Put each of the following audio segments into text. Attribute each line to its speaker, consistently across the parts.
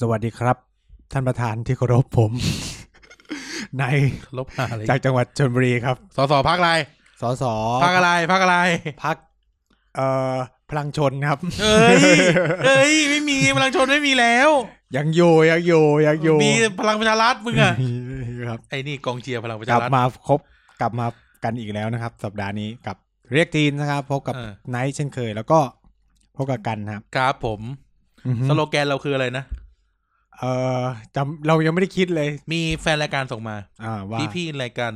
Speaker 1: สวัสดีครับ ท่านประธานที่เคารพผม ในาย
Speaker 2: ลบหาอะไร
Speaker 1: จากจังหวัดชลบุรีครับ
Speaker 2: สสพักอะไร
Speaker 1: สส
Speaker 2: พักอะไรพักอะไร
Speaker 1: พักเอ่อพลังชนครับ
Speaker 2: เอ้ยเอ้ยไม่มีพลังชนไม่มีแล้ว
Speaker 1: ยังอยู่ยังอยู่ยังอยู่
Speaker 2: มีพลังประชารัฐมึงอะ
Speaker 1: ครับ
Speaker 2: ไอ้นี่กองเชียร์พลังประ
Speaker 1: ก
Speaker 2: ชา
Speaker 1: ลับ
Speaker 2: รัฐ
Speaker 1: มาครบกลับมากันอีกแล้วนะครับ สัปดาห์นี้กับเรียกทีนนะครับ พบกับ
Speaker 2: เออ
Speaker 1: ไนท์เช่นเคย แล้วก็พบกับกันครับ
Speaker 2: ครับผม
Speaker 1: อือฮึ
Speaker 2: สโลแกนเราคืออะไรนะ
Speaker 1: เอ่อจำเรายังไม่ได้คิดเลย
Speaker 2: มีแฟนรายการส่งมา
Speaker 1: อ่าว่า
Speaker 2: พี่พี่ๆรายการ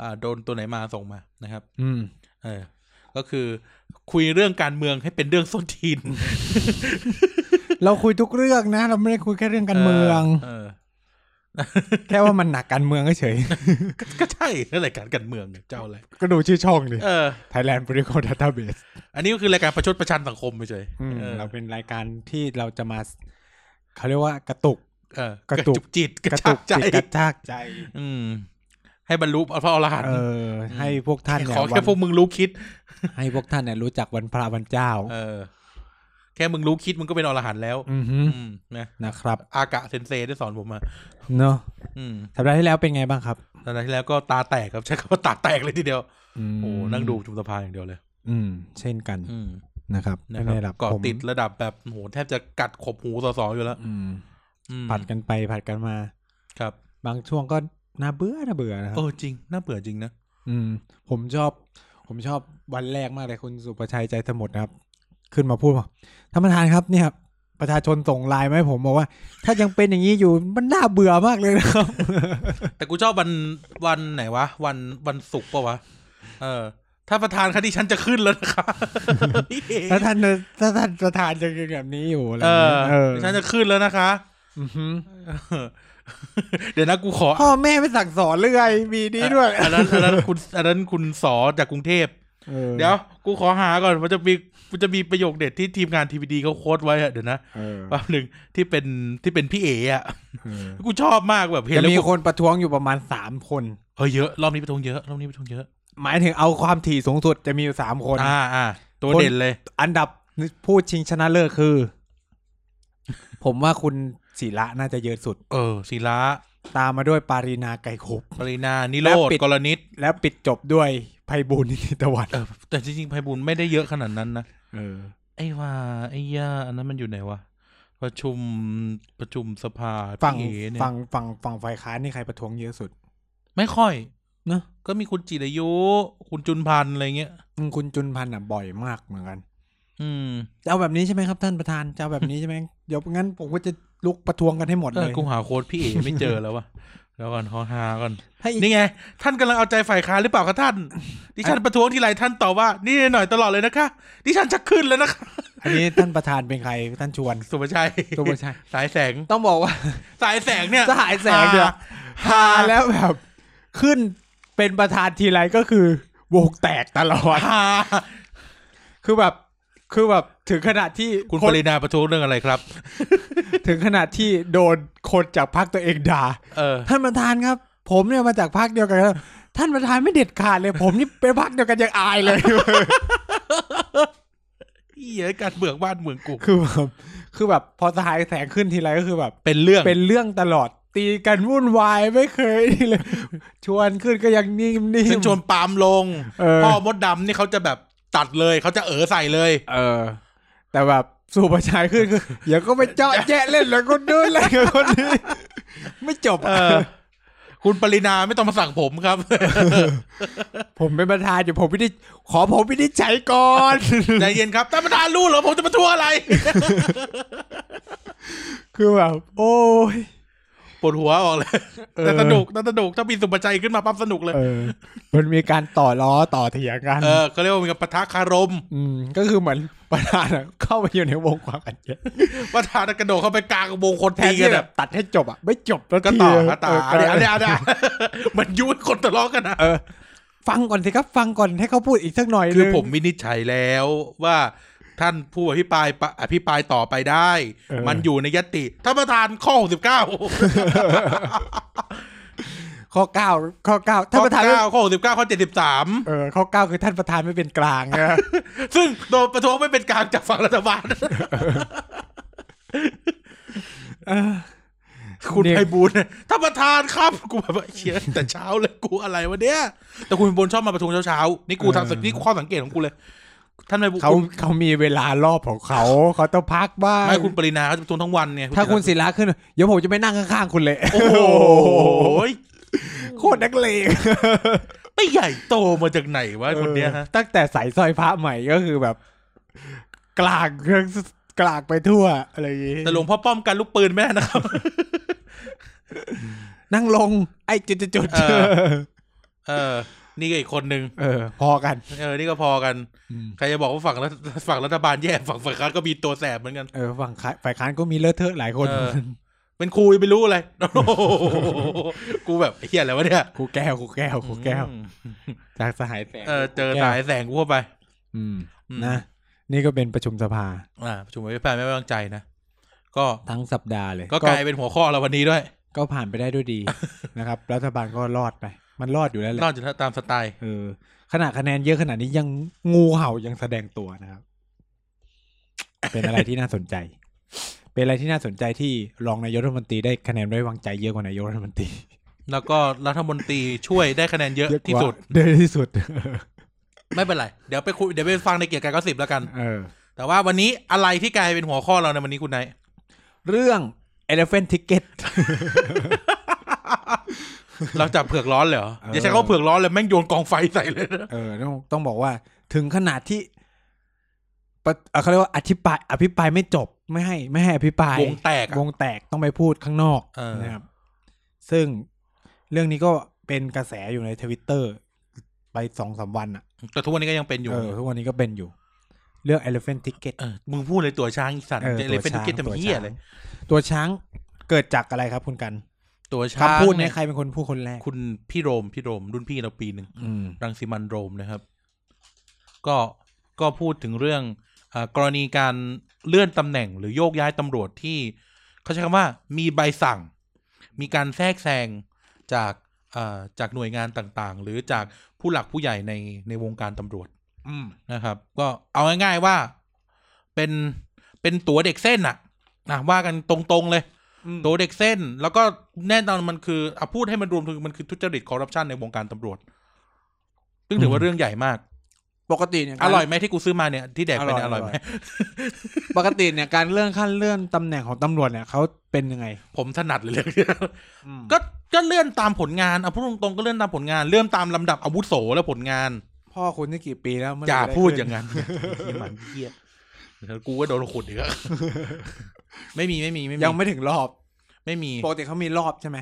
Speaker 2: อ่าโดนตัวไหนมาส่งมานะครับ
Speaker 1: อืม
Speaker 2: เออ ก็คือคุยเรื่องการเมืองให้เป็นเรื่องส้นทีน
Speaker 1: เราคุยทุกเรื่องนะ เราไม่ได้คุยแค่เรื่องการเมือง
Speaker 2: เออ
Speaker 1: แค่ว่ามันหนักการเมืองเฉย
Speaker 2: ก็ใช่นั่นรายการการเมืองเนี่ยเจ้าอะไร
Speaker 1: ก็ดูชื่อช่องดิ
Speaker 2: เออ
Speaker 1: Thailand Political Database
Speaker 2: อันนี้ก็คือรายการประชดประชันสังคมไปเฉย
Speaker 1: อืม
Speaker 2: เออ
Speaker 1: เราเป็นรายการที่เราจะมาเขาเรียกว่ากระตุก
Speaker 2: เออก ก
Speaker 1: ระ
Speaker 2: ระ
Speaker 1: ตุ
Speaker 2: ตุ
Speaker 1: ก
Speaker 2: กจิตกระชากใจ
Speaker 1: จิตกระชากใจ
Speaker 2: อืม ให้บรรลุพระอรหันต์
Speaker 1: เออ ให้พวกท่านเนี่ย
Speaker 2: ขอ
Speaker 1: วั
Speaker 2: แค่
Speaker 1: น
Speaker 2: พวกมึงรู้คิด
Speaker 1: ให้พวกท่านเนี่ยรู้จักวันพระวันเจ้า
Speaker 2: เออ แค่มึงรู้คิดมึงก็เป็นอรหันต์แล้ว
Speaker 1: อือฮึ
Speaker 2: อืมนะ
Speaker 1: นะครับ
Speaker 2: อากะเซนเซได้สอนผมมา
Speaker 1: เนาะ
Speaker 2: อืม
Speaker 1: สัปดาห์ที่แล้วเป็นไงบ้างครับ
Speaker 2: ตอนที่แล้วก็ตาแตกครับใช้คำว่าตาแตกเลยทีเดียว
Speaker 1: ม
Speaker 2: โอ้โหนั่งดูจุมสะพานอย่างเดียวเลย
Speaker 1: อืม เช่นกัน
Speaker 2: อืม
Speaker 1: นะครับ
Speaker 2: นะค
Speaker 1: ไม่ได้
Speaker 2: รั
Speaker 1: รั
Speaker 2: บ
Speaker 1: บ
Speaker 2: เก่อ
Speaker 1: ผม
Speaker 2: ติดระดับแบบโอ้โหแทบจะกัดขบหูสอสออยู่แล้ว
Speaker 1: อืม
Speaker 2: อืม
Speaker 1: ผัดกันไปผัดกันมา
Speaker 2: ครับ
Speaker 1: บางช่วงก็น่าเบื่อน่าเบื่อนะครับ
Speaker 2: เออจริง น่าเบื่อจริงนะ
Speaker 1: อืมผมชอบ ผมชอบวันแรกมากเลยคุณสุประชัยใจสมุทรนะครับ ขึ้นมาพูดว่าท่านประธานครับเนี่ย ประชาชนส่งไลน์มาให้ผมบอกว่า ถ้ายังเป็นอย่างนี้อยู่มันน่าเบื่อมากเลยนะครับ
Speaker 2: แต่กูชอบวันวันไหนวะ วันวันศุกร์ปะวะเออ ถ้าประธานคดีฉันจะขึ้นแล้วนะคะ
Speaker 1: ถ้าท่านถ้าท่านประธานยังเป็นแบบนี้อยู่อะไรอ
Speaker 2: เอย่าง
Speaker 1: เงี้ย
Speaker 2: อ
Speaker 1: เออ
Speaker 2: ฉันจะขึ้นแล้วนะคะ
Speaker 1: อือหือ
Speaker 2: เออเดี๋ยวนะกูขอ
Speaker 1: พ่อแม่ไม่สั่งสอนเลยไงมีนี้ด้วย
Speaker 2: อันนั้นอันนั้นคุณอันนั้นคุณสอจากกรุงเทพ
Speaker 1: ออ
Speaker 2: เดี๋ยว กูขอหาก่อนมันจะมีมันจะมีประโยคเด็ดที่ทีมงานทีวีดีเขาโค้ดไว้อะเดี๋ยวนะ
Speaker 1: เออ
Speaker 2: แป๊บหนึ่งที่เป็นที่เป็นพี่เอ๋อะ
Speaker 1: เออ
Speaker 2: กูชอบมากแบบเห็น
Speaker 1: จะ
Speaker 2: แล้ว
Speaker 1: มี
Speaker 2: กู
Speaker 1: คนประท้วงอยู่ประมาณสามคน
Speaker 2: เฮ้ยเยอะรอบนี้ไปทวงเยอะรอบนี้ไปทวงเยอะ
Speaker 1: หมายถึงเอาความถี่สูงสุดจะมีอยู่สามคน
Speaker 2: อ่าอ่าตัว
Speaker 1: คน
Speaker 2: เด่นเลย
Speaker 1: อันดับผู้ชิงชนะเลิศคือ ผมว่าคุณศิระน่าจะเยอะสุด
Speaker 2: เออศิลา
Speaker 1: ตามมาด้วยปารีนาไก่คุบ
Speaker 2: ปรินานิโร
Speaker 1: และ
Speaker 2: ธ
Speaker 1: ปิด
Speaker 2: กรณิต
Speaker 1: แล้วปิดจบด้วยไพบูลย์นิติตะวัน
Speaker 2: เออแต่จริงๆไพบุญไม่ได้เยอะขนาดนั้นนะ
Speaker 1: เออ
Speaker 2: ไอ้ว่าไอ้ย่าอันนั้นมันอยู่ไหนวะประชุมประชุมสภาพี่
Speaker 1: ฝั่ง
Speaker 2: เอ๋เนี่ย
Speaker 1: ฝั่งฝั่งฝั่งฝ่ายค้านนี่ใครประท้วงเยอะสุด
Speaker 2: ไม่ค่อย
Speaker 1: เนอะ
Speaker 2: ก็มีคุณจิรายุ คุณจุนพันธ์อะไรเงี้ย
Speaker 1: อืมคุณจุนพันธ์อ่ะบ่อยมากเหมือนกัน
Speaker 2: อืม
Speaker 1: จะเอาแบบนี้ใช่ไหมครับท่านประธานจะเอาแบบนี้ใช่ไหม เดี๋ยวงั้นผมก็จะลุกประท้วงกันให้หมด
Speaker 2: เอ
Speaker 1: เล
Speaker 2: อย กูหาโค้ดพี่เอไม่เจอแล้ววะ แล้วก่อนขอหาก่อน
Speaker 1: ถ้าอีก
Speaker 2: นี่ไง ท่านกำลังเอาใจฝ่ายค้านหรือเปล่าคะท่าน ดิฉันประท้วงทีไรท่านตอบว่า นี่หน่อยตลอดเลยนะคะ ดิฉันจะขึ้นแล้วนะคะ
Speaker 1: อันนี้ท่านประธานเป็นใครท่านช วน
Speaker 2: สุภาชัย
Speaker 1: ตัวประชัย
Speaker 2: สายแสง
Speaker 1: ต้องบอกว่า
Speaker 2: สายแสงเนี่ย
Speaker 1: สายแสงเนี่ย
Speaker 2: หา
Speaker 1: ฮาแล้วแบบขึ้นเป็นประธานทีไรก็คือวงแตกตลอด
Speaker 2: หา
Speaker 1: คือแบบคือแบบถึงขนาดที่
Speaker 2: คุณ
Speaker 1: น
Speaker 2: ปรินาประท้วงเรื่องอะไรครับ
Speaker 1: ถึงขนาดที่โดนคนจากพรรคตัวเองด่า
Speaker 2: เออ
Speaker 1: ท่านประธานครับ ผมเนี่ยมาจากพรรคเดียวกันครับท่านประธานไม่เด็ดขาดเลย ผมนี่เป็นพรรคเดียวกันยังอายเลย
Speaker 2: เหี้ยการเบือกบ้านเมืองกู
Speaker 1: คือแบบคือแบบพอสายแสงขึ้นทีไรก็คือแบบ
Speaker 2: เป็นเรื่อง
Speaker 1: เป็นเรื่องตลอดตีกันวุ่นวายไม่เคย นี่เลย ชวนขึ้นก็ยังนิ่มๆ
Speaker 2: ฉันชวนปาล์มลง
Speaker 1: เออ
Speaker 2: พ่อมดดำนี่เขาจะแบบตัดเลยเขาจะเออใส่เลย
Speaker 1: เออ แต่แบบสู่ประชาย ขึ้นคืออย่าก็ไปเจาะแยะเล่นแล้วก็ดูนอะไรกับคนนี้ ไม่จบ
Speaker 2: เอ
Speaker 1: อะ
Speaker 2: อ คุณปรินาไม่ต้องมาสั่งผม ครับ
Speaker 1: ผมเป็นประธานอยู่ผมไม่ได้ขอผมไม่ได้ใช้ก่อน
Speaker 2: ใจเย็นครับท่านประธานรู้เหรอผมจะมาทัวร์อะไร
Speaker 1: คือแบบโอ้ย
Speaker 2: ปวดหัวออกเลย
Speaker 1: เออ
Speaker 2: แต่สนุกแต่สนุกถ้ามีสุปใจยขึ้นมาปั๊บสนุกเลย
Speaker 1: เออ มันมีการต่อล้อต่อเถียงกัน
Speaker 2: เออเขาเรียกว่ามีการปะทะคารม
Speaker 1: อืมก็คือเหมือนประธานอะเข้าไปอยู่ในวงความขัดแย้ง
Speaker 2: ประธานกระโดดเข้าไปกลางวงคน
Speaker 1: แท
Speaker 2: ตี
Speaker 1: น
Speaker 2: กั
Speaker 1: ที่
Speaker 2: น
Speaker 1: แบ
Speaker 2: แบบ
Speaker 1: บตัดให้จบอ่ะไม่จบแล้ว
Speaker 2: ก็ต่อก็ต่ออันนี้อันนี้อันนี้ มันยุ่ยคนทะเลาะกันนะ
Speaker 1: เออ ฟังก่อนสิครับ ฟังก่อนให้เขาพูดอีกสักหน่อย
Speaker 2: คือ
Speaker 1: นึง
Speaker 2: ผมวินิจฉัยแล้วว่าท่านผู้อภิปรายปะอภิปรายต่อไปได้
Speaker 1: เออ
Speaker 2: มันอยู่ในยตติท่านประธานข้อหกสิบเก้า
Speaker 1: ข้อเก้าข้อเก้าท่านประธาน
Speaker 2: ข้อเก้าข้อหกสิบเก้าข้อเจ็ดสิบสาม
Speaker 1: เออข้อเก้าคือท่านประธานไม่เป็นกลางนะ
Speaker 2: ซึ่งโดนประท้วงไม่เป็นกลางจากฝั่งรัฐบาล
Speaker 1: เออ
Speaker 2: คุณ
Speaker 1: เนี่ย
Speaker 2: ไพบูลย์เนี่ยท่านประธานครับ กูแบบว่าเชียแต่เช้าเลยกูอะไรวะเนี่ย แต่คุณไพบูลย์ชอบมาประชุมเช้าๆนี่กูทำสักนี่ข้อสังเกตของกูเลย ท่านไพบูลย์
Speaker 1: เขา
Speaker 2: คุณ
Speaker 1: เขามีเวลารอบของเขา เขาต้องพักบ้าง
Speaker 2: ไม่คุณปรินาเขาจะประชุมทั้งวันเนี่ย
Speaker 1: ถ้าคุณศิลาขึ้น เดี๋ยวผมจะไปนั่งข้างๆคุณเลย
Speaker 2: โอ้โห
Speaker 1: โคตรนักเลง
Speaker 2: ไม่ใหญ่โตมาจากไหนวะคนเนี้ยฮะ
Speaker 1: ออ ตั้งแต่ใส่สร้อยพระใหม่ก็คือแบบ กลางเครื่องกลางไปทั่วอะไรอย่างงี้
Speaker 2: แต่หลวงพ่อป้อมกันลูกปืนไม่ได้นะครับ
Speaker 1: นั่งลง ไอ้จุดจุดๆๆ
Speaker 2: เออ เออ นี่ก็อีกคนนึง
Speaker 1: เออ พอกัน
Speaker 2: เออ นี่ก็พอกัน ใครจะบอกว่าฝั่งรัฐฝั่งรัฐบาลแย่ฝั่งฝ่ายค้านก็มีตัวแสบเหมือนกัน
Speaker 1: เออฝั่งค้าฝ่ายค้านก็มีเลอะเทอะหลายคน
Speaker 2: เออ เป็นครูยังไม่รู้ อะไรโอ้โหกูแบบเฮียอะไรวะเนี่ย
Speaker 1: ครูแก้วครูแก้วครูแก้ว
Speaker 2: อืม
Speaker 1: จากสหายแสง
Speaker 2: เออ เจอสายแสงกูเข้าไป
Speaker 1: อืม
Speaker 2: อืม
Speaker 1: นะ นี่ก็เป็นประชุมสภา
Speaker 2: อ่าประชุมไม่แพ้ไม่ไว้วางใจนะ ก็
Speaker 1: ทั้งสัปดาห์เลย
Speaker 2: ก็กลายเป็นหัวข้อเราวันนี้ด้วย
Speaker 1: ก็ผ่านไปได้ด้วย ดี นะครับ รัฐบาลก็รอดไป มันรอดอยู่แล้วแหละ
Speaker 2: นอกจากตามสไตล์
Speaker 1: เออขนาดคะแนนเยอะขนาดนี้ยังงูเห่ายังแสดงตัวนะครับ เป็นอะไรที่น่าสนใจ เป็นอะไรที่น่าสนใจที่รองนายกรัฐมนตรีได้คะแนนไว้วางใจเยอะกว่านายกรัฐมนตรี
Speaker 2: แล้วก็รัฐมนตรีช่วยได้คะแนนเยอะที่สุด
Speaker 1: เยอะกว่าเยอะที่สุด
Speaker 2: ไม่เป็นไร เดี๋ยวไปคุยเดี๋ยวไปฟังในเกียรติกายก็สิบแล้วกัน
Speaker 1: เออ
Speaker 2: แต่ว่าวันนี้อะไรที่กลายเป็นหัวข้อเราในวันนี้คุณนาย
Speaker 1: เรื่อง Elephant Ticket
Speaker 2: เราจับเผือกร้อนเลยเหรอ
Speaker 1: เอออ
Speaker 2: อย่าใช้คำว่าเผือกร้อนเลยแม่งโยนกองไฟใส่เลยนะ
Speaker 1: เออต้องต้องบอกว่าถึงขนาดที่ปะเอ่อเขาเรียกว่าอธิปรายอภิปรายไม่จบไม่ให้ ไม่ให้อภิปราย
Speaker 2: วงแตกอะ
Speaker 1: วงแตกต้องไปพูดข้างนอก
Speaker 2: เออ
Speaker 1: นะครับ ซึ่งเรื่องนี้ก็เป็นกระแสอยู่ในทวิตเตอร์ไปสองสามวันอ่ะ
Speaker 2: แต่ทุกวันนี้ก็ยังเป็นอยู่
Speaker 1: เออทุกวันนี้ก็เป็นอยู่ เรื่อง elephant ticket
Speaker 2: เออมึงพูดเลยตัวช้างอีสัน
Speaker 1: ออ
Speaker 2: เลยเป็น
Speaker 1: ตัว
Speaker 2: เกตทำเหี้ยเลย
Speaker 1: ตัวช้างเกิดจากอะไรครับคุณกัน
Speaker 2: ตัวช้าง
Speaker 1: คำพูดเนี้
Speaker 2: เนี่ย
Speaker 1: ใครเป็นคนพูดคนแรก
Speaker 2: คุณพี่โรมพี่โรม รุ่นพี่เราปีหนึ่ง
Speaker 1: อืม
Speaker 2: รังสิมันโรมนะครับ ก็ก็พูดถึงเรื่องอากรณีการเลื่อนตำแหน่งหรือโยกย้ายตำรวจที่เขาใช้คำว่ามีใบสั่ง มีการแทรกแซงจากอ่าจากหน่วยงานต่างๆ หรือจากผู้หลักผู้ใหญ่ในในวงการตำรวจ
Speaker 1: อืม
Speaker 2: นะครับ ก็เอาง่ายๆว่าเป็นเป็นตั๋วเด็กเส้นอะนะว่ากันตรงๆเลย ตั๋วเด็กเส้น แล้วก็แน่นอนมันคืออะพูดให้มันรวมถึงมันคือทุจริตคอร์รัปชันในวงการตำรวจ ซึ่งถือ
Speaker 1: อื
Speaker 2: ว่าม เรื่องใหญ่มาก
Speaker 1: ปกติเนี่ย
Speaker 2: อร่อยไหมที่กูซื้อมาเนี่ย ที่แดกไปเนี่ยอร่อยไหม
Speaker 1: ปกติเนี่ยการเลื่อนขั้นเลื่อนตำแหน่งของตำรวจเนี่ยเขาเป็นยังไง
Speaker 2: ผมถนัดเลยเรื่อง เนี้ย
Speaker 1: อืม
Speaker 2: ก็ก็เลื่อนตามผลงานเอาพูดตรงๆก็เลื่อนตามผลงาน เลื่อนตามลำดับอาวุโสและผลงาน
Speaker 1: พ่อคุณนี่กี่ปีแล้วเมื่
Speaker 2: อ
Speaker 1: ไหร่
Speaker 2: ย่า
Speaker 1: จะ
Speaker 2: พูด
Speaker 1: ไขึ้น
Speaker 2: อย่างนั้นที่มันเทียเดี๋ยว กูก็โดนขุดอี กแล้วไม่มีไม่มีไม่มี
Speaker 1: ยังไม่ถึงรอบ
Speaker 2: ไม่มี
Speaker 1: ปกติเขามีรอบใช่ไหม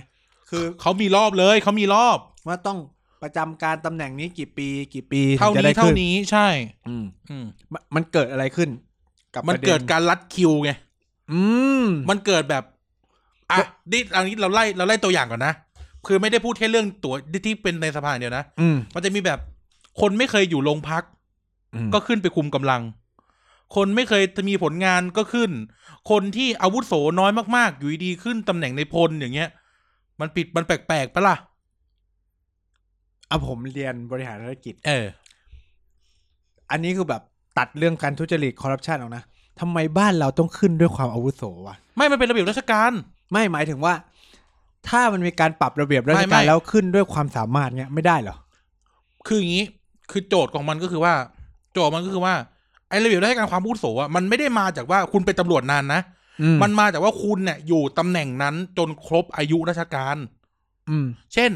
Speaker 1: คือ
Speaker 2: เขามีรอบเลยเขามีรอบ
Speaker 1: ว่าต้องประจำการตำแหน่งนี้กี่ปีกี่ปี
Speaker 2: เท่า
Speaker 1: ถึงจะได้
Speaker 2: นี้เท่า
Speaker 1: ขึ้
Speaker 2: นี้ใช่
Speaker 1: อืม
Speaker 2: อืม
Speaker 1: มันมันเกิดอะไรขึ้น กับ
Speaker 2: มันเกิด
Speaker 1: ประน
Speaker 2: การลัดคิวไง
Speaker 1: อืม
Speaker 2: มันเกิดแบบอ่ะนี่อันนี้เราไล่เราไล่ตัวอย่างก่อนนะคือไม่ได้พูดแค่เรื่องตัวที่เป็นในสภาเดียวนะ
Speaker 1: อืม
Speaker 2: มันจะมีแบบ คนไม่เคยอยู่โรงพัก
Speaker 1: ก็
Speaker 2: ก็ขึ้นไปคุมกำลัง คนไม่เคยจะมีผลงานก็ขึ้น คนที่อาวุโสน้อยมากๆ อยู่ดีๆขึ้นตำแหน่งในพลอย่างเงี้ย มันปิดมันแปลกๆปะล่ะ
Speaker 1: อ่ะผมเรียนบริหารธุรกิจ
Speaker 2: เออ
Speaker 1: อันนี้คือแบบตัดเรื่องการทุจริตคอร์รัปชันออกนะทำไมบ้านเราต้องขึ้นด้วยความอาวุโสวะ
Speaker 2: ไม่มันเป็นระเบียบราชการ
Speaker 1: ไม่หมายถึงว่า ถ้ามันมีการปรับระเบียบราช
Speaker 2: ไม่
Speaker 1: การ
Speaker 2: ไม่
Speaker 1: แล้วขึ้นด้วยความสามารถเนี้ยไม่ได้เหรอ
Speaker 2: คืออย่างนี้ คือโจทย์ของมันก็คือว่า โจทย์มันก็คือว่า ไอ้ระเบียบราชการความอาวุโสอะมันไม่ได้มาจากว่าคุณเป็นตำรวจนานนะ
Speaker 1: อืม
Speaker 2: มันมาจากว่าคุณเนี่ยอยู่ตำแหน่งนั้นจนครบอายุราชการ
Speaker 1: อืม
Speaker 2: เช่น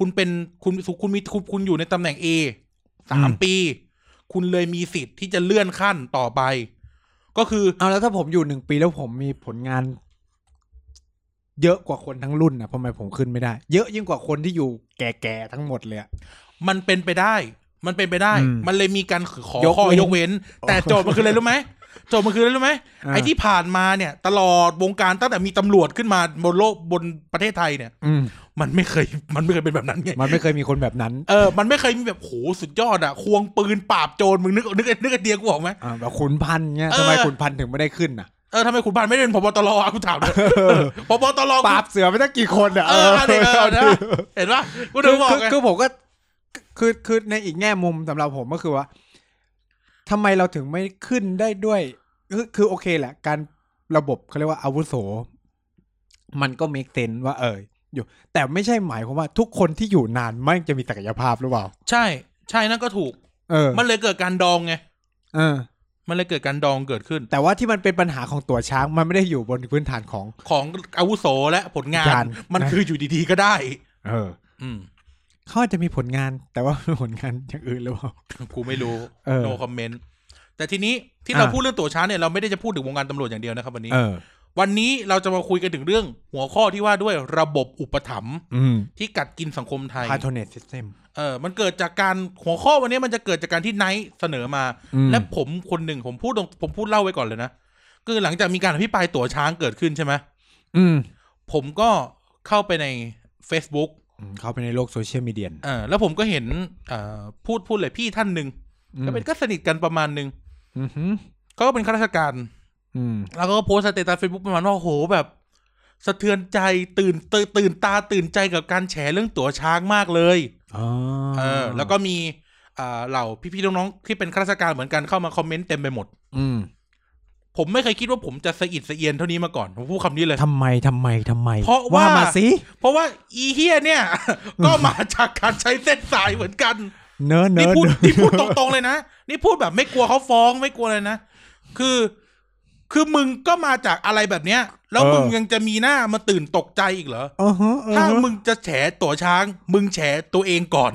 Speaker 2: คุณเป็นคุณคุณมีคุณคุณอยู่ในตำแหน่ง A สาม
Speaker 1: อืม
Speaker 2: ปี คุณเลยมีสิทธิ์ที่จะเลื่อนขั้นต่อไป ก็คือ
Speaker 1: เอาแล้วถ้าผมอยู่หนึ่งปีแล้วผมมีผลงาน เยอะกว่าคนทั้งรุ่นนะทำไมผมขึ้นไม่ได้ เยอะยิ่งกว่าคนที่อยู่แก่ๆทั้งหมดเลยอะ
Speaker 2: มันเป็นไปได้ มันเป็นไปได้
Speaker 1: อืม
Speaker 2: มันเลยมีการขอย
Speaker 1: ก
Speaker 2: ข้อ
Speaker 1: เว้น
Speaker 2: ยกเว้น แต่โจทย์มันคืออะไร รู้ไหม โจทย์มันคืออะไรรู้ไหม
Speaker 1: อ่า
Speaker 2: ไอ้ที่ผ่านมาเนี่ย ตลอดวงการตั้งแต่มีตำรวจขึ้นมาบนโลกบนประเทศไทยเนี่ย
Speaker 1: อืม
Speaker 2: มันไม่เคย มันไม่เคยเป็นแบบนั้นไง
Speaker 1: มันไม่เคยมีคนแบบนั้น
Speaker 2: เออ มันไม่เคยมีแบบโหสุดยอดอ่ะ ควงปืนปราบโจรมึงนึกนึกนึกไอเดียกูออกไหม
Speaker 1: อ่าแบบขุนพันธ์เงี้ย
Speaker 2: เออ
Speaker 1: ทำไมขุนพันธ์ถึงไม่ได้ขึ้นอ่ะ
Speaker 2: เออทำไมขุนพันธุ์ไม่ได้เป็นพบตรอ่ะกูถามเลยพบตร
Speaker 1: ปราบเสือไม่ได้กี่คนอ่ะ
Speaker 2: เออเออเนี่ยเออเนี่ยเห็นปะกูถึ
Speaker 1: คื
Speaker 2: ง
Speaker 1: อ
Speaker 2: บอก
Speaker 1: คือ
Speaker 2: ไง
Speaker 1: คือผมก็คือคือในอีกแง่มุมสำหรับผมก็คือว่าทำไมเราถึงไม่ขึ้นได้ด้วย คือคือโอเคแหละ การระบบเขาเรียกว่าอาวุโส มันก็ make sense ว่าเอออยู่ แต่ไม่ใช่หมายความว่าทุกคนที่อยู่นานไม่งจะมีศักยภาพหรือเปล่า
Speaker 2: ใช่ ใช่นั่นก็ถูก
Speaker 1: เออ
Speaker 2: มันเลยเกิดการดองไง
Speaker 1: เออ
Speaker 2: มันเลยเกิดการดองเกิดขึ้น
Speaker 1: แต่ว่าที่มันเป็นปัญหาของตัวช้างมันไม่ได้อยู่บนพื้นฐานของ
Speaker 2: ของอาวุโสและผลงาน
Speaker 1: การ
Speaker 2: มันคืออยู่ดีๆก็ได้
Speaker 1: เออ
Speaker 2: อืม
Speaker 1: เขาอาจจะมีผลงานแต่ว่าผลงานอย่างอื่นหรือเปล่า
Speaker 2: กูไม่รู้
Speaker 1: เออ
Speaker 2: no comment แต่ทีนี้ที่เราพูดเรื่องตัวช้างเนี่ยเราไม่ได้จะพูดถึงวงการตำรวจอย่างเดียวนะครับวันนี้
Speaker 1: เออ
Speaker 2: วันนี้เราจะมาคุยกันถึงเรื่องหัวข้อที่ว่าด้วยระบบอุปถัมภ์
Speaker 1: อืม
Speaker 2: ที่กัดกินสังคมไทย
Speaker 1: patronage system
Speaker 2: เออ มันเกิดจากการหัวข้อวันนี้มันจะเกิดจากการที่ไนท์เสนอมา
Speaker 1: อืม
Speaker 2: และผมคนหนึ่งผมพูดตรงผมพูดเล่าไว้ก่อนเลยนะคือหลังจากมีการอภิปรายตัวช้างเกิดขึ้นใช่ไหม
Speaker 1: อืม
Speaker 2: ผมก็เข้าไปใน Facebook
Speaker 1: อืมเข้าไปในโลกโซเชียลมีเดีย
Speaker 2: เออแล้วผมก็เห็นเอ่อพูดพูดเลยพี่ท่านหนึ่งก็เป็นก็สนิทกันประมาณหนึ่ง
Speaker 1: อืม
Speaker 2: เขาก็เป็นข้าราชการ
Speaker 1: อืม
Speaker 2: แล้วก็โพสต์สเตตัสเฟซบุ๊กประมาณว่าโอ้โหแบบ สะเทือนใจตื่นตื่นตื่นตาตื่นใจกับการแฉเรื่องตั๋วช้างมากเลย
Speaker 1: อ๋อ
Speaker 2: เออ แล้วก็มีอ่าเหล่าพี่ๆน้องๆที่เป็นข้าราชการเหมือนกันเข้ามาคอมเมนต์เต็มไปหมด
Speaker 1: อืม
Speaker 2: ผมไม่เคยคิดว่าผมจะสะอิดสะเอียนเท่านี้มาก่อนผมพูดคำนี้เลย
Speaker 1: ทำไมทำไมทำไม
Speaker 2: เพราะว่า
Speaker 1: มาสิ
Speaker 2: เพราะว่าอีเฮียเนี่ย ก็มาจากการใช้เส้นสายเหมือนกัน
Speaker 1: เนิร์ดเนิ
Speaker 2: นี่
Speaker 1: ร์ด
Speaker 2: พูดนี่พูดตรงๆเลยนะ นี่พูดแบบไม่กลัวเขาฟ้องไม่กลัวเลยนะ คือ คือมึงก็มาจากอะไรแบบเนี้ย แล้วมึงยังจะมีหน้ามาตื่นตกใจอีกเหรอ
Speaker 1: อ๋อฮะอ๋อฮะ
Speaker 2: ถ้ามึงจะแฉตัวช้าง มึงแฉตัวเองก่อน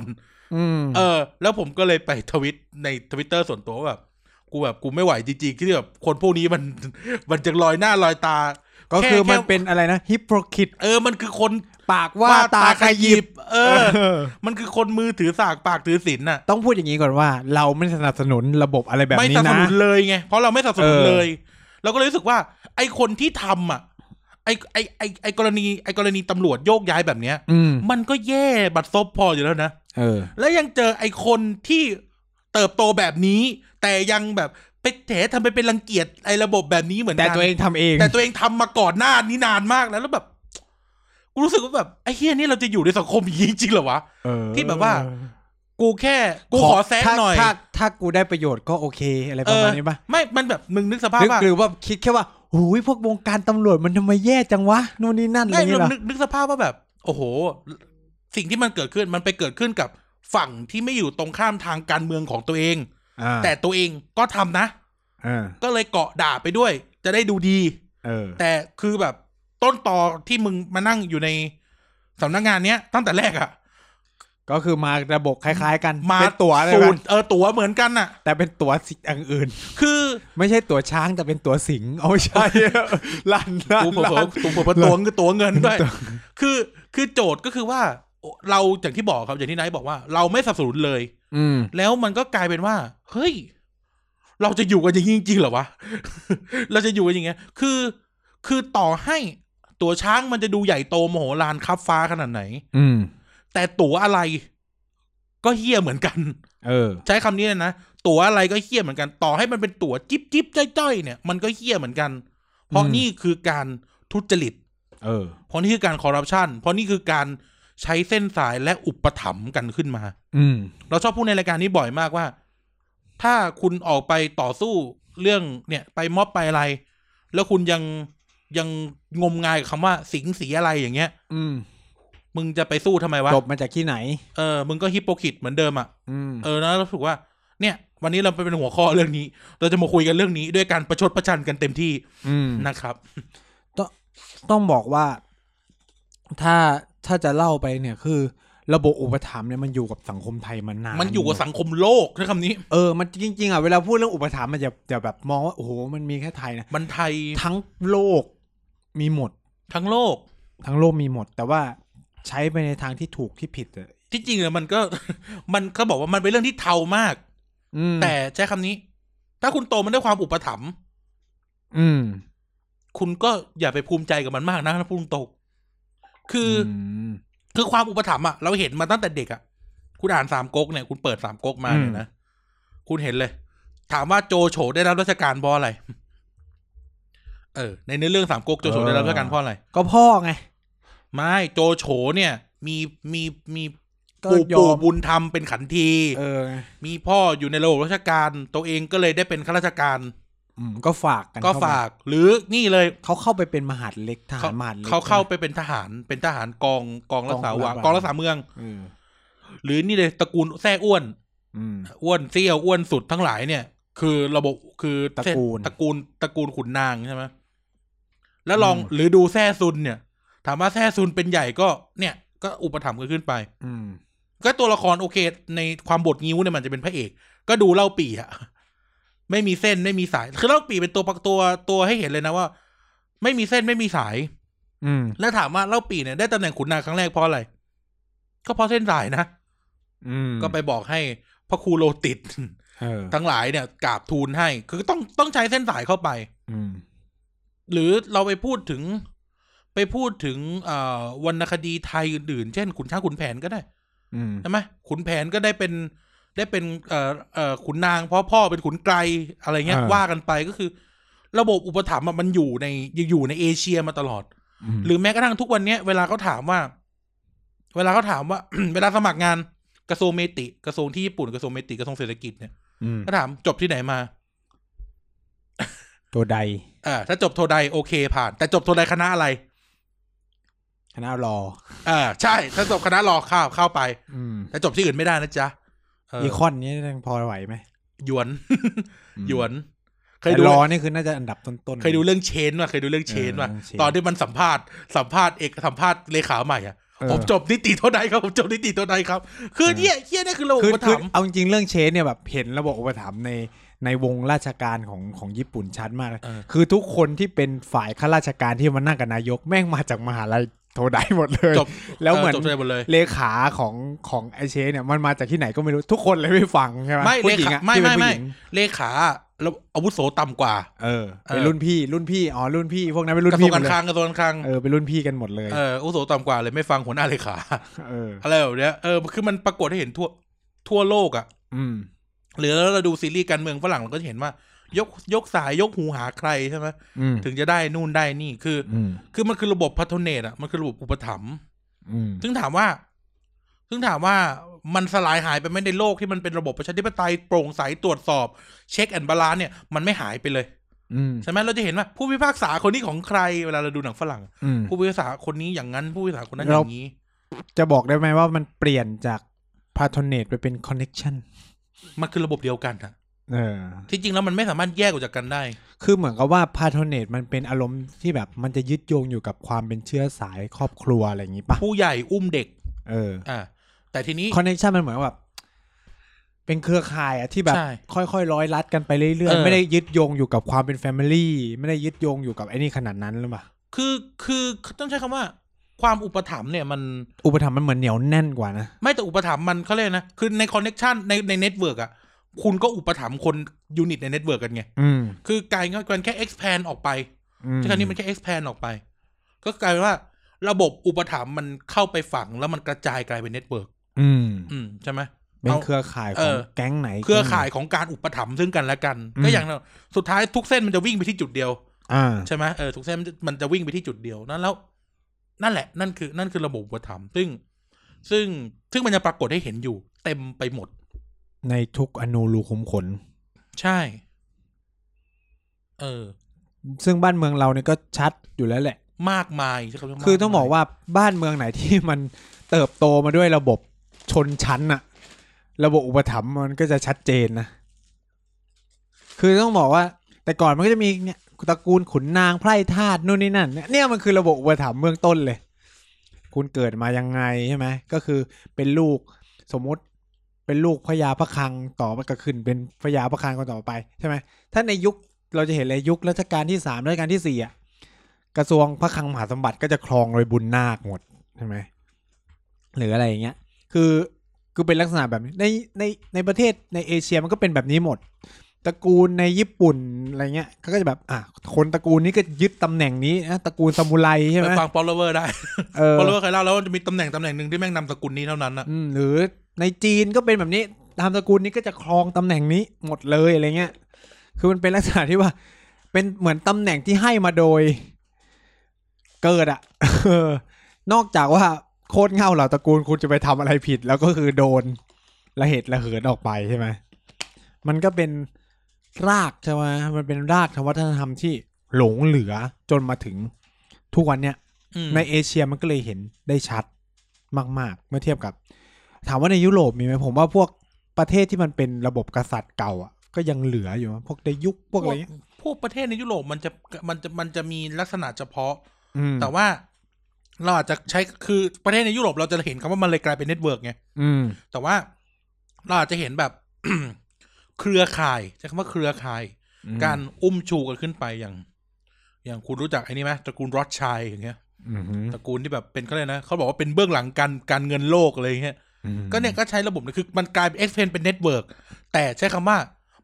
Speaker 1: อืม
Speaker 2: เออ แล้วผมก็เลยไปทวิตในทวิตเตอร์ส่วนตัวว่าแบบ กูแบบกูไม่ไหวจริงๆที่แบบคนพวกนี้มัน มันจะลอยหน้าลอยตา
Speaker 1: ก็คือ
Speaker 2: แ
Speaker 1: มันเป็นอะไรนะฮิปโปรคิด
Speaker 2: เออ มันคือคน
Speaker 1: ปากว่าตาขยิบ
Speaker 2: เออ มันคือคนมือถือสากปากถือศีลน่ะ
Speaker 1: ต้องพูดอย่างนี้ก่อนว่า เราไม่สนับสนุนระบบอะไรแบบ
Speaker 2: ไม่
Speaker 1: นี้
Speaker 2: สนับส
Speaker 1: นะ
Speaker 2: นุนเลยไง เพราะเราไม่สนับสนุน
Speaker 1: เออ
Speaker 2: เลย เราก็เลยรู้สึกว่า ไอคนที่ทำอ่ะ ไอไอไอไอกรณีไอกรณีตำรวจโยกย้ายแบบเนี้ย
Speaker 1: อืม
Speaker 2: มันก็แย่บัดซบพออยู่แล้วนะ
Speaker 1: เออ
Speaker 2: แล้วยังเจอไอคนที่เติบโตแบบนี้ แต่ยังแบบไปแถทำไปเป็นรังเกียจไอระบบแบบนี้เหมือนกั
Speaker 1: แต่ตัวเองทำเอง
Speaker 2: แต่ตัวเองทำมาก่อนหน้านี้นานมากแล้วแล้วแบบกูรู้สึกว่าแบบไอ้เฮียนี่เราจะอยู่ในสังคมอย่างนี้จริงเหรอวะ
Speaker 1: เออ
Speaker 2: ที่แบบว่า กูแค่กูขอแซะ
Speaker 1: ถ้า
Speaker 2: หน่อย
Speaker 1: ถ้าถ้ากูได้ประโยชน์ก็โอเคอะไรประมาณนี้ปะ
Speaker 2: ไม่ มันแบบมึงนึกสภาพ
Speaker 1: หรือ
Speaker 2: ว่า
Speaker 1: หรือว่าคิดแค่ว่าหูยพวกวงการตำรวจมันทำไมแย่จังวะนู่นนี่นั่นอะไร
Speaker 2: ไม่
Speaker 1: นี่
Speaker 2: เรา
Speaker 1: หรอ
Speaker 2: นึกนึกสภาพว่าแบบ โอ้โห สิ่งที่มันเกิดขึ้นมันไปเกิดขึ้นกับฝั่งที่ไม่อยู่ตรงข้ามทางการเมืองของตัวเอง
Speaker 1: อ่า
Speaker 2: แต่ตัวเองก็ทำนะ
Speaker 1: เออ
Speaker 2: ก็เลยเกาะด่าไปด้วย จะได้ดูดี
Speaker 1: เออ
Speaker 2: แต่คือแบบต้นต่อที่มึงมานั่งอยู่ในสำนักงานเนี้ย ตั้งแต่แรกอะ
Speaker 1: ก็คือมาระบบคล้าย ๆ กัน
Speaker 2: มา
Speaker 1: เป็นตั๋วเลย
Speaker 2: สู
Speaker 1: กัน
Speaker 2: ตรเออตั๋วเหมือนกันน่ะ
Speaker 1: แต่เป็นตั๋วสิอย่างอื่น
Speaker 2: คือ
Speaker 1: ไม่ใช่ตั๋วช้างแต่เป็นตั๋วสิงเอาไม่ใช่ ลันลัน
Speaker 2: กูเผล
Speaker 1: ลั
Speaker 2: อน ๆกูเผลอๆตัวเงินตัวเงินด้วย คือคือโจทย์ก็คือว่าเราอย่างที่บอกครับอย่างที่นายบอกว่า เราไม่สนับสนุนเลย
Speaker 1: อืม
Speaker 2: แล้วมันก็กลายเป็นว่า เฮ้ย เราจะอยู่กันอย่างนี้จริงๆเหรอวะ เราจะอยู่กันอย่างเงี้ย คือ คือต่อให้ตัวช้างมันจะดูใหญ่โตมโหฬารคับฟ้าขนาดไหน
Speaker 1: อืม
Speaker 2: แต่ตั๋วอะไร ก็เฮี้ยเหมือนกัน
Speaker 1: เออ
Speaker 2: ใช้คำนี้เลยนะตั๋วอะไรก็เฮี้ยเหมือนกัน ต่อให้มันเป็นตั๋วจิ๊บจิ๊บจ้อยจ้อยเนี่ยมันก็เฮี้ยเหมือนกัน เพราะ
Speaker 1: อืม
Speaker 2: นี่คือการทุจริต
Speaker 1: เออ
Speaker 2: เพราะนี่คือการคอร์รัปชันเพราะนี่คือการใช้เส้นสายและอุปถัมภ์กันขึ้นมา
Speaker 1: อืม
Speaker 2: เราชอบพูดในรายการนี้บ่อยมากว่า ถ้าคุณออกไปต่อสู้เรื่องเนี่ยไปม็อบไปอะไร แล้วคุณยังยังงมงายกับคำว่าสิงสีอะไรอย่างเงี้ย
Speaker 1: อืม
Speaker 2: มึงจะไปสู้ทำไมวะ
Speaker 1: จบมาจากที่ไหน
Speaker 2: เออมึงก็ฮิปโปคริตเหมือนเดิมอ่ะ
Speaker 1: อืม
Speaker 2: เออแล้วเราถือว่าเนี่ย วันนี้เราไปเป็นหัวข้อเรื่องนี้ เราจะมาคุยกันเรื่องนี้ด้วยการประชดประชันกันเต็มที่
Speaker 1: อืม
Speaker 2: นะครับ
Speaker 1: ต้องบอกว่า ถ้าถ้าจะเล่าไปเนี่ยคือ ระบบอุปถัมภ์เนี่ยมันอยู่กับสังคมไทยมานาน
Speaker 2: มันอยู่กับสังคมโลกใช้คำนี้
Speaker 1: เออมันจริงๆอ่ะเวลาพูดเรื่องอุปถัมภ์มันจะจะแบบมองว่าโอ้โหมันมีแค่ไทยนะ
Speaker 2: มันไทย
Speaker 1: ทั้งโลกมีหมด
Speaker 2: ทั้งโลก
Speaker 1: ทั้งโลกมีหมด แต่ว่าใช้ไปในทางที่ถูกที่ผิดอ่ะ
Speaker 2: ที่จริงเนี่ยมันก็ มันเขาบอกว่ามันเป็นเรื่องที่เทามาก
Speaker 1: อืม
Speaker 2: แต่ใช้คำนี้ ถ้าคุณโตมันด้วยความอุปถัมภ์
Speaker 1: อืม
Speaker 2: คุณก็อย่าไปภูมิใจกับมันมากนะถ้าพูดตรงๆคืออ
Speaker 1: ม
Speaker 2: คือความอุปถัมภ์อะเราเห็นมาตั้งแต่เด็กอะคุณอ่านสามก๊กเนี่ยคุณเปิดสามก๊กมาเนี่ยนะคุณเห็นเลย ถามว่าโจโฉได้รับราชการเพราะอะไร เออ ในเนื้อเรื่องสามก๊กโจโฉได้รับราชการเพราะอะไร
Speaker 1: ก็พ่อไง
Speaker 2: ไม่โจโฉเนี่ย มีมีมี
Speaker 1: ก็
Speaker 2: ปู่
Speaker 1: ยอม
Speaker 2: ปู่บุญธรรมเป็นขันที
Speaker 1: เออไง
Speaker 2: มีพ่ออยู่ในระบบราชการ ตัวเองก็เลยได้เป็นข้าราชการ
Speaker 1: อืมก็ฝากกัน
Speaker 2: ก็
Speaker 1: เข้ม
Speaker 2: ฝากหรือนี่เลย
Speaker 1: เขาเข้าไปเป็นมหาดเล็กทหารมหาดเล็ก
Speaker 2: เขาเข้าไปเป็นทหารเป็นทหารกองกองรักษาวัง
Speaker 1: ก
Speaker 2: ก
Speaker 1: อ
Speaker 2: อง ง
Speaker 1: รั
Speaker 2: รั
Speaker 1: ก
Speaker 2: ก
Speaker 1: ษา
Speaker 2: ษาเมือง
Speaker 1: เออ
Speaker 2: หรือนี่เลยตระกูลแซ่อ้วน
Speaker 1: อืม
Speaker 2: อ้วนเซี่ยวอ้วนสุดทั้งหลายเนี่ย คือระบบคือ
Speaker 1: ตระกูล
Speaker 2: ตระกูลตระกูลขุนนางใช่ไหมแล้วลอง
Speaker 1: อืม
Speaker 2: หรือดูแซ่ซุนเนี่ย ถามว่าแซ่ซุนเป็นใหญ่ก็เนี่ย ก็อุปถัมภ์กันขึ้นไป
Speaker 1: อืม
Speaker 2: ก็ตัวละครโอเค ในความบทงิ้วเนี่ยมันจะเป็นพระเอก ก็ดูเล่าปี่อะไม่มีเส้นไม่มีสาย คือเล่าปี่เป็นตัวประตัวตัวให้เห็นเลยนะว่า ไม่มีเส้นไม่มีสาย
Speaker 1: อืม
Speaker 2: แล้วถามว่าเล่าปี่เนี่ยได้ตำแหน่งขุนนางครั้งแรกเพราะอะไร ก็เพราะเส้นสายนะ
Speaker 1: อืม
Speaker 2: ก็ไปบอกให้พระครูโลติด
Speaker 1: เออ
Speaker 2: ทั้งหลายเนี่ยกราบทูลให้ คือต้องต้องใช้เส้นสายเข้าไป
Speaker 1: อืม
Speaker 2: หรือเราไปพูดถึง ไปพูดถึงเอ่อวรรณคดีไทยอื่นๆ เช่นขุนช้างขุนแผนก็ได้
Speaker 1: อืม
Speaker 2: ใช่ไหมขุนแผนก็ได้เป็นได้เป็นเอ่อเอ่อขุนนางเพราะพ่อเป็นขุนไกลอะไรเงี้ย
Speaker 1: อ่า
Speaker 2: ว่ากันไปก็คือ ระบบอุปถัมภ์อะมันอยู่ในอยู่ในเอเชียมาตลอด
Speaker 1: อืม
Speaker 2: หรือแม้กระทั่งทุกวันเนี้ยเวลาเขาถามว่า เวลาเขาถามว่า เวลาสมัครงานกระทรวงเมติกระทรวงที่ญี่ปุ่นกระทรวงเมติกระทรวงเศรษฐกิจเนี่ย
Speaker 1: อืม
Speaker 2: ก็ถามจบที่ไหนมา
Speaker 1: ตัวใด
Speaker 2: อ่าถ้าจบโทไดโอเคผ่าน แต่จบโทไดคณะอะไร
Speaker 1: คณะรอ
Speaker 2: อ่าใช่ ถ้าจบคณะรอเข้าเข้าไป
Speaker 1: อืม
Speaker 2: แต่จบที่อื่นไม่ได้นะจ๊ะเออ
Speaker 1: อีคอนนี้ยังพอไหวไหม
Speaker 2: หยวน หยวน เคย
Speaker 1: แต่
Speaker 2: ดู
Speaker 1: รอนี่คือน่าจะอันดับต้นๆ
Speaker 2: เคยดูเรื่องเชนว่ะเคยดูเรื่องเชนว่ะ
Speaker 1: เออเรื่อง Chain
Speaker 2: ตอนที่มันสัมภาษณ์สัมภาษณ์เอกสัมภาษณ์เลขาใหม่อ่ะ
Speaker 1: เออ
Speaker 2: ผมจบนิติโทไดครับผมจบนิติโทไดครับ คือ
Speaker 1: เออ
Speaker 2: เฮียเฮียนี่คือระบบ
Speaker 1: คือ
Speaker 2: อุป
Speaker 1: คือ
Speaker 2: ถัมภ์
Speaker 1: เอาจริงๆเรื่องเชนเนี่ยแบบเห็นระบบอุปถัมภ์ในในวงราชการของของญี่ปุ่นชัดมากเลย
Speaker 2: เออ
Speaker 1: คือทุกคนที่เป็นฝ่ายข้าราชการที่มานั่งกับนายกแม่งมาจากมหาลัยโทไดหมดเลย
Speaker 2: จบ
Speaker 1: แล้วเหมือน
Speaker 2: จบโทไดหมดเลย
Speaker 1: เลขาของของไอเชนเนี่ยมันมาจากที่ไหนก็ไม่รู้ทุกคนเลยไม่ฟังใช่ไหม
Speaker 2: ไม่
Speaker 1: ผู้
Speaker 2: เล
Speaker 1: หญิง
Speaker 2: ขา
Speaker 1: อะ
Speaker 2: ไม่
Speaker 1: ที่เป็นผู้
Speaker 2: ไม่ไม่
Speaker 1: หญิง
Speaker 2: เลขาแล้วอาวุโสต่ำกว่า
Speaker 1: เออเป็
Speaker 2: เอน อ
Speaker 1: รุ่นพี่รุ่นพี่อ๋อรุ่นพี่พวกนั้นเป็นรุ่
Speaker 2: ก
Speaker 1: น
Speaker 2: ระทรว
Speaker 1: พี่
Speaker 2: ง
Speaker 1: หม
Speaker 2: กา
Speaker 1: ด
Speaker 2: ร
Speaker 1: เล
Speaker 2: คลั
Speaker 1: ย
Speaker 2: งกระทรวงการคลัง
Speaker 1: เออเป็นรุ่นพี่กันหมดเลย
Speaker 2: เอออาวุโสต่ำกว่าเลยไม่ฟังหัวหน้าเลขา
Speaker 1: เออ
Speaker 2: อะไรแบบเนี้ยเออคือมันปรากฏให้เห็นทั่วทั่วโลกอะ่ะ
Speaker 1: อืม
Speaker 2: หรือเราดูซีรีส์การเมืองฝรั่งเราก็จะเห็นว่า ยกยกสายยกหูหาใครใช่ไหม
Speaker 1: อืม
Speaker 2: ถึงจะได้นู่นได้นี่คืออ
Speaker 1: อืม
Speaker 2: คือมันคือระบบพัฒเนตอ่ะมันคือระบบอุปถัมภ์
Speaker 1: อืม
Speaker 2: ซึ่งถามว่า ซึ่งถามว่ามันสลายหายไปไหมในโลกที่มันเป็นระบบประชาธิปไตยโปร่งใสตรวจสอบเช็คแอนบาลานเนี่ยมันไม่หายไปเลย
Speaker 1: อืม
Speaker 2: ใช่ไหมเราจะเห็นว่าผู้พิพากษาคนนี้ของใครเวลาเราดูหนังฝรั่ง
Speaker 1: อืม
Speaker 2: ผู้พิพากษาคนนี้อย่างนั้นผู้พิพากษาคนนั้นอย่างนี้
Speaker 1: จะบอกได้ไหมว่ามันเปลี่ยนจากพาโทเนตไปเป็นคอนเน็ชัน
Speaker 2: มันคือระบบเดียวกันอะ
Speaker 1: เออ
Speaker 2: ที่จริงแล้วมันไม่สามารถแยกออกจากกันได้
Speaker 1: คือเหมือนกับว่าพาโทเนตมันเป็นอารมณ์ที่แบบมันจะยึดโยงอยู่กับความเป็นเชื้อสายครอบครัวอะไรอย่างนี้ปะ
Speaker 2: ผู้ใหญ่อุ้มเด็ก
Speaker 1: เออ
Speaker 2: อ่า แต่ทีนี้
Speaker 1: คอนเน็ชันมันเหมือนแบบ เป็นเครือข่ายอะที่แบบ
Speaker 2: ใช่
Speaker 1: ค่อยๆร้อยรัดกันไปเรื่อย
Speaker 2: เออ
Speaker 1: ๆ ไม่ได้ยึดโยงอยู่กับความเป็นแฟมิลี่ไม่ได้ยึดโยงอยู่กับไอ้นี่ขนาดนั้นหรือเปล่า
Speaker 2: คือคือต้องใช้คำว่า ความอุปถัมภ์เนี่ย มัน
Speaker 1: อุปถัมภ์มันเหมือนเหนียวแน่นกว่านะ
Speaker 2: ไม่แต่อุปถัมภ์มันเขาเรียกนะ คือในคอนเน็ชันในในเน็ตเวิร์กอ่ะ คุณก็อุปถัมภ์คนยูนิตในเน็ตเวิร์กกันไง
Speaker 1: อืม
Speaker 2: คือการการแค่ expand ออกไป
Speaker 1: อืม
Speaker 2: ที่ครั้นี้มันแค่ expand ออกไป ก็กลายเป็นว่า ระบบอุปถัมภ์มันเข้าไปฝังแล้วมันกระจายกลายเป็นเน็ตเวิร์ก
Speaker 1: อืม
Speaker 2: อืมใช่ไหม
Speaker 1: เป็น
Speaker 2: อา
Speaker 1: เครือข่ายข
Speaker 2: เอ
Speaker 1: อง
Speaker 2: อ
Speaker 1: แก๊งไหน
Speaker 2: เครือข่ายของการอุปถัมภ์ซึ่งกันและกัน
Speaker 1: อืม
Speaker 2: ก็อย่างนั้นสุดท้ายทุกเส้นมันจะวิ่งไปที่จุดเดียว
Speaker 1: อ่า
Speaker 2: ใช่ไหมเออทุกเส้นมันจะมันจะวิ่งไปที่จุดเดียวนั่นแล้ว นั่นแหละ นั่นคือ นั่นคือระบบอุปถัมภ์ซึ่ง ซึ่งซึ่งมันจะปรากฏให้เห็นอยู่ เต็มไปหมด
Speaker 1: ในทุกอนูรูขุมขน
Speaker 2: ใช่ เออ
Speaker 1: ซึ่งบ้านเมืองเราเนี่ยก็ชัดอยู่แล้วแหละ
Speaker 2: มากมายใช่รับ
Speaker 1: คือต้องบอก
Speaker 2: ม
Speaker 1: ว่าบ้านเมืองไหนที่มันเติบโตมาด้วยระบบชนชั้นอะระบบอุปถัมภ์มันก็จะชัดเจนนะ คือต้องบอกว่า แต่ก่อนมันก็จะมีเนี่ยตระกูลขุนนางไพร่ทาสนู่นนี่นั่นเนี่ยเนี่ยมันคือระบบอุปถัมภ์เบื้องต้นเลย คุณเกิดมายังไงใช่ไหมก็คือเป็นลูกสมมติเป็นลูกพญาพระคลังต่อมาก็ขึ้นเป็นพญาพระคลังคนต่อไปใช่ไหมถ้าในยุคเราจะเห็นเลยยุครัชกาลที่สามรัชกาลที่สี่อ่ะกระทรวงพระคลังมหาสมบัติก็จะครองโดยบุญนาคหมดใช่ไหมหรืออะไรอย่างเงี้ย คือคือเป็นลักษณะแบบนี้ในในในประเทศในเอเชียมันก็เป็นแบบนี้หมด ตระกูลในญี่ปุ่นอะไรเงี้ยเขาก็จะแบบอ่ะคนตระกูลนี้ก็ยึดตำแหน่งนี้นะตระกูลซามูไรใช่ไหม
Speaker 2: ไปฟัง follower ได้
Speaker 1: เออ
Speaker 2: follower เคยเล่าแล้วว่าจะมีตำแหน่งตำแหน่งหนึ่งที่แม่งนำสกุลนี้เท่านั้นนะ
Speaker 1: อืมหรือในจีนก็เป็นแบบนี้ตามตระกูลนี้ก็จะครองตำแหน่งนี้หมดเลยอะไรเงี้ย คือมันเป็นลักษณะที่ว่า เป็นเหมือนตำแหน่งที่ให้มาโดย เกิดอะ เออนอกจากว่าโคตรเง่าเหล่าตระกูลคุณจะไปทำอะไรผิด แล้วก็คือโดนละเหตุละเหินออกไปใช่ไหมมันก็เป็น รากใช่ไหมมันเป็นรากทางวัฒนธรรมที่หลงเหลือจนมาถึงทุกวันเนี้ย
Speaker 2: อืม
Speaker 1: ในเอเชียมันก็เลยเห็นได้ชัดมาก ๆ เมื่อเทียบกับ ถามว่าในยุโรปมีไหมผมว่าพวกประเทศที่มันเป็นระบบกษัตริย์เก่าอ่ะก็ยังเหลืออยู่นะพวกในยุคพวกอะไรเงี้ย
Speaker 2: พวกประเทศในยุโรปมันจะมันจะมันจะมีลักษณะเฉพาะ
Speaker 1: อืม
Speaker 2: แต่ว่าเราอาจจะใช้คือประเทศในยุโรปเราจะเห็นคำว่ามันเลยกลายเป็นเน็ตเวิร์กไง
Speaker 1: อืม
Speaker 2: แต่ว่าเราอาจจะเห็นแบบ เครือข่ายใช้คำว่าเครือข่าย การอุ้มชูกันขึ้นไปอย่าง อย่างคุณรู้จักไอ้นี่ไหมตระกูลรอดชัยอย่างเงี้ย
Speaker 1: อืม
Speaker 2: ตระกูลที่แบบเป็นเขาเลยกนะเขาบอกว่าเป็นเบื้องหลังการการเงินโลกอะไรอย่างเงี้ย
Speaker 1: อืม
Speaker 2: ก็เนี่ยก็ใช้ระบบเนี่ยคือมันกลายเป็นเอ็กเพนเป็นเน็ตเวิร์กแต่ใช้คำว่า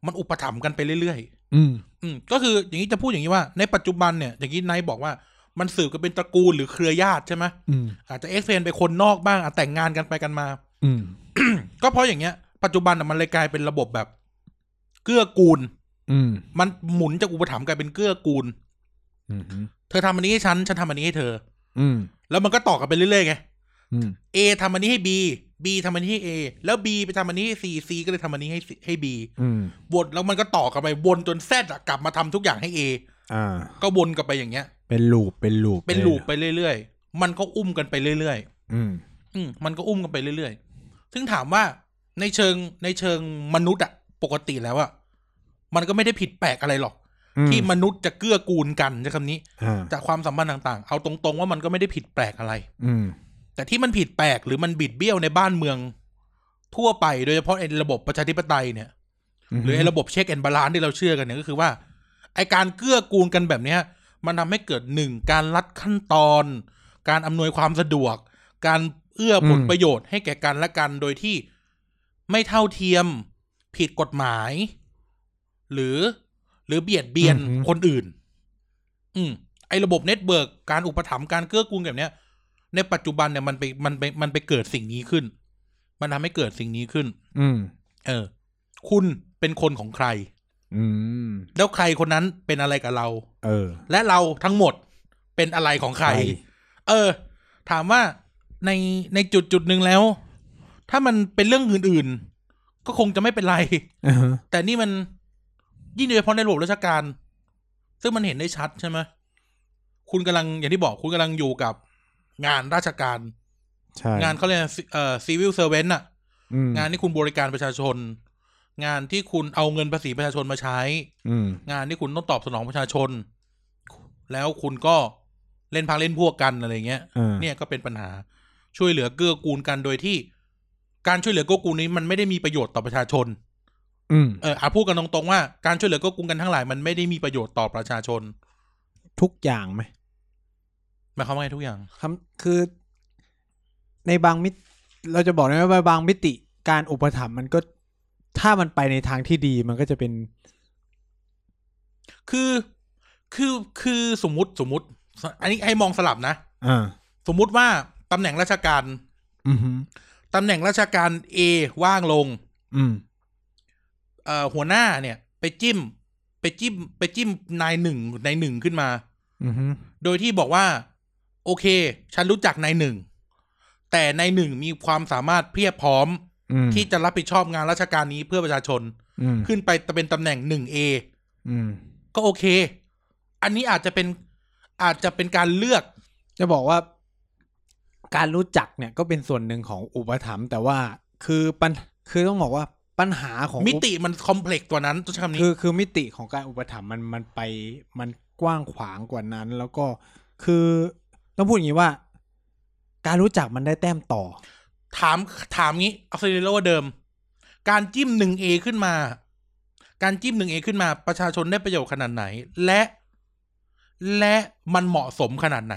Speaker 2: มันอุปถัมภ์กันไปเรื่อยๆ
Speaker 1: อืม
Speaker 2: อืมก็คืออย่างนี้จะพูดอย่างนี้ว่าในปัจจุบันเนี่ยอย่างที่ไนท์บอกว่ามันสืบกันเป็นตระกูลหรือเครือญาติใช่ไหม
Speaker 1: อืม
Speaker 2: อาจจะเอ็กเพนไปคนนอกบ้างอาจแต่งงานกันไปกันมา
Speaker 1: อืม
Speaker 2: ก็เพราะอย่างเงี้ยปัจจุบันน่ะมันเลยกลายเป็นระบบแบบ เกื้อกูล
Speaker 1: อืม
Speaker 2: มันหมุนจากอุปถัมภ์กลายเป็นเกื้อกูล
Speaker 1: อืม
Speaker 2: เธอทำอันนี้ให้ฉันฉันทำอันนี้ให้เธอ
Speaker 1: อืม
Speaker 2: แล้วมันก็ต่อกันไปเรื่อยๆไง
Speaker 1: อืม
Speaker 2: A ทำอันนี้ให้ B B ทำอันนี้ให้ A แล้ว B ไปทำอันนี้ให้ C C ก็เลยทำอันนี้ให้ให้ B
Speaker 1: อืม
Speaker 2: วนแล้วมันก็ต่อกันไปวนจน Z อะกลับมาทำทุกอย่างให้ A
Speaker 1: อ่า
Speaker 2: ก็วนกลับไปอย่างเงี้ย
Speaker 1: เป็นลูปเป็นลูป
Speaker 2: เป็นลูปไปเรื่อยๆ มันก็อุ้มกันไปเรื่อย
Speaker 1: อืม
Speaker 2: ๆ อืมมันก็อุ้มกันไปเรื่อยๆ ซึ่งถามว่าในเชิงในเชิงมนุษย์อะปกติแล้วอะมันก็ไม่ได้ผิดแปลกอะไรหรอก
Speaker 1: อืม
Speaker 2: ที่มนุษย์จะเกื้อกูลกันใช้คำนี้
Speaker 1: อ่า
Speaker 2: จากความสัมพันธ์ต่างๆ เอาตรงๆว่ามันก็ไม่ได้ผิดแปลกอะไร
Speaker 1: อืม
Speaker 2: แต่ที่มันผิดแปลกหรือมันบิดเบี้ยวในบ้านเมือง ทั่วไปโดยเฉพาะในระบบประชาธิปไตยเนี่ย หรือไอ้ระบบเช็คแอนด์บาลานที่เราเชื่อกันเนี่ยก็คือว่าไอ้การเกื้อกูลกันแบบเนี้ย มันทำให้เกิดหนึ่งการลัดขั้นตอน การอำนวยความสะดวก การเอื้อผล
Speaker 1: อืม
Speaker 2: ประโยชน์ให้แก่กันและกันโดยที่ไม่เท่าเทียม ผิดกฎหมาย หรือ หรือเบียดเบียนคนอื่น อืมไอ้ระบบเน็ตเบิร์กการอุปถัมภ์การเกื้อกูลแบบเนี้ย ในปัจจุบันเนี่ยมันไปมันไปมันไปเกิดสิ่งนี้ขึ้น มันทำให้เกิดสิ่งนี้ขึ้น
Speaker 1: อืม
Speaker 2: เออ คุณเป็นคนของใคร
Speaker 1: อืม
Speaker 2: แล้วใครคนนั้นเป็นอะไรกับเรา
Speaker 1: เออ
Speaker 2: และเราทั้งหมดเป็นอะไรของใคร
Speaker 1: ใคร
Speaker 2: เออ ถามว่าในในจุดจุดหนึ่งแล้ว ถ้ามันเป็นเรื่องอื่นๆ ก็คงจะไม่เป็นไร
Speaker 1: อ่าฮะ
Speaker 2: แต่นี่มันยิ่งโดยเฉพาะในระบบราชการ ซึ่งมันเห็นได้ชัดใช่ไหมคุณกำลังอย่างที่บอกคุณกำลังอยู่กับงานราชการ
Speaker 1: ใช่
Speaker 2: งานเขาเรียกอะไรเอ่อ civil servant อะ
Speaker 1: อืม
Speaker 2: งานที่คุณบริการประชาชน งานที่คุณเอาเงินภาษีประชาชนมาใช้
Speaker 1: อืม
Speaker 2: งานที่คุณต้องตอบสนองประชาชน แล้วคุณก็เล่นพักเล่นพวกกันอะไรเงี้ย
Speaker 1: เออ
Speaker 2: เนี่ยก็เป็นปัญหาช่วยเหลือเกื้อกูลกันโดยที่ การช่วยเหลือเกื้อกูลนี้มันไม่ได้มีประโยชน์ต่อประชาชน
Speaker 1: อืม
Speaker 2: เอออาพูดกันตรงๆว่าการช่วยเหลือเกื้อกูลกันทั้งหลายมันไม่ได้มีประโยชน์ต่อประชาชน
Speaker 1: ทุกอย่างไหม
Speaker 2: หมายความว่าไงทุกอย่าง
Speaker 1: คำคือ ในบางมิตเราจะบอกได้ไหมว่าบางมิติการอุปถัมภ์มันก็ ถ้ามันไปในทางที่ดีมันก็จะเป็น
Speaker 2: คือคือคือสมมติสมมติ อันนี้ให้มองสลับนะ
Speaker 1: อ่า
Speaker 2: สมมุติว่าตำแหน่งราชการ
Speaker 1: อืมฮึ
Speaker 2: ตำแหน่งราชการ A ว่างลง
Speaker 1: อืม
Speaker 2: เอ่อหัวหน้าเนี่ย ไปจิ้ม ไปจิ้ม ไปจิ้มนายหนึ่งนายหนึ่งขึ้นมา
Speaker 1: อืมฮึ
Speaker 2: โดยที่บอกว่า โอเค ฉันรู้จักนายหนึ่ง แต่นายหนึ่งมีความสามารถเพียบพร้อม
Speaker 1: อืม
Speaker 2: ที่จะรับผิดชอบงานราชการนี้เพื่อประชาชน
Speaker 1: อืม
Speaker 2: ขึ้นไปเป็นตำแหน่งหนึ่งเอ
Speaker 1: อืม
Speaker 2: ก็โอเค อันนี้อาจจะเป็นอาจจะเป็นการเลือก
Speaker 1: จะบอกว่าการรู้จักเนี่ยก็เป็นส่วนหนึ่งของอุปถัมภ์แต่ว่าคือปัญคือต้องบอกว่าปัญหาของ
Speaker 2: มิติมันคอมเพล็กซ์ตัวานั้นต้องใช้คำนี้
Speaker 1: คือคือมิติของการอุปถัมภ์มันมันไปมันกว้างขวางกว่านั้น แล้วก็คือต้องพูดอย่างนี้ว่า การรู้จักมันได้แต้มต่อ
Speaker 2: ถามถามงี้เอาสเตเโลเดิม การจิ้มหนึ่งเอขึ้นมา การจิ้มหนึ่งเอขึ้นมา ประชาชนได้ประโยชน์ขนาดไหน และ และมันเหมาะสมขนาดไหน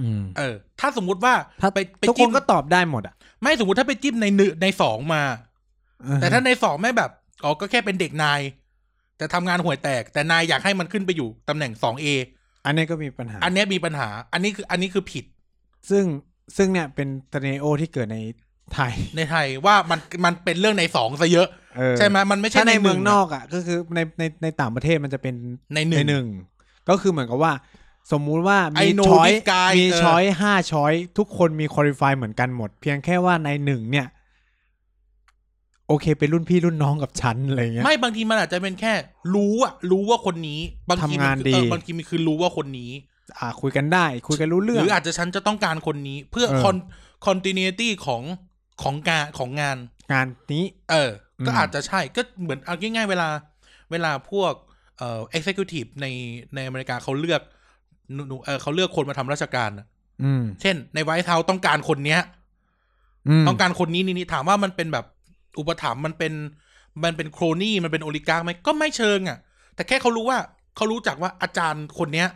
Speaker 1: อืม
Speaker 2: เออ ถ้าสมมุติว่า
Speaker 1: ถ้า
Speaker 2: ไปไป
Speaker 1: ทุกค
Speaker 2: จิ้
Speaker 1: น
Speaker 2: ม
Speaker 1: ก็ตอบได้หมดอ่ะ
Speaker 2: ไม่สมมติถ้าไปจิ้มในหนึ่งในสองมา แต่ถ้าในสองไม่แบบอ๋อก็แค่เป็นเด็กนาย แต่ทำงานห่วยแตก แต่นายอยากให้มันขึ้นไปอยู่ตำแหน่งสองเอ
Speaker 1: อันนี้ก็มีปัญหา
Speaker 2: อันเนี้ยมีปัญหา อันนี้คืออันนี้คือผิด
Speaker 1: ซึ่งซึ่งเนี่ยเป็นตเนโอที่เกิดในไทย
Speaker 2: ในไทยว่ามันมันเป็นเรื่องในสองซะเยอะ
Speaker 1: เออ
Speaker 2: ใช่ไหมมันไม่ใช่
Speaker 1: ถ้าในเมือง
Speaker 2: ห
Speaker 1: น
Speaker 2: งะ
Speaker 1: อกอ่ะ ก็คือในในในต่างประเทศมันจะเป็น
Speaker 2: ในห
Speaker 1: ใน
Speaker 2: นึ่ง
Speaker 1: หนึ่งก็คือเหมือนกับว่า สมมุติว่ามี
Speaker 2: I know
Speaker 1: ช้อย
Speaker 2: this guy
Speaker 1: มี
Speaker 2: เออ
Speaker 1: ช้อยห้าช้อยทุกคนมีค u a l i f y เหมือนกันหมด เพียงแค่ว่าในหนึ่งเนี่ย โอเค เป็นรุ่นพี่รุ่นน้องกับฉันอะไรเงี้ย
Speaker 2: ไม่บางทีมันอาจจะเป็นแค่ รู้อะรู้ว่าคนนี้ บางทีมั
Speaker 1: ทำงาน
Speaker 2: คือ
Speaker 1: ดี
Speaker 2: เออบางทีมันคือรู้ว่าคนนี้
Speaker 1: อ่า คุยกันได้ คุยกันรู้เรื่
Speaker 2: ห
Speaker 1: อง
Speaker 2: รืออาจจะฉันจะต้องการคนนี้เพื่อ
Speaker 1: เออ
Speaker 2: คอนคอนติเนียตี้ของของงานของงาน
Speaker 1: งานนี้
Speaker 2: เออ ก็
Speaker 1: อืม
Speaker 2: อาจจะใช่ก็เหมือนเอาง่ายๆเวลา เวลาพวกเอ่อ executive ในในอเมริกาเขาเลือกหนูหนูเออเขาเลือกคนมาทำราชการน่ะ
Speaker 1: อืม
Speaker 2: เช่น ในไวท์เฮาต้องการคนเนี้ย
Speaker 1: ม
Speaker 2: ต้องการคนนี้นี่นี่ถามว่ามันเป็นแบบอุปถัมภ์มันเป็นมันเป็นโครนี่มันเป็นโอลิการ์คไหมก็ไม่เชิงอะ่ะ แต่แค่เขารู้ว่าเขารู้จักว่าอาจารย์คนเนี้ย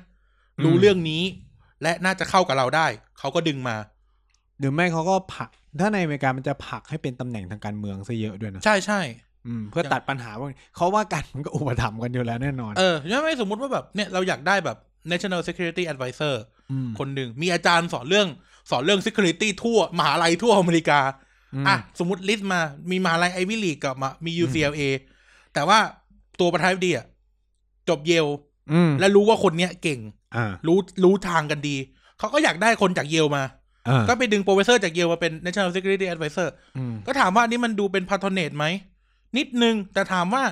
Speaker 2: รู้เรื่องนี้ และน่าจะเข้ากับเราได้ เขาก็ดึงมา
Speaker 1: หรือไม่เขาก็ผลัก ถ้าในอเมริกามันจะผลักให้เป็นตำแหน่งทางการเมืองซะเยอะด้วยนะ
Speaker 2: ใช่ใช่
Speaker 1: อืมเพื่อ
Speaker 2: อย่าง
Speaker 1: ตัดปัญหาว่าเขาว่ากันมันก็อุปถัมภ์กันอยู่แล้วแน่นอน
Speaker 2: เออใช่ไหมสมมุติว่าแบบเนี่ยเราอยากได้แบบ national security advisor
Speaker 1: ม
Speaker 2: คนหนึ่งมีอาจารย์สอนเรื่องสอนเรื่อง security ทั่ว มหาลัยทั่วอเมริกา
Speaker 1: ม
Speaker 2: อ่ะ สมมติลิสต์มา มีมหาลัยไอวิลีกับมามี UCLA แต่ว่าตัวประธานาธิบดีอ่ะจบเยล
Speaker 1: อืม
Speaker 2: และรู้ว่าคนเนี้ยเก่ง
Speaker 1: อ่า
Speaker 2: รู้รู้ทางกันดี เขาก็อยากได้คนจากเยลมา
Speaker 1: อ่า
Speaker 2: ก็ไปดึงโปรเฟสเซอร์จากเยลมาเป็น national security advisor
Speaker 1: อืม
Speaker 2: ก็ถามว่าอันนี่มันดูเป็นพาทเนตไหม นิดนึง แต่ถามว่า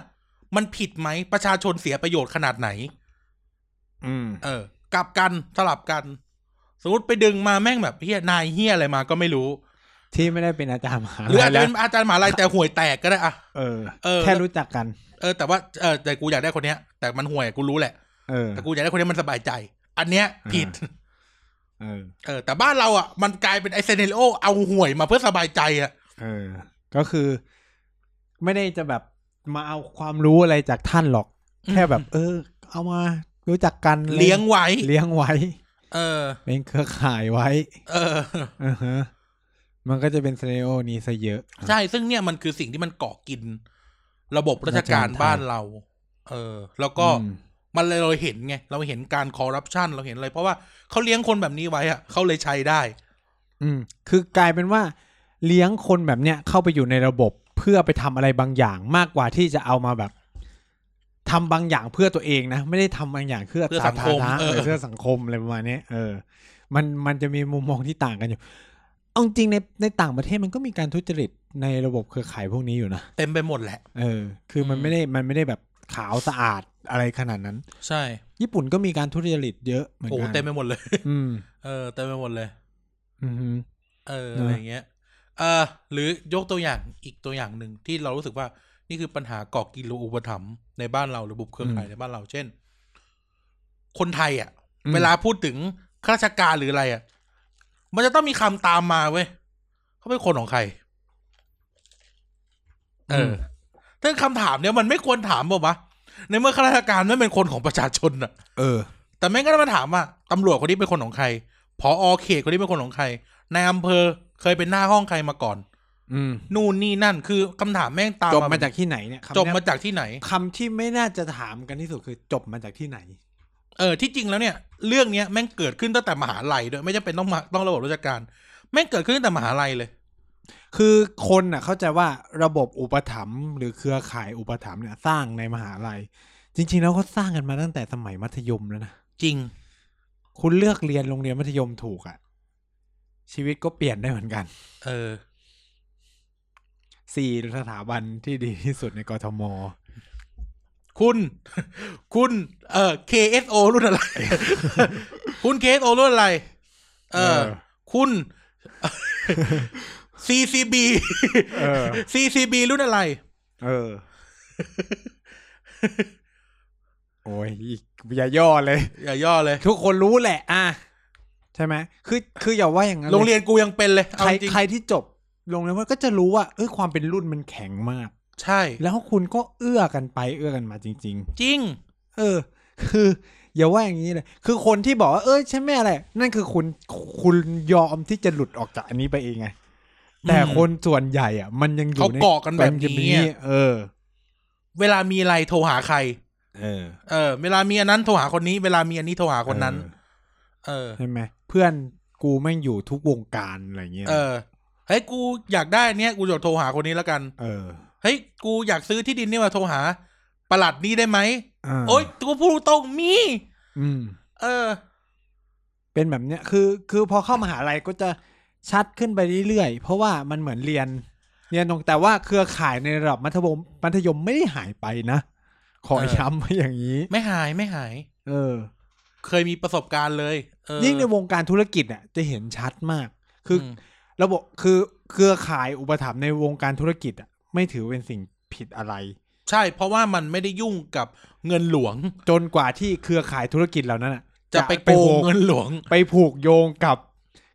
Speaker 2: มันผิดไหม ประชาชนเสียประโยชน์ขนาดไหน
Speaker 1: อืม
Speaker 2: เออ กลับกันสลับกัน สมมติไปดึงมาแม่งแบบเฮียนายเฮียอะไรมาก็ไม่รู้
Speaker 1: ที่ไม่ได้เป็นอาจารย์มหา
Speaker 2: หรืออาจจะ
Speaker 1: ลัย
Speaker 2: เป็นอาจารย์มหาลัยแต่ห่วยแตกก็ได้อะ
Speaker 1: เออ
Speaker 2: เออ
Speaker 1: แค่รู้จักกัน
Speaker 2: เออแต่ว่าเออแต่กูอยากได้คนเนี้ย แต่มันห่วยกูรู้แหละ
Speaker 1: เออ
Speaker 2: แต่กูอยากได้คนเนี้ยมันสบายใจ อันเนี้ยผิด
Speaker 1: เออ
Speaker 2: เออแต่บ้านเราอ่ะมันกลายเป็นไอเซเนโอเอาห่วยมาเพื่อสบายใจอ่ะ
Speaker 1: เออ ก็คือ ไม่ได้จะแบบมาเอาความรู้อะไรจากท่านหรอก
Speaker 2: อืม
Speaker 1: แค่แบบ เออ เอามารู้จักกัน
Speaker 2: เลี้ยงไว้
Speaker 1: เลี้ยงไว้
Speaker 2: เออ
Speaker 1: เป็นเครือข่ายไว้
Speaker 2: เออ
Speaker 1: อือฮะมันก็จะเป็นเซเนโอนี้ซะเยอะ
Speaker 2: ใช่ซึ่งเนี่ยมันคือสิ่งที่มันก่อกิน ระบบราช
Speaker 1: ราช
Speaker 2: การ
Speaker 1: การไทย
Speaker 2: บ้านเรา เออ แล้วก็
Speaker 1: อืม
Speaker 2: มันเลยเราเห็นไง เราเห็นการคอร์รัปชันเราเห็นอะไรเพราะว่าเขาเลี้ยงคนแบบนี้ไว้อ่ะเขาเลยใช้ได้
Speaker 1: อืม คือกลายเป็นว่า เลี้ยงคนแบบเนี้ยเข้าไปอยู่ในระบบเพื่อไปทำอะไรบางอย่างมากกว่าที่จะเอามาแบบทำบางอย่างเพื่อตัวเองนะ ไม่ได้ทำบางอย่างเพื่อ
Speaker 2: เพื่อ
Speaker 1: สาธารณะ
Speaker 2: สังคมเออ
Speaker 1: เออเพื่อสังคมอะไรประมาณเนี้ยเออ มันมันจะมีมุมมองที่ต่างกันอยู่เอาจริงๆในในต่างประเทศมันก็มีการทุจริตในระบบเครือข่ายพวกนี้อยู่นะ
Speaker 2: เต็มไปหมดแหละ
Speaker 1: เออ คือมัน
Speaker 2: อืม
Speaker 1: ไม่ได้มันไม่ได้แบบขาวสะอาดอะไรขนาดนั้น
Speaker 2: ใช่
Speaker 1: ญี่ปุ่นก็มีการทุจริตเยอะเหมือน
Speaker 2: โอ้
Speaker 1: กัน
Speaker 2: เต็มไปหมดเลย
Speaker 1: อืม
Speaker 2: เออเต็มไปหมดเลย
Speaker 1: อือฮึ
Speaker 2: เออ
Speaker 1: เนอะ
Speaker 2: อะไรอย่างเงี้ย เออหรือยกตัวอย่างอีกตัวอย่างหนึ่งที่เรารู้สึกว่านี่คือปัญหาก่อกินรูอุปถัมภ์ในบ้านเราหรือบุบเครือข่ายในบ้านเราเช่น คนไทยอ่ะ เวลาพูดถึงข้าราชการหรืออะไรอ่ะ มันจะต้องมีคำตามมาเว้ยเขาเป็นคนของใคร เออซึ่งคำถามเนี้ยมันไม่ควรถามบอกวะในเมื่อข้าราชการไม่เป็นคนของประชาชนอ่ะ
Speaker 1: เออ
Speaker 2: แต่แม่งก็ต้องมาถามว่าตำรวจคนนี้เป็นคนของใครผอเขตคนนี้เป็นคนของใครนายอำเภอเคยเป็นหน้าห้องใครมาก่อน
Speaker 1: อืม
Speaker 2: นู่นนี่นั่นคือคำถามแม่งตาม
Speaker 1: จบมาจากที่ไหนเนี่ยคำ
Speaker 2: จบมา
Speaker 1: เนี้
Speaker 2: จากที่ไหน
Speaker 1: ยคำที่ไม่น่าจะถามกันที่สุดคือจบมาจากที่ไหน
Speaker 2: เออที่จริงแล้วเนี่ย เรื่องเนี้ยแม่งเกิดขึ้นตั้งแต่มหาลัยด้วยไม่จำเป็นต้องมาต้องระบบราชการ แม่งเกิดขึ้นตั้งแต่มหาลัยเลย
Speaker 1: คือคนน่ะเข้าใจว่าระบบอุปถัมภ์หรือเครือข่ายอุปถัมภ์เนี่ยสร้างในมหาลัย จริง ๆ แล้วเขาสร้างกันมาตั้งแต่สมัยมัธยมแล้วนะ
Speaker 2: จริง
Speaker 1: คุณเลือกเรียนโรงเรียนมัธยมถูกอะ่ะ ชีวิตก็เปลี่ยนได้เหมือนกัน
Speaker 2: เออ
Speaker 1: สี่สถาบันที่ดีที่สุดในกทม
Speaker 2: คุณ คุณเอ่อ KSO รุ่นอะไร คุณ KSO รุ่นอะไร เอ
Speaker 1: เออ
Speaker 2: อคุณ CCB
Speaker 1: เออ
Speaker 2: CCB รุ่นอะไร
Speaker 1: เออ โอ้ยอีกอย่าย่อเลย
Speaker 2: อย่าย่อเลย
Speaker 1: ทุกคนรู้แหละ อ่ะใช่ไหมคือคืออย่าว่าอย่างนั้นล
Speaker 2: โรงเรียนกูยังเป็นเลย เอา
Speaker 1: ใคร
Speaker 2: จริง
Speaker 1: ใครที่จบโรงเรียนว่าก็จะรู้ว่า เออความเป็นรุ่นมันแข็งมาก
Speaker 2: ใช่
Speaker 1: แล้วคุณก็เอื้อกันไปเอื้อกันมาจริง
Speaker 2: จริง
Speaker 1: ๆ เออ คือ อย่าว่าอย่างนี้เลย คือคนที่บอกว่าเออฉันไม่อะไร นั่นคือคุณคุณยอมที่จะหลุดออกจากอันนี้ไปเองไงแต่
Speaker 2: อืม
Speaker 1: คนส่วนใหญ่อ่ะ มันยังอยู่ใน
Speaker 2: เขาเกาะกันแบบนี้
Speaker 1: มัยังมี
Speaker 2: อะ
Speaker 1: เออ
Speaker 2: เวลามีอะไรโทรหาใคร
Speaker 1: เออ
Speaker 2: เออ เวลามีอันนั้นโทรหาคนนี้ เวลามีอันนี้โทรหาคนนั้น เออ
Speaker 1: ใช่ไหมเพื่อนกูแม่งอยู่ทุกวงการอะไรเงี้ย
Speaker 2: เออ เฮ้ย กูอยากได้อันเนี้ย กูจะโทรหาคนนี้แล้วกัน
Speaker 1: เออ
Speaker 2: เฮ้ย กูอยากซื้อที่ดินนี่มาโทรหาประหลัดนี้ได้ไหม
Speaker 1: อ่า
Speaker 2: โอ๊ยกูพูดตรงมี
Speaker 1: อืม
Speaker 2: เออ
Speaker 1: เป็นแบบเนี้ย คือ คือพอเข้ามหาลัยก็จะชัดขึ้นไปเรื่อยๆ เพราะว่ามันเหมือนเรียน เนียนตรงแต่ว่าเครือข่ายในระดับมัธยมมัธยมไม่ได้หายไปนะ ขอ
Speaker 2: เออ
Speaker 1: ย้ำไว้อย่างนี้
Speaker 2: ไม่หายไม่หาย
Speaker 1: เออ
Speaker 2: เคยมีประสบการณ์เลยเออ
Speaker 1: ยิ่งในวงการธุรกิจอ่ะจะเห็นชัดมาก คืออ
Speaker 2: ม
Speaker 1: ระบบคือเครือข่ายอุปถัมภ์ในวงการธุรกิจอ่ะไม่ถือเป็นสิ่งผิดอะไร
Speaker 2: ใช่ เพราะว่ามันไม่ได้ยุ่งกับเงินหลวง
Speaker 1: จนกว่าที่เครือข่ายธุรกิจเหล่านั้นอ่ะ
Speaker 2: จะไปโกง
Speaker 1: ผู
Speaker 2: เงินหลวง
Speaker 1: ไปผูกโยงกับ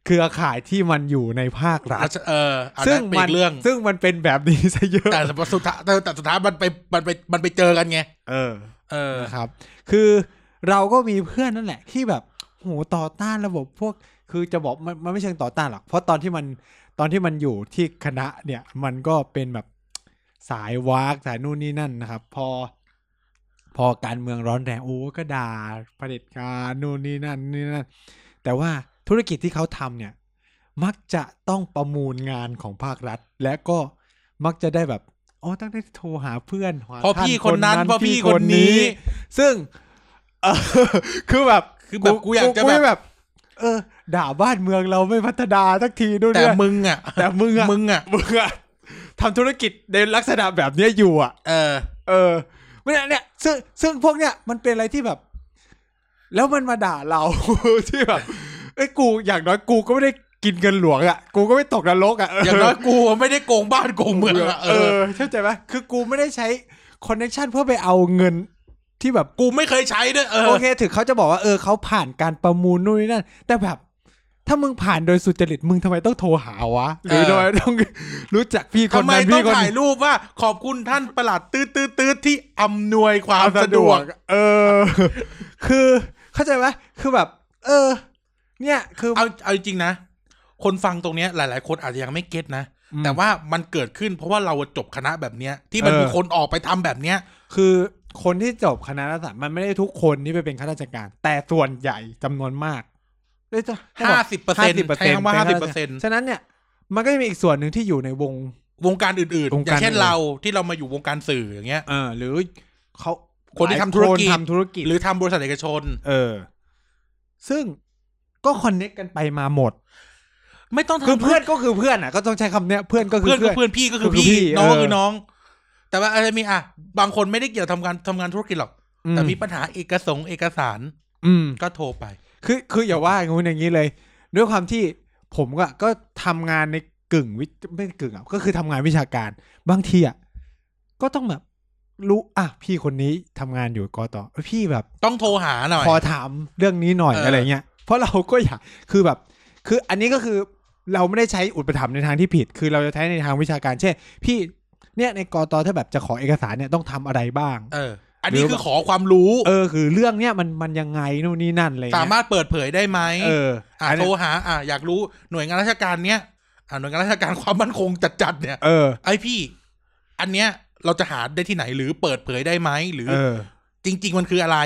Speaker 1: เครือข่ายที่มันอยู่ในภาครัฐ
Speaker 2: เอออัน
Speaker 1: ซึ่
Speaker 2: นั้
Speaker 1: ง
Speaker 2: นเป็น
Speaker 1: มั
Speaker 2: อี
Speaker 1: น
Speaker 2: กเรื่อง
Speaker 1: ซึ่งมันเป็นแบบนี้ซะเยอะ
Speaker 2: แต่สุดท้ายแต่แต่สุดท้ายมันไปมันไปมันไปเจอกันไง
Speaker 1: เออ
Speaker 2: เออ
Speaker 1: นะครับ คือเราก็มีเพื่อนนั่นแหละ ที่แบบโหต่อต้านระบบพวก คือจะบอกมันมันไม่เชิงต่อต้านหรอก เพราะตอนที่มันตอนที่มันอยู่ที่คณะเนี่ย มันก็เป็นแบบสายวากสายนู่นนี่นั่นนะครับ พอ พอการเมืองร้อนแรงโอ้ก็ด่าเผด็จการนู่นนี่นั่นนี่นั่น แต่ว่าธุรกิจที่เขาทำเนี่ย มักจะต้องประมูลงานของภาครัฐ และก็มักจะได้แบบอ๋อต้องได้โทรหาเพื่อนหา
Speaker 2: เพราะ
Speaker 1: ท่า
Speaker 2: พี่คนนั้นเพราะพี่คนนี้
Speaker 1: ซึ่งเออคือแบบ
Speaker 2: คือแบบกูอยากจะแบบ
Speaker 1: แบบ เออ ด่าบ้านเมืองเราไม่พัฒนาสักทีด้วย
Speaker 2: แต่
Speaker 1: เนี่ย
Speaker 2: มึงอ่ะ
Speaker 1: แต่มึงอะ
Speaker 2: มึงอ่ะ
Speaker 1: มึงอะทำธุรกิจในลักษณะแบบเนี้ยอยู่อะ
Speaker 2: เออ
Speaker 1: เออไม่เนี่ยเนี่ยซึ่งซึ่งพวกเนี้ยมันเป็นอะไรที่แบบ แล้วมันมาด่าเรา ที่แบบไอ้ยกูอย่างน้อยกูก็ไม่ได้กินเงินหลวงอ่ะ กูก็ไม่ตกนรกอ่ะเ
Speaker 2: อย่างน้อยกูไม่ได้โกงบ้านโกงเมืองอะ
Speaker 1: เอ
Speaker 2: เออ
Speaker 1: อเข้าใจไหมคือกูไม่ได้ใช้คอนเนคชันเพื่อไปเอาเงินที่แบบ
Speaker 2: กูไม่เคยใช้ด้วยเอ
Speaker 1: โอ
Speaker 2: อ
Speaker 1: เค ถึงเขาจะบอกว่าเออเขาผ่านการประมูลนู่นนี่นั่น แต่แบบ ถ้ามึงผ่านโดยสุจริตมึงทำไมต้องโทรหาวะ หรือ
Speaker 2: เออ
Speaker 1: ทำไมต้อง รู้จักพี่คน
Speaker 2: ทำไม
Speaker 1: นั้น
Speaker 2: ต้อ
Speaker 1: พี่
Speaker 2: ง
Speaker 1: คน
Speaker 2: ถ่าย
Speaker 1: นี้
Speaker 2: รูปว่า ขอบคุณท่านประหลัดตืดตืดตืดที่อำนวยความสะดวก
Speaker 1: เออ คือเข้าใจไหมคือแบบ เออ เนี่ยคือ
Speaker 2: เอาเอาจริงๆนะ คนฟังตรงเนี้ยหลาย ๆ คนอาจจะยังไม่เก็ตนะ
Speaker 1: อืม
Speaker 2: แต่ว่ามันเกิดขึ้นเพราะว่าเราจบคณะแบบเนี้ย ที่มัน
Speaker 1: เออ
Speaker 2: มีคนออกไปทำแบบเนี้ย
Speaker 1: คือคนที่จบคณะรัฐศาสตร์มันไม่ได้ทุกคนที่ไปเป็นข้าราชการ แต่ส่วนใหญ่จำนวนมากเอ้ยจะ
Speaker 2: 50%ใช้คำว่า
Speaker 1: ป็ข้รชก
Speaker 2: 50%
Speaker 1: ฉะนั้นเนี่ย มันก็จะมีอีกส่วนหนึ่งที่อยู่ในวง
Speaker 2: วงการอื่น
Speaker 1: ว
Speaker 2: ๆ
Speaker 1: ง
Speaker 2: อ
Speaker 1: การ
Speaker 2: ย่างเช่น
Speaker 1: อื่น
Speaker 2: เราที่เรามาอยู่วงการสื่ออย่างเงี้ย
Speaker 1: เออหรือเขา
Speaker 2: คนที่ทำธุร
Speaker 1: ห
Speaker 2: กิจ
Speaker 1: ลายคนทำธุรกิจ
Speaker 2: หรือทำบริษัทเอกชน
Speaker 1: เออ ซึ่งก็คอนเน็กกันไปมาหมด
Speaker 2: ไม่ต้องทำ
Speaker 1: คือเพื่อนก็คือเพื่อนอ่ะ ก็ต้องใช้คำเนี้ยเพื่อนก็คือ
Speaker 2: เพื่อน
Speaker 1: เพื่
Speaker 2: ก็
Speaker 1: อน
Speaker 2: เพื่อนพี่ก็คือ
Speaker 1: คือ
Speaker 2: พี่
Speaker 1: พี่
Speaker 2: น้องก็
Speaker 1: เออ
Speaker 2: คือน้อง แต่ว่าอาจจะมีอ่ะบางคนไม่ได้เกี่ยวทำงานทำงานธุรกิจหรอก แต่มีปัญหาเอกสงค์เอกสาร
Speaker 1: อืม
Speaker 2: ก็โทรไป
Speaker 1: คือคืออย่าว่าอย่างนู้นอย่างนี้เลย ด้วยความที่ผมก็ก็ทำงานในกึ่งวิไม่กึ่งอ่ะก็คือทำงานวิชาการ บางทีอ่ะก็ต้องแบบรู้อ่ะพี่คนนี้ทำงานอยู่กอต่อเอ้ยพี่แบบ
Speaker 2: ต้องโทรหาหน่อย
Speaker 1: ขอถามเรื่องนี้หน่อย
Speaker 2: เอออ
Speaker 1: อะไรเงี้ย เพราะเราก็อยาก คือแบบ คืออันนี้ก็คือเราไม่ได้ใช้อุปถัมภ์ในทางที่ผิด คือเราจะใช้ในทางวิชาการ เช่น พี่ เนี่ยในกอตอถ้าแบบจะขอเอกสารเนี่ยต้องทำอะไรบ้าง
Speaker 2: เออ อันนี้
Speaker 1: หรือ
Speaker 2: คือขอความรู้
Speaker 1: เออ คือเรื่องเนี้ยมันมันยังไงนู่นนี่นั่นอะไรเงี้ย
Speaker 2: สามารถเปิดเผยได้ไหม
Speaker 1: เออ
Speaker 2: อ่ะ
Speaker 1: อัน
Speaker 2: โทร
Speaker 1: เนี้ย
Speaker 2: หา อ่ะอยากรู้หน่วยงานราชการเนี้ยอ่ะหน่วยงานราชการความมั่นคงจัดๆเนี่ย
Speaker 1: เออ
Speaker 2: ไอพี่ อันเนี้ยเราจะหาได้ที่ไหนหรือเปิดเผยได้ไหมหรือ
Speaker 1: เออ
Speaker 2: จริง ๆ มันคืออะไร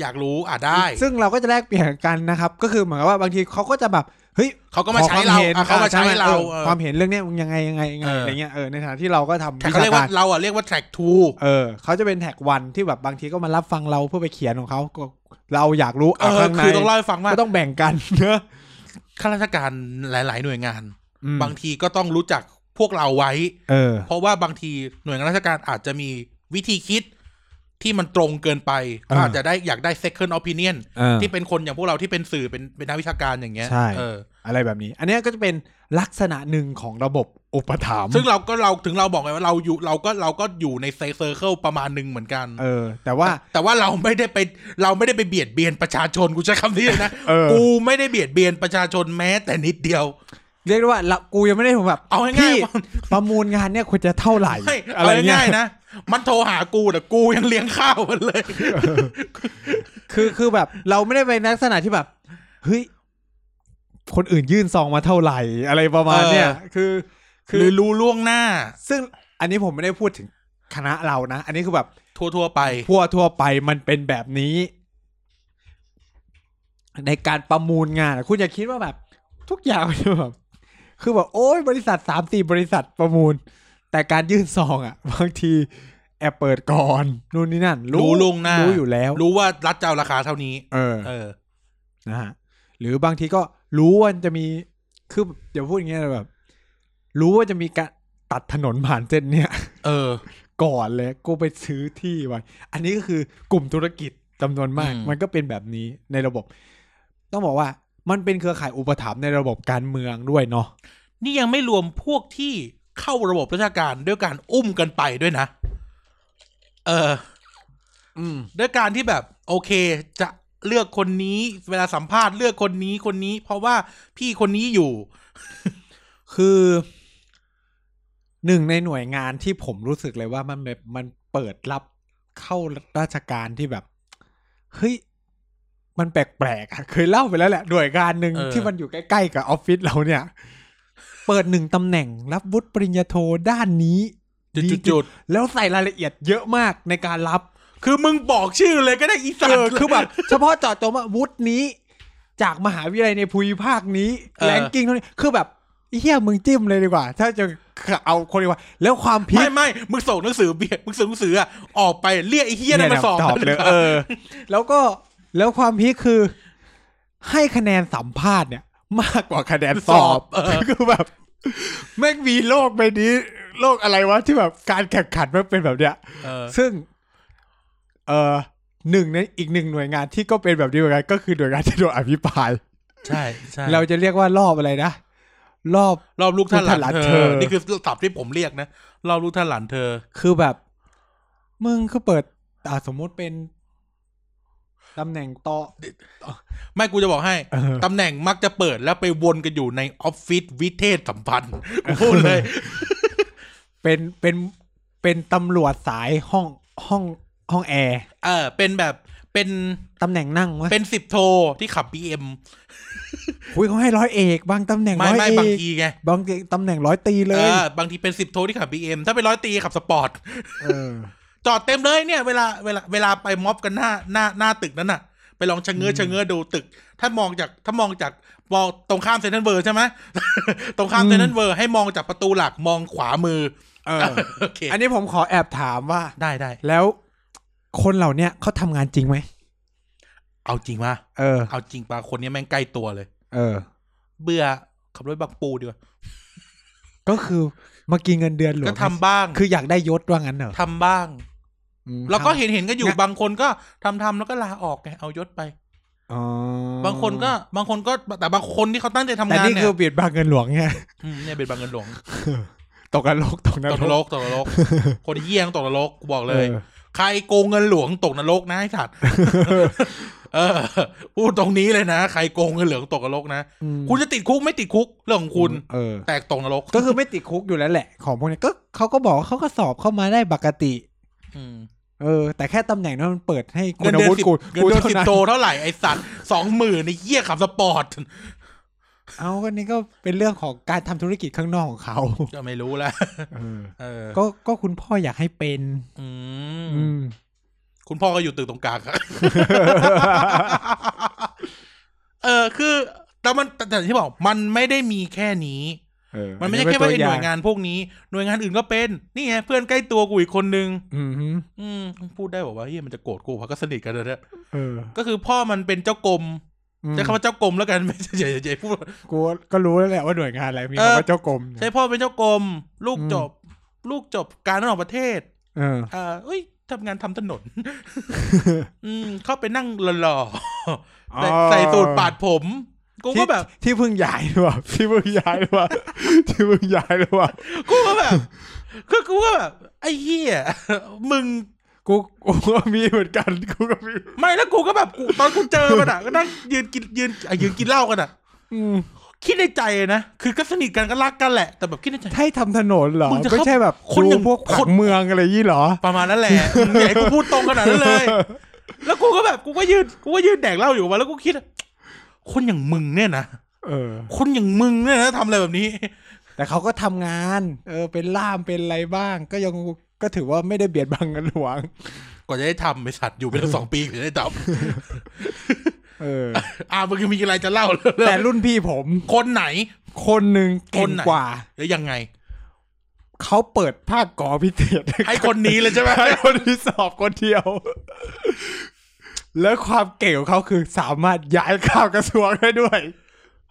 Speaker 2: อยากรู้อ่ะได้
Speaker 1: ซึ่งเราก็จะแลกเปลี่ยนกันนะครับ ก็คือเหมือนกับว่าบางทีเขาก็จะแบบ เฮ้ย
Speaker 2: เขาก็มาใช้
Speaker 1: ขอคว
Speaker 2: เรา
Speaker 1: ห็น
Speaker 2: อ่ะเขามาใช้เรา
Speaker 1: ออ
Speaker 2: เออ
Speaker 1: ความเห็นเรื่องเนี้ยมึงยังไงยังไงยังไง
Speaker 2: เอออ
Speaker 1: อะไรเงี้ย เออ ในฐานะที่เราก็ทำ
Speaker 2: แต่
Speaker 1: วิ
Speaker 2: เขา
Speaker 1: ชา
Speaker 2: เรียก
Speaker 1: กา
Speaker 2: ว่าร เราอ่ะเรียกว่า track t o
Speaker 1: เออเขาจะเป็นแท็กวันที่แบบบางทีก็มารับฟังเราเพื่อไปเขียนของเขาก็เราอยากรู้
Speaker 2: เอ
Speaker 1: อ่ะ
Speaker 2: อ
Speaker 1: ข้างใน
Speaker 2: คือต้องเล่าให้ฟังว่า
Speaker 1: ก็ต้องแบ่งกันเนอะ
Speaker 2: ข้าราชการหลาย ๆ หน่วยงาน
Speaker 1: อืม
Speaker 2: บางทีก็ต้องรู้จักพวกเราไว้
Speaker 1: เออ
Speaker 2: เพราะว่าบางทีหน่วยงานราชการอาจจะมีวิธีคิดที่มันตรงเกินไป
Speaker 1: เอออ
Speaker 2: อาจจะได้อยากได้ second opinion
Speaker 1: เออ
Speaker 2: ที่เป็นคนอย่างพวกเราที่เป็นสื่อเป็นเป็นนักวิชาการอย่างเงี้ย
Speaker 1: ใช่
Speaker 2: เออ
Speaker 1: อะไรแบบนี้ อันเนี้ยก็จะเป็นลักษณะหนึ่งของระบบอุปถัมภ์
Speaker 2: ซึ่งเราก็เราถึงเราบอกไงว่าเราอยู่เราก็เราก็อยู่ในเซอร์เคิลประมาณหนึ่งเหมือนกัน
Speaker 1: เออ แต่ว่า
Speaker 2: แต่ว่าเราไม่ได้ไปเราไม่ได้ไปเบียดเบียนประชาชนกูใช้คำนี้เลยนะ
Speaker 1: เออ
Speaker 2: กูไม่ได้เบียดเบียนประชาชนแม้แต่นิดเดียว
Speaker 1: เรียกได้ว่าเรากูยังไม่ได้ผมแบบ
Speaker 2: เอาง่ายๆ
Speaker 1: พี่
Speaker 2: ว่า
Speaker 1: ประมูลงานเนี่ยควรจะเท่าไหร่
Speaker 2: ไม่
Speaker 1: อะ
Speaker 2: เอา
Speaker 1: ไรเงี้
Speaker 2: ง่าย ยๆนะมันโทรหากูแต่กูยังเลี้ยงข้าวมันเลย
Speaker 1: คือคือแบบ เราไม่ได้เป็นลักษณะที่แบบเฮ้ยคนอื่นยื่นซองมาเท่าไหร่ อะไรประมาณเนี้ย
Speaker 2: เออ
Speaker 1: คือคือ
Speaker 2: หรือรู้ล่วงหน้า
Speaker 1: ซึ่งอันนี้ผมไม่ได้พูดถึงคณะเรานะ อันนี้คือแบบ
Speaker 2: ทั่วๆไป
Speaker 1: ทั่วทั่วไปมันเป็นแบบนี้ ในการประมูลงานอะคุณอย่าคิดว่าแบบ ทุกอย่างมันจะแบบคือแบบโอ้ยบริษัทสามสี่บริษัทประมูล แต่การยื่นซองอ่ะ บางทีแอบเปิดก่อนนู่นนี่นั่น
Speaker 2: รู้ล่วงหน้า
Speaker 1: รู้อยู่แล้ว
Speaker 2: รู้ว่ารัฐจะเอาราคาเท่านี้
Speaker 1: เออ
Speaker 2: เออ
Speaker 1: นะฮะหรือบางทีก็รู้ว่าจะมีคือเดี๋ยวพูดอย่างเงี้ยแบบ รู้ว่าจะมีการ ตัดถนนผ่านเส้นเนี่ย
Speaker 2: เออ
Speaker 1: ก่อนเลยกูไปซื้อที่ไว้ อันนี้ก็คือกลุ่มธุรกิจจำนวนมาก
Speaker 2: อืม
Speaker 1: มันก็เป็นแบบนี้ในระบบ ต้องบอกว่ามันเป็นเครือข่ายอุปถัมภ์ในระบบการเมืองด้วยเนาะ
Speaker 2: นี่ยังไม่รวมพวกที่เข้าระบบราชการด้วยการอุ้มกันไปด้วยนะ เออ
Speaker 1: อืม
Speaker 2: ด้วยการที่แบบ โอเค จะเลือกคนนี้ เวลาสัมภาษณ์เลือกคนนี้คนนี้ เพราะว่าพี่คนนี้อยู่
Speaker 1: คือหนึ่งในหน่วยงานที่ผมรู้สึกเลยว่ามันแบบมันเปิดรับเข้าราชการที่แบบเฮ้ยมันแปลกๆอะเคยเล่าไปแล้วแหละหน่วยงานหนึ่ง
Speaker 2: เออ
Speaker 1: ที่มันอยู่ใกล้ๆกับออฟฟิศเราเนี่ย เปิดหนึ่งตำแหน่งรับวุฒิปริญญาโทด้านนี้
Speaker 2: จุด
Speaker 1: ดี
Speaker 2: จุด
Speaker 1: แล้วใส่รายละเอียดเยอะมากในการรับ
Speaker 2: ๆคือมึงบอกชื่อเลยก็ได้อีสัต
Speaker 1: เออ
Speaker 2: ว์
Speaker 1: คือแบบ เฉพาะเจาะจงว่าวุฒินี้ จากมหาวิทยาลัยในภูมิภาคนี้
Speaker 2: เออ
Speaker 1: แรงกิ้งเท่านี้คือแบบไอ้เฮียมึงจิ้มเลยดีกว่า ถ้าจะเอาคนดีกว่า แล้วความพี
Speaker 2: ไม่
Speaker 1: ค
Speaker 2: ไม่มึงส่งหนังสือเบียมึงส่งหนังสืออะออกไปเรียกไอ้เฮียนั่นมาสอบ
Speaker 1: ตอบเลยเออ แล้วก็แล้วความพีคคือ ให้คะแนนสัมภาษณ์เนี่ย มากกว่าคะแนนสอบคือแบบ แม่งมีโลกใบนี้ โลกอะไรวะที่แบบการแข่งขันมันเป็นแบบเนี้ย
Speaker 2: เออ
Speaker 1: ซึ่ง เออหนึ่งในอีกหนึ่งหน่วยงานที่ก็เป็นแบบนี้เหมือนกันก็คือหน่วยงานที่โดนอภิปราย
Speaker 2: ใช่ใช่
Speaker 1: เราจะเรียกว่ารอบอะไรนะ รอบ
Speaker 2: รอบลูกท่านหลา
Speaker 1: ลูกท่านหลานน
Speaker 2: เธ
Speaker 1: เธ
Speaker 2: อ
Speaker 1: อ
Speaker 2: นี่คือศัพท์ที่ผมเรียกนะรอบลูกท่านหลานเธอ
Speaker 1: คือแบบ มึงคือเปิดอ่าสมมุติเป็นตำแหน่งต่อ
Speaker 2: ไม่กูจะบอกให้
Speaker 1: เออ
Speaker 2: ตำแหน่งมักจะเปิดแล้วไปวนกันอยู่ในออฟฟิศวิเทศสัมพันธ์กูพูดเลย
Speaker 1: เป็นเป็นเป็นตำรวจสายห้องห้องห้องแอร์
Speaker 2: เออ เป็นแบบเป็น
Speaker 1: ตำแหน่งนั่งวะ
Speaker 2: เป็นสิบโทที่ขับบีเอ็ม
Speaker 1: คุยเขาให้ร้อยเอกบางตำแหน่ง
Speaker 2: ไม่
Speaker 1: ร้อยเอบ
Speaker 2: ไม่าง
Speaker 1: ก
Speaker 2: ทีไง
Speaker 1: บางทีตำแหน่งร้อยตีเล
Speaker 2: เอย อบางทีเป็นสิบโทที่ขับบีเอ็มถ้าเป็นร้อยตีขับสปอร์ต
Speaker 1: เออ
Speaker 2: จอดเต็มเลยเนี่ยเวลาเวลาเวลาไปม็อบกันหน้าหน้าหน้าตึกนั้นน่ะ ไปลองชะเง้อชะเง้อดูตึก ถ้ามองจากถ้ามองจากมองตรงข้ามเซนทรัลเวิร์ใช่ไหม ตรงข้าม
Speaker 1: อืม
Speaker 2: เซนทรัลเวิร์ให้มองจากประตูหลักมองขวามือ
Speaker 1: เอ
Speaker 2: อ
Speaker 1: อ
Speaker 2: โอเค
Speaker 1: อันนี้ผมขอแอบถามว่า
Speaker 2: ได้ได้
Speaker 1: แล้วคนเหล่าเนี้ยเขาทำงานจริงไหม
Speaker 2: เอาจริงปะ
Speaker 1: เออ
Speaker 2: เอาจริงปะคนเนี้ยแม่งใกล้ตัวเลย
Speaker 1: เออ
Speaker 2: เบื่อขับรถบักปูดีกว่า
Speaker 1: ก็คือมากินเงินเดือนหลวง
Speaker 2: ก็ทำบ้าง
Speaker 1: คืออยากได้ยศว่างั้นเหรอ
Speaker 2: ทำบ้าง
Speaker 1: อืม
Speaker 2: แล้วก็
Speaker 1: ทำ
Speaker 2: เห็นเห็นๆก็อยู่
Speaker 1: งั้น
Speaker 2: บางคนก็ทำทำแล้วก็ลาออกไงเอายศไป
Speaker 1: อ๋อบ
Speaker 2: างคนก็บางคนก็แต่บางคนที่เขาตั้งใจทำ
Speaker 1: แต่
Speaker 2: งาน
Speaker 1: นี่
Speaker 2: เนี่
Speaker 1: คือย เบียดบางเงินหลวงไง
Speaker 2: มเนี่ยเป็นบางเงินหลวง
Speaker 1: ตกนรกตกน
Speaker 2: ต
Speaker 1: ร
Speaker 2: ก
Speaker 1: ก
Speaker 2: นรกตกนรก คนเยี่ยงตกนรกกูบอกเลย
Speaker 1: ออ
Speaker 2: ใครโกงเงินหลวงตกนรกนะไอ้ สัตว์ เออพูดตรงนี้เลยนะ ใครโกงเงินหลวงตกนรกนะ
Speaker 1: อืม
Speaker 2: คุณจะติดคุกไม่ติดคุกเรื่องของคุณ
Speaker 1: เออ
Speaker 2: แตกตกนรก
Speaker 1: ก็คือไม่ติดคุกอยู่แล้วแหละ ของพวกเนี้ยก็เขาก็บอกว่าเขาก็สอบเข้ามาได้ปกติ
Speaker 2: ม
Speaker 1: เออ แต่แค่ตำแหน่งนั้นมันเปิดให้คุ
Speaker 2: เงิน
Speaker 1: ณ
Speaker 2: เดือน
Speaker 1: วุฒิ
Speaker 2: สิบ
Speaker 1: กู
Speaker 2: เงินเดือน
Speaker 1: กู
Speaker 2: สิบ
Speaker 1: ท่า
Speaker 2: โตเท่าไหร่ไอ้สัตว์สองหมื่นในเยี่ยขับสปอร์ต
Speaker 1: เอาก็นี่ก็เป็นเรื่องของการทำธุรกิจข้างนอกของเขา
Speaker 2: ก็ไม่รู้แล้ว
Speaker 1: เออ
Speaker 2: เออ
Speaker 1: ก็ก็คุณพ่ออยากให้เป็น
Speaker 2: อืม
Speaker 1: อื ม
Speaker 2: คุณพ่อก็อยู่ตึกตรงกลางครับ เออคือ แต่มันแต่แต่ที่บอกมันไม่ได้มีแค่นี้
Speaker 1: เออ
Speaker 2: มันไม่ใช่แค่ว่าไอ้หน่ว
Speaker 1: เป็ตัอง
Speaker 2: ยานพวกนี้หน่วยงานอื่นก็เป็น นี่ไงเพื่อนใกล้ตัวกูอีกคนนึง
Speaker 1: อืมฮึ
Speaker 2: อืมพูดได้บอกว่าเฮียมันจะโกรธกูเพราะก็สนิทกันเลยนะ
Speaker 1: เออ
Speaker 2: ก็คือพ่อมันเป็นเจ้ากรม
Speaker 1: อืม
Speaker 2: ใช้คำว่าเจ้ากรมแล้วกัน ไม่ใช่ใช่ใช่พูด
Speaker 1: กูก็รู้แล้วแหละว่าหน่วยงานอะไรมี
Speaker 2: เออ
Speaker 1: คำว่าเจ้ากรมเนี่ย
Speaker 2: ใช่พ่อเป็นเจ้ากรมลูก
Speaker 1: อืม
Speaker 2: จบ ลูกจบการระหว่างประเทศ
Speaker 1: เออ
Speaker 2: อ่าเอ้ยทำงานทำถน น อืมเข้าไปนั่งหล่อๆใส่
Speaker 1: อ๋อ
Speaker 2: ใส่สูตรปาดผมกูก็แบบ
Speaker 1: ที่ที่เพิ่งย้ายหรือเปล่าที่เพิ่งย้ายหรือเปล่าที่เพิ่งย้ายหรือเปล่า
Speaker 2: กูก็แบบคือกูก็แบบไอ้เหี้ยมึง
Speaker 1: กูกูก็มีเหมือนกันกูก็มี
Speaker 2: ไม่แล้วกูก็แบบกูตอนกูเจอมันอ่ะ ก็นั่งยืนกินยืนอ่ะยืนกินเหล้ากันอ่ะ
Speaker 1: อืม
Speaker 2: คิดในใจนะ คือก็สนิทกันก็รักกันแหละ แต่แบบคิดในใจ
Speaker 1: ให้ทำถนนเหรอ
Speaker 2: มึงจะเข้า
Speaker 1: ไม่ใช่แบบ
Speaker 2: คนอย่าง
Speaker 1: ดูพวกผั
Speaker 2: ค
Speaker 1: ง
Speaker 2: น
Speaker 1: เมืองอะไรยี่หรอ
Speaker 2: ประมาณนั้นแหละมึงอย่าให้กูพูดตรงขนาดนั้นเลย แล้วกูก็แบบกูก็ยืนกูก็ยืนแดกเหล้าอยู่มาแล้วกูคิดอะคนอย่างมึงเนี่ยนะ
Speaker 1: เออ
Speaker 2: คนอย่างมึงเนี่ยนะทำอะไรแบบนี้
Speaker 1: แต่เขาก็ทำงาน เออ เป็นล่ามเป็นอะไรบ้าง ก็ยังก็ถือว่าไม่ได้เบียดบังกันหลวง
Speaker 2: กว่อนจะได้ทำไอสัตว์อยู่ไปตั้งสองปีกว่าจะได้ท
Speaker 1: เออ
Speaker 2: ำอ่ามึงมีอะไรจะเล่าเลย
Speaker 1: แต่รุ่นพี่ผม
Speaker 2: คนไหน
Speaker 1: คนหนึ่ง
Speaker 2: ค
Speaker 1: เก่
Speaker 2: น
Speaker 1: ง
Speaker 2: ไหน
Speaker 1: กว่า
Speaker 2: แล้วยังไง
Speaker 1: เขาเปิดภาคกอพิเศษ
Speaker 2: ไอคนนี้เลยใช่ไหม
Speaker 1: ให้คนที่สอบคนเดียว แล้วความเก่งของเขาคือสามารถย้ายข้าวกระทรวงได้ด้วย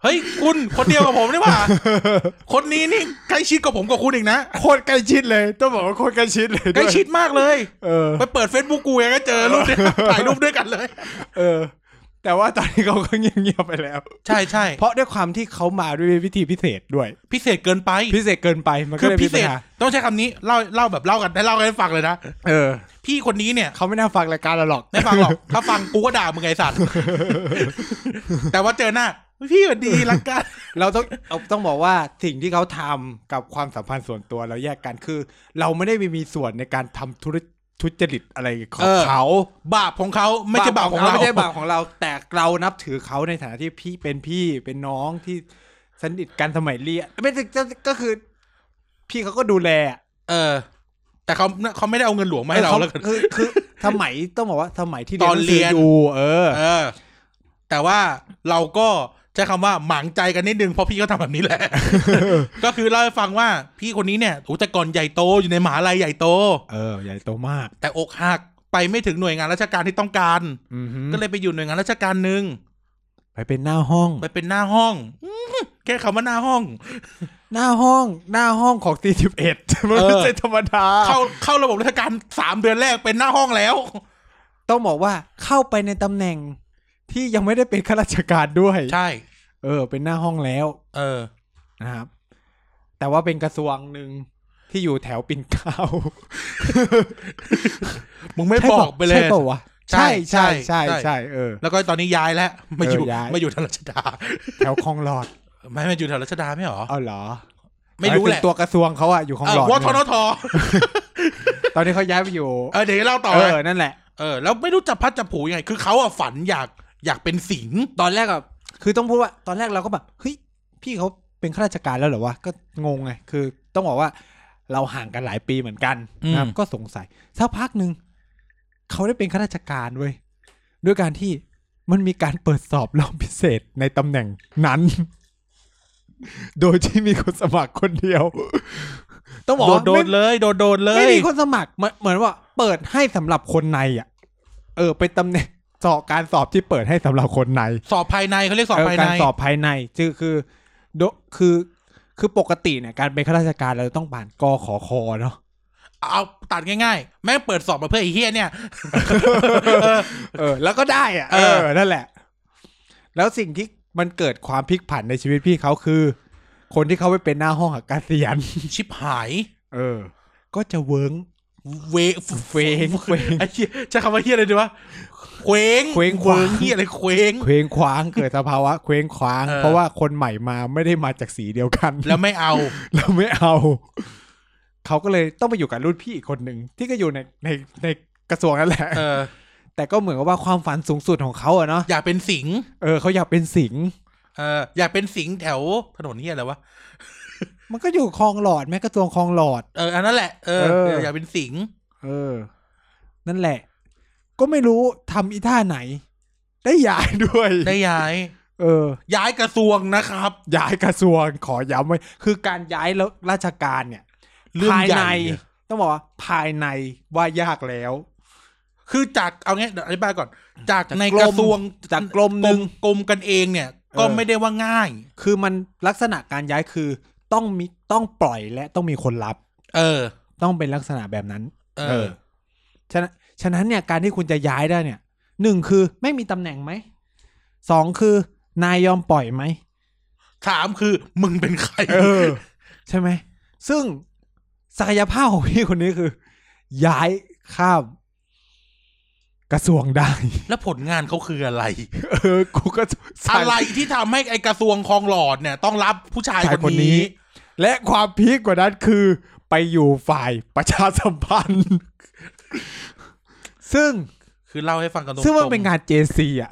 Speaker 2: เฮ้ยคุณคนเดียวกับผมนี่หว่า คนนี้นี่ใกล้ชิดกับผมกับคุณอีกนะ
Speaker 1: โคตรใกล้ชิดเลย ต้องบอกว่าโคตรใกล้ชิดเลยวย
Speaker 2: ใกล้ชิดมากเลย
Speaker 1: เออ
Speaker 2: ไปเปิด Facebook กูเองก็เจอรูปเนี่ยถ่ายรูปด้วยกันเลย
Speaker 1: เออ แต่ว่าตอนนี้เขาก็เงียบๆไปแล้ว
Speaker 2: ใช่ใช่
Speaker 1: เพราะด้วยความที่เขามาด้วยวิธีพิเศษด้วย
Speaker 2: พิเศษเกินไป
Speaker 1: พิเศษเกินไปมันก็
Speaker 2: คือ
Speaker 1: เลย
Speaker 2: พิ
Speaker 1: มี
Speaker 2: เศ
Speaker 1: ปัญ
Speaker 2: ษ
Speaker 1: หา
Speaker 2: ต้องใช้คำนี้เล่าเล่าแบบเล่ากันได้เล่ากันให้ฟังเลยนะ
Speaker 1: เออ
Speaker 2: พี่คนนี้เนี่ย
Speaker 1: เขาไม่น่าฟังรายการเราหรอก
Speaker 2: ไม่ฟังหรอก ถ้าฟังกูก็ด่ามึงไงไอ้ สัตว์ แต่ว่าเจอหน้า พี่สวัสดีรักกัน
Speaker 1: เราต้องเอาต้องบอกว่าสิ่งที่เขาทำกับความสัมพันธ์ส่วนตัวเราแยกกันคือ เราไม่ได้ไปมีส่วนในการทำธุรทุจริตอะไรของ
Speaker 2: เออ
Speaker 1: เขา
Speaker 2: บาปของเขาไม่ใช่บาปของเรา
Speaker 1: ไม่ใช่บาปของเราแต่เรานับถือเขาในฐานะที่พี่เป็นพี่เป็นน้องที่สนิทกันสมัยเรียนไม่ใช่ก็คือ พี่เขาก็ดูแลอะ
Speaker 2: เออ แต่เขาเขาไม่ได้เอาเงินหลวงมาให้เรา
Speaker 1: ออข
Speaker 2: แล้วกัน
Speaker 1: คือคือสมัยต้องบอกว่าสมัยที่
Speaker 2: ตอนเรียน
Speaker 1: หงสืออยู่เออ
Speaker 2: เออ แต่ว่าเราก็ใช้คำว่าหมางใจกันนิดนึงเพราะพี่ก็ทำแบบนี้แหละ ก็คือเล่าให้ฟังว่าพี่คนนี้เนี่ยโอ้แต่ก่อนใหญ่โตอยู่ในมหาลัยใหญ่โต
Speaker 1: เออ ใหญ่โตมาก
Speaker 2: แต่อกหักไปไม่ถึงหน่วยงานราชการที่ต้องการ ก็
Speaker 1: ก็
Speaker 2: เล
Speaker 1: เลย
Speaker 2: ยไปอยู่หน่วยงานราชการหนึ่ง
Speaker 1: ไปเป็นหน้าห้อง
Speaker 2: ไปเป็นหน้าห้องอื้อหือแค่คำว่าหน้าห้อง
Speaker 1: หน้าห้องหน้าห้องของตีสิบเอ็ดมัน
Speaker 2: เออ
Speaker 1: ไม่ใช่ธรรมดา
Speaker 2: เข้าเข้าระบบราชการสามเดือนแรกเป็นหน้าห้องแล้ว
Speaker 1: ต้องบอกว่าเข้าไปในตำแหน่ง ที่ยังไม่ได้เป็นข้าราชการด้วย
Speaker 2: ใช่
Speaker 1: เออ เป็นหน้าห้องแล้ว
Speaker 2: เออ
Speaker 1: นะครับ แต่ว่าเป็นกระทรวงหนึ่งที่อยู่แถวปิ่นเกล้า
Speaker 2: มึงไม่
Speaker 1: ใช่
Speaker 2: บ
Speaker 1: ปะ
Speaker 2: อกไปเลย
Speaker 1: ใช่ปะวะ
Speaker 2: ใช่
Speaker 1: ใช่
Speaker 2: ใช่
Speaker 1: ใช่ใช่
Speaker 2: ใช่
Speaker 1: ใช่เออ
Speaker 2: แล้วก็ตอนนี้ย้ายแล้วมาอยู่
Speaker 1: เออย้าย
Speaker 2: มาอยู่แถวรัชดา
Speaker 1: แถวคลองหลอด
Speaker 2: ไม่มาอยู่แถวรัชดาไม่เหรอ
Speaker 1: เอาเหรอ
Speaker 2: ไม่รู้แหละ
Speaker 1: ายถึงตัวกระทรวงเขาอะอยู่คลอง
Speaker 2: เอ
Speaker 1: หล
Speaker 2: อ
Speaker 1: อด
Speaker 2: วทน
Speaker 1: เนี่ย
Speaker 2: ท
Speaker 1: ตอนนี้เขาย้ายไปอยู่
Speaker 2: เออเดี๋ยวเล่าต่อ
Speaker 1: เอ
Speaker 2: เลย
Speaker 1: อ นั่นแหละ
Speaker 2: เออแล้วไม่รู้จับพัดจับผูยังไง คือเขาอะฝันอยากอยากเป็นสิงห์
Speaker 1: ตอนแรกอะคือต้องพูดว่า ตอนแรกเราก็แบบ เฮ้ย พี่เขาเป็นข้าราชการแล้วเหรอวะ ก็งงไง คือต้องบอกว่า เราห่างกันหลายปีเหมือนกันนะครับ ก็สงสัย สักพักหนึ่ง เขาได้เป็นข้าราชการเว้ย ด้วยการที่มันมีการเปิดสอบรอบพิเศษในตำแหน่งนั้น โดยที่มีคนสมัครคนเดียว ต้องบอก
Speaker 2: โดด
Speaker 1: ว่า
Speaker 2: โด
Speaker 1: ไม่
Speaker 2: ดเลยโดดโดดเล
Speaker 1: ไม่
Speaker 2: ย
Speaker 1: มีคนสมัครเหมือนเหมือนว่า เปิดให้สำหรับคนในอ่ะ เออเป็นตำแหน่ง สอบการสอบที่เปิดให้สำหรับคนใน
Speaker 2: สอบภายในเขาเรียกสอบ
Speaker 1: เออ
Speaker 2: ภาย
Speaker 1: กา
Speaker 2: ใน
Speaker 1: รสอบภายในคือคือโดคือคือปกติเนี่ยการเป็นข้าราชการเราจะต้องผ่านกขอคอเนาะ
Speaker 2: เอาตัดง่ายๆ แม่งเปิดสอบมาเพื่อไอ้เฮียเนี่ย
Speaker 1: เออ แล้วก็ได้อ่ะ
Speaker 2: เอ
Speaker 1: เอ
Speaker 2: อ
Speaker 1: อนั่นแหละ แล้วสิ่งที่มันเกิดความพลิกผันในชีวิตพี่เขาคือ คนที่เขาไปเป็นหน้าห้องหักการเสียน
Speaker 2: ชิบหาย
Speaker 1: เออ ก็จะเวิ้ง
Speaker 2: เว
Speaker 1: เฟ้งเฟ้ง
Speaker 2: ไอ้เหี้ยใช้คำว่าเฮียอะไรดีวะเคว้ง
Speaker 1: เคว้งขวาง
Speaker 2: เฮียอะไรเคว้ง
Speaker 1: เคว้งคว้างเกิดสภาวะเคว้งคว้าง
Speaker 2: เออ
Speaker 1: เพราะว่าคนใหม่มาไม่ได้มาจากสีเดียวกัน
Speaker 2: แล้วไม่เอา
Speaker 1: เราไม่เอา เขาก็เลยต้องไปอยู่กับรุ่นพี่อีกคนหนึ่งที่ก็อยู่ในในในกระทรวงนั่นแหละ
Speaker 2: เออ
Speaker 1: แต่ก็เหมือนกับว่าความฝันสูงสุดของเขาอะเนาะ
Speaker 2: อยากเป็นสิงห์
Speaker 1: เออเขาอยากเป็นสิงห์
Speaker 2: เอออยากเป็นสิงห์แถวถนนเฮียอะไรวะ
Speaker 1: มันก็อยู่คลองหลอดแม้กระทรวงคลองหลอด
Speaker 2: เอออันนั้นแหละเออ
Speaker 1: เออ
Speaker 2: เอออยากเป็นสิงห์
Speaker 1: เออ นั่นแหละ ก็ไม่รู้ทำอีท่าไหน ได้ย้ายด้วย
Speaker 2: ได้ย้าย
Speaker 1: เออ
Speaker 2: ย้ายกระทรวงนะครับ
Speaker 1: ย้ายกระทรวงขอย้ำไว้คือการย้ายแล้วราชการเนี่ย
Speaker 2: เรื่อง
Speaker 1: ภาย
Speaker 2: ใหญ่
Speaker 1: ในต้องบอกว่า ภายในว่ายากแล้ว
Speaker 2: คือจากเอางี้เดี๋ยวอธิบายก่อน จาก
Speaker 1: จาก
Speaker 2: ใน
Speaker 1: กรม
Speaker 2: กระทรวง
Speaker 1: จากกรมหนึ่ง
Speaker 2: กรมกันเองเนี่ย ก็
Speaker 1: เออ
Speaker 2: ไม่ได้ว่าง่าย
Speaker 1: คือมันลักษณะการย้ายคือต้องมีต้องปล่อยและต้องมีคนรับ
Speaker 2: เออ
Speaker 1: ต้องเป็นลักษณะแบบนั้น
Speaker 2: เออ
Speaker 1: ฉะนั้นฉะนั้นเนี่ยการที่คุณจะย้ายได้เนี่ยหนึ่งคือไม่มีตำแหน่งไหมสองคือนายยอมปล่อยไหม
Speaker 2: ถามคือมึงเป็นใคร
Speaker 1: อใช่ไหม ซึ่งศักยภาพของพี่คนนี้คือ ย้ายข้ามกระทรวงได้
Speaker 2: แล้วผลงานเขาคืออะไร
Speaker 1: เออกูก็สง
Speaker 2: อะไรที่ทำให้ไอกระทรวงคลองหลอดเนี่ย ต้องรับผู้ชาย
Speaker 1: ชาย
Speaker 2: ค
Speaker 1: คน น
Speaker 2: นี้
Speaker 1: นี้ และความพีคกว่านั้นคือ ไปอยู่ฝ่ายประชาสัมพัน ธ์ ซึ่ง
Speaker 2: คือเล่าให้ฟังกันตรงๆ
Speaker 1: ซึ่งมันเป็นงานเจซีอ่ะ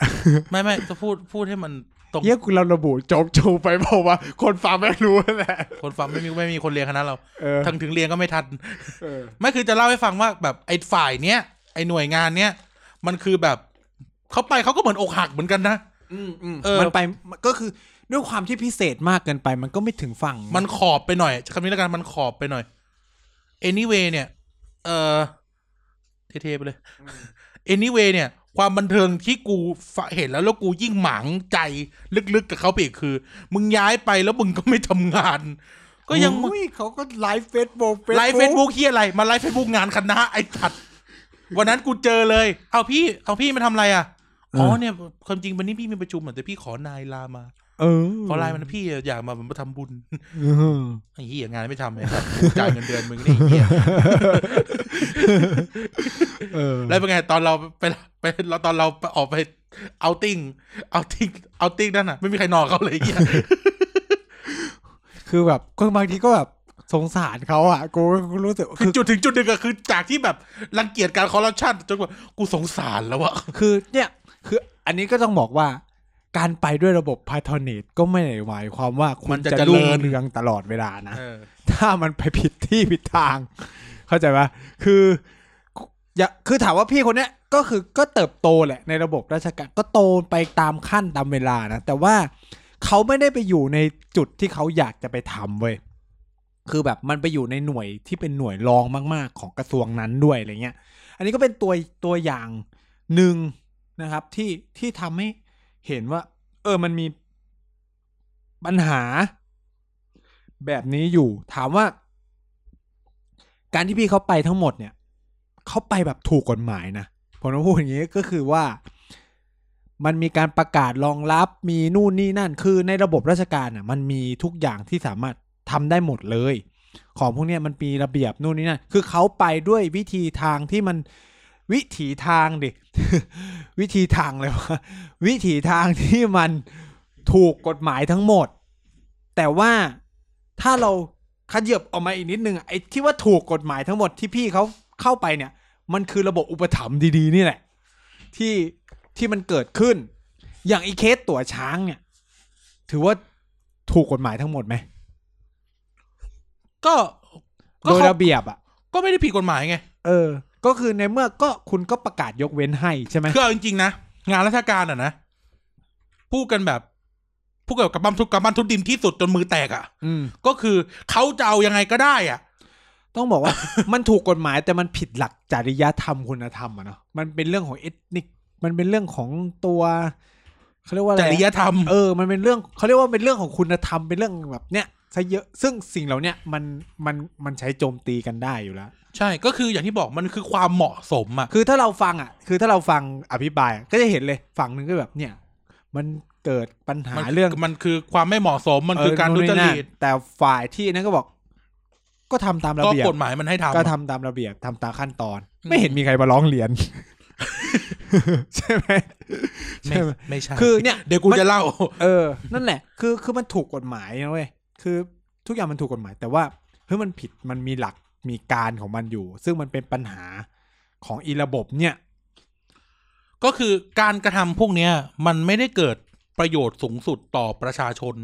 Speaker 2: ไม่ไม่จะพูดพูดให้มันตรง
Speaker 1: เยี่ยคุณเราระบุโจกชูไปบอกว่า คนฟังไม่รู้นั่นแหละ
Speaker 2: คนฟังไม่มีไม่มีคนเรียนคณะเรา
Speaker 1: เออ
Speaker 2: ทั้งถึงเรียนก็ไม่ทัน
Speaker 1: เออ
Speaker 2: ไม่คือจะเล่าให้ฟังว่าแบบไอ้ฝ่ายเนี้ยไอ้หน่วยงานเนี้ยมันคือแบบเขาไปเขาก็เหมือนอกหักเหมือนกันนะ
Speaker 1: อืม
Speaker 2: เออ
Speaker 1: มันไปมันก็คือด้วยความที่พิเศษมากเกินไป มันก็ไม่ถึงฝั่ง
Speaker 2: มันขอบไปหน่อยคำนี้แล้วกันมันขอบไปหน่อย anyway เนี่ย เออเท่ๆไปเลย anyway เนี่ย ความบันเทิงที่กูฟะเห็นแล้วแล้วกูยิ่งหมางใจลึกๆกับเขาไปอีกคือ มึงย้ายไปแล้วมึงก็ไม่ทำงาน ก็ยัง
Speaker 1: อุ้ยเขาก็ไลฟ์เฟซบุ๊ก
Speaker 2: ไลฟ์เฟซบุ๊กที่อะไร มาไลฟ์เฟซบุ๊กงานคณะไอ้ถัด วันนั้นกูเจอเลย เอาพี่ เอาพี่มาทำอะไรอ่ะอ๋อเนี่ยความจริงวันนี้พี่มีประชุมอะแต่พี่ขอนายลามา
Speaker 1: เออ
Speaker 2: ขอลายมันนะพี่อยากมามาทำบุญ
Speaker 1: เออ
Speaker 2: ไอ้เหี้ยงานไม่ทำเลยครับกูจ่ายเงินเดือนมึงนี่ไอ้เหี้ย
Speaker 1: เออ
Speaker 2: แล้วเป็นไงตอนเราไปไปเราตอนเราไปออกไปเอาติ้งเอาติ้งเอาติ้งนั่นน่ะ ไม่มีใครนอนเขาเลยไอ้เหี้ย
Speaker 1: คือแบบก็บางทีก็แบบสงสารเขาอ่ะกูก็รู้สึก
Speaker 2: คือจุดถึงจุดหนึ่งก็คือจากที่แบบรังเกียจการคอร์รัปชันจนกว่ากูสงสารแล้วอะ
Speaker 1: คือเนี่ย คืออันนี้ก็ต้องบอกว่า การไปด้วยระบบพาทอนิตก็ไม่ได้หมายความว่าคุณจะรุ่งเรืองตลอดเวลานะ
Speaker 2: เออ
Speaker 1: ถ้ามันไปผิดที่ผิดทาง เข้าใจปะคืออย่าคือถามว่าพี่คนเนี้ยก็คือก็เติบโตแหละในระบบราชการก็โตไปตามขั้นตามเวลานะ แต่ว่าเขาไม่ได้ไปอยู่ในจุดที่เขาอยากจะไปทำเว้ยคือแบบมันไปอยู่ในหน่วยที่เป็นหน่วยรองมาก ๆ ของกระทรวงนั้นด้วยอะไรเงี้ย อันนี้ก็เป็นตัวตัวอย่างหนึ่งนะครับ ที่ที่ทำให้เห็นว่า เออมันมีปัญหา แบบนี้อยู่ถามว่า การที่พี่เขาไปทั้งหมดเนี่ยเขาไปแบบถูกกฎหมายนะผมต้องพูดอย่างนี้ก็คือว่า มันมีการประกาศรองรับมีนู่นนี่นั่น คือในระบบราชการอ่ะ มันมีทุกอย่างที่สามารถทำได้หมดเลย ของพวกเนี้ยมันมีระเบียบนู่นนี่นั่นคือเขาไปด้วยวิธีทางที่มันวิถีทางดิ วิธีทางเลยวะวิถีทางที่มันถูกกฎหมายทั้งหมด แต่ว่าถ้าเราขยับออกมาอีกนิดนึงอะไอ้ที่ว่าถูกกฎหมายทั้งหมดที่พี่เขาเข้าไปเนี่ย มันคือระบบอุปถัมภ์ดีๆ นี่แหละ ที่ที่มันเกิดขึ้น อย่างไอีเคสตั๋วช้างเนี่ย ถือว่าถูกกฎหมายทั้งหมดไหม
Speaker 2: ก็
Speaker 1: โดยระเบียบอ่ะ
Speaker 2: ก็ไม่ได้ผิดกฎหมายไง
Speaker 1: เออ ก็คือในเมื่อก็คุณก็ประกาศยกเว้นให้ใช่ไหม
Speaker 2: คือเอาจริงๆนะ งานราชการอ่ะนะ พูดกันแบบพูดกับกับบัมทุกกับบัมทุบดินที่สุดจนมือแตกอ่ะ
Speaker 1: อืม
Speaker 2: ก็คือเขาจะเอายังไงก็ได้อ่ะ
Speaker 1: ต้องบอกว่า มันถูกกฎหมายแต่มันผิดหลักจริยธรรมคุณธรรมอะเนาะมันเป็นเรื่องของเอทนิกมันเป็นเรื่องของตัวเขาเรียกว่าอะ
Speaker 2: จ
Speaker 1: ไรอะ
Speaker 2: ริยธรรม
Speaker 1: เออ มันเป็นเรื่องเขาเรียกว่าเป็นเรื่องของคุณธรรม เป็นเรื่องแบบเนี้ยซะเยอะ ซึ่งสิ่งเหล่าเนี้ยมันมันมันใช้โจมตีกันได้อยู่แล้ว
Speaker 2: ใช่ก็คืออย่างที่บอกมันคือความเหมาะสมอ่ะ
Speaker 1: คือถ้าเราฟังอ่ะ คือถ้าเราฟังอภิปรายอะก็จะเห็นเลยฝั่งหนึ่งก็แบบเนี่ย มันเกิดปัญหา
Speaker 2: มัน
Speaker 1: เรื่อง
Speaker 2: มันคือความไม่เหมาะสมมันคือการ
Speaker 1: เ
Speaker 2: ทุจริ
Speaker 1: นู่นนี่
Speaker 2: ต
Speaker 1: นั่นแต่ฝ่ายที่นั้นก็บอก ก็ทำตามระ
Speaker 2: ก็
Speaker 1: เบียบ
Speaker 2: กฎหมายมันให้ทำ
Speaker 1: ก็
Speaker 2: อะ
Speaker 1: ทำตามระเบียบทำตามขั้นตอน
Speaker 2: อืม
Speaker 1: ไม่เห็นมีใครมาร้องเรียน ใช่ไหมใช่
Speaker 2: ไม่
Speaker 1: ไหม
Speaker 2: ไม่ใช่
Speaker 1: คือเนี่ย
Speaker 2: เดี๋ยวกูจะเล่า
Speaker 1: เออ นั่นแหละ คือ คือมันถูกกฎหมายนะเว้ย คือทุกอย่างมันถูกกฎหมาย แต่ว่า เฮ้ย มันผิด มันมีหลัก มีการของมันอยู่ ซึ่งมันเป็นปัญหาของอีระบบเนี่ย
Speaker 2: ก็คือการกระทำพวกเนี้ย มันไม่ได้เกิดประโยชน์สูงสุดต่อประชาชน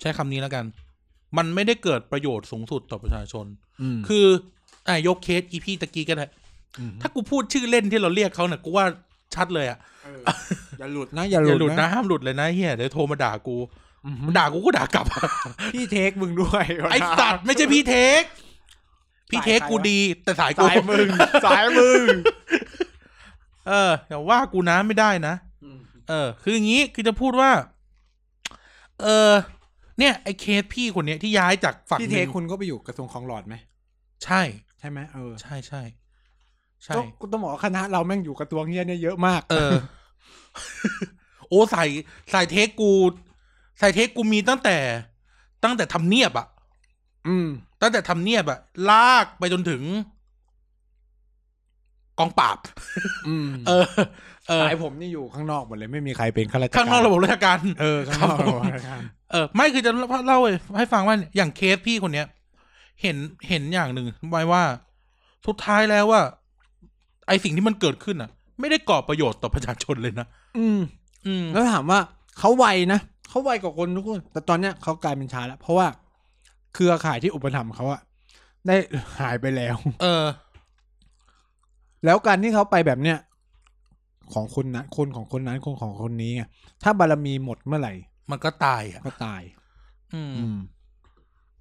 Speaker 2: ใช้คำนี้แล้วกัน มันไม่ได้เกิดประโยชน์สูงสุดต่อประชาชน
Speaker 1: อืม
Speaker 2: คืออ่ะยกเคสอีพี่ตะกี้ก็ได้
Speaker 1: ม
Speaker 2: ถ้ากูพูดชื่อเล่นที่เราเรียกเขาเนี่ยกูว่าชัดเลยอ่ะ
Speaker 1: เอออย่าหลุดนะ อย่า
Speaker 2: อย่า
Speaker 1: ห
Speaker 2: หลุ
Speaker 1: ลุ
Speaker 2: ด
Speaker 1: ด
Speaker 2: นะ
Speaker 1: นะ
Speaker 2: ห้ามหลุดเลยนะเฮียเดี๋ยวโทรมาด่ากู
Speaker 1: อืม
Speaker 2: ด่ากูก็ด่ากลับ
Speaker 1: พี่เทคมึงด้วย
Speaker 2: ไอสัตว์ไม่ใช่พี่เทค พี่เทคกูดี แต่สายกู
Speaker 1: สายมึง สายมึง
Speaker 2: เอออย่าว่ากูนะไม่ได้นะ เออ คืออย่างนี้คือจะพูดว่า เออ เนี่ย ไอเคสพี่คนเนี้ยที่ย้ายจากฝั่ง
Speaker 1: พี่
Speaker 2: ห
Speaker 1: เทค
Speaker 2: นึ่ง
Speaker 1: คุณก็ไปอยู่กระทรวงของหลอดไหม
Speaker 2: ใช่
Speaker 1: ใช่ไหมเออ
Speaker 2: ใช่ใช่ใช่
Speaker 1: ก็กูต้องบอกว่าคณะเราแม่งอยู่กระทรวงเฮียเนี่ยเยอะมาก
Speaker 2: เออ โอ้ใส่ใส่เทคกูใส่เทคกูมีตั้งแต่ ตั้งแต่ทำเนียบอะ
Speaker 1: อืม
Speaker 2: ตั้งแต่ทำเนียบอะลากไปจนถึง กองปราบ
Speaker 1: อืม
Speaker 2: เออ เออ
Speaker 1: สายผมนี่อยู่ข้างนอกหมดเลย ไม่มีใครเป็นข้าราชการ
Speaker 2: ข้างนอกระบบราชการ
Speaker 1: เออข้างนอก
Speaker 2: ครับผม
Speaker 1: ระบบราชการ
Speaker 2: เออ ไม่คือจะเล่าให้ฟังว่าอย่างเคสพี่คนเนี้ย เห็นเห็นอย่างหนึ่งไว้ว่าสุดท้ายแล้วว่า ไอสิ่งที่มันเกิดขึ้นอ่ะ ไม่ได้ก่อประโยชน์ต่อประชาชนเลยนะ
Speaker 1: อืม
Speaker 2: อืม
Speaker 1: แล้วถามว่าเขาไวนะเขาไวกว่าคนทุกคน แต่ตอนเนี้ยเขากลายเป็นช้าแล้ว เพราะว่าเครือข่ายที่อุปถัมภ์เขาอะได้หายไปแล้ว
Speaker 2: เออ
Speaker 1: แล้วการที่เขาไปแบบเนี้ยของคนนั้นคนของคนนั้นคนของคนนี้ไงถ้าบารมีหมดเมื่อไหร่
Speaker 2: มันก็ตายอ่ะ
Speaker 1: ก็ตาย
Speaker 2: อืม
Speaker 1: อืม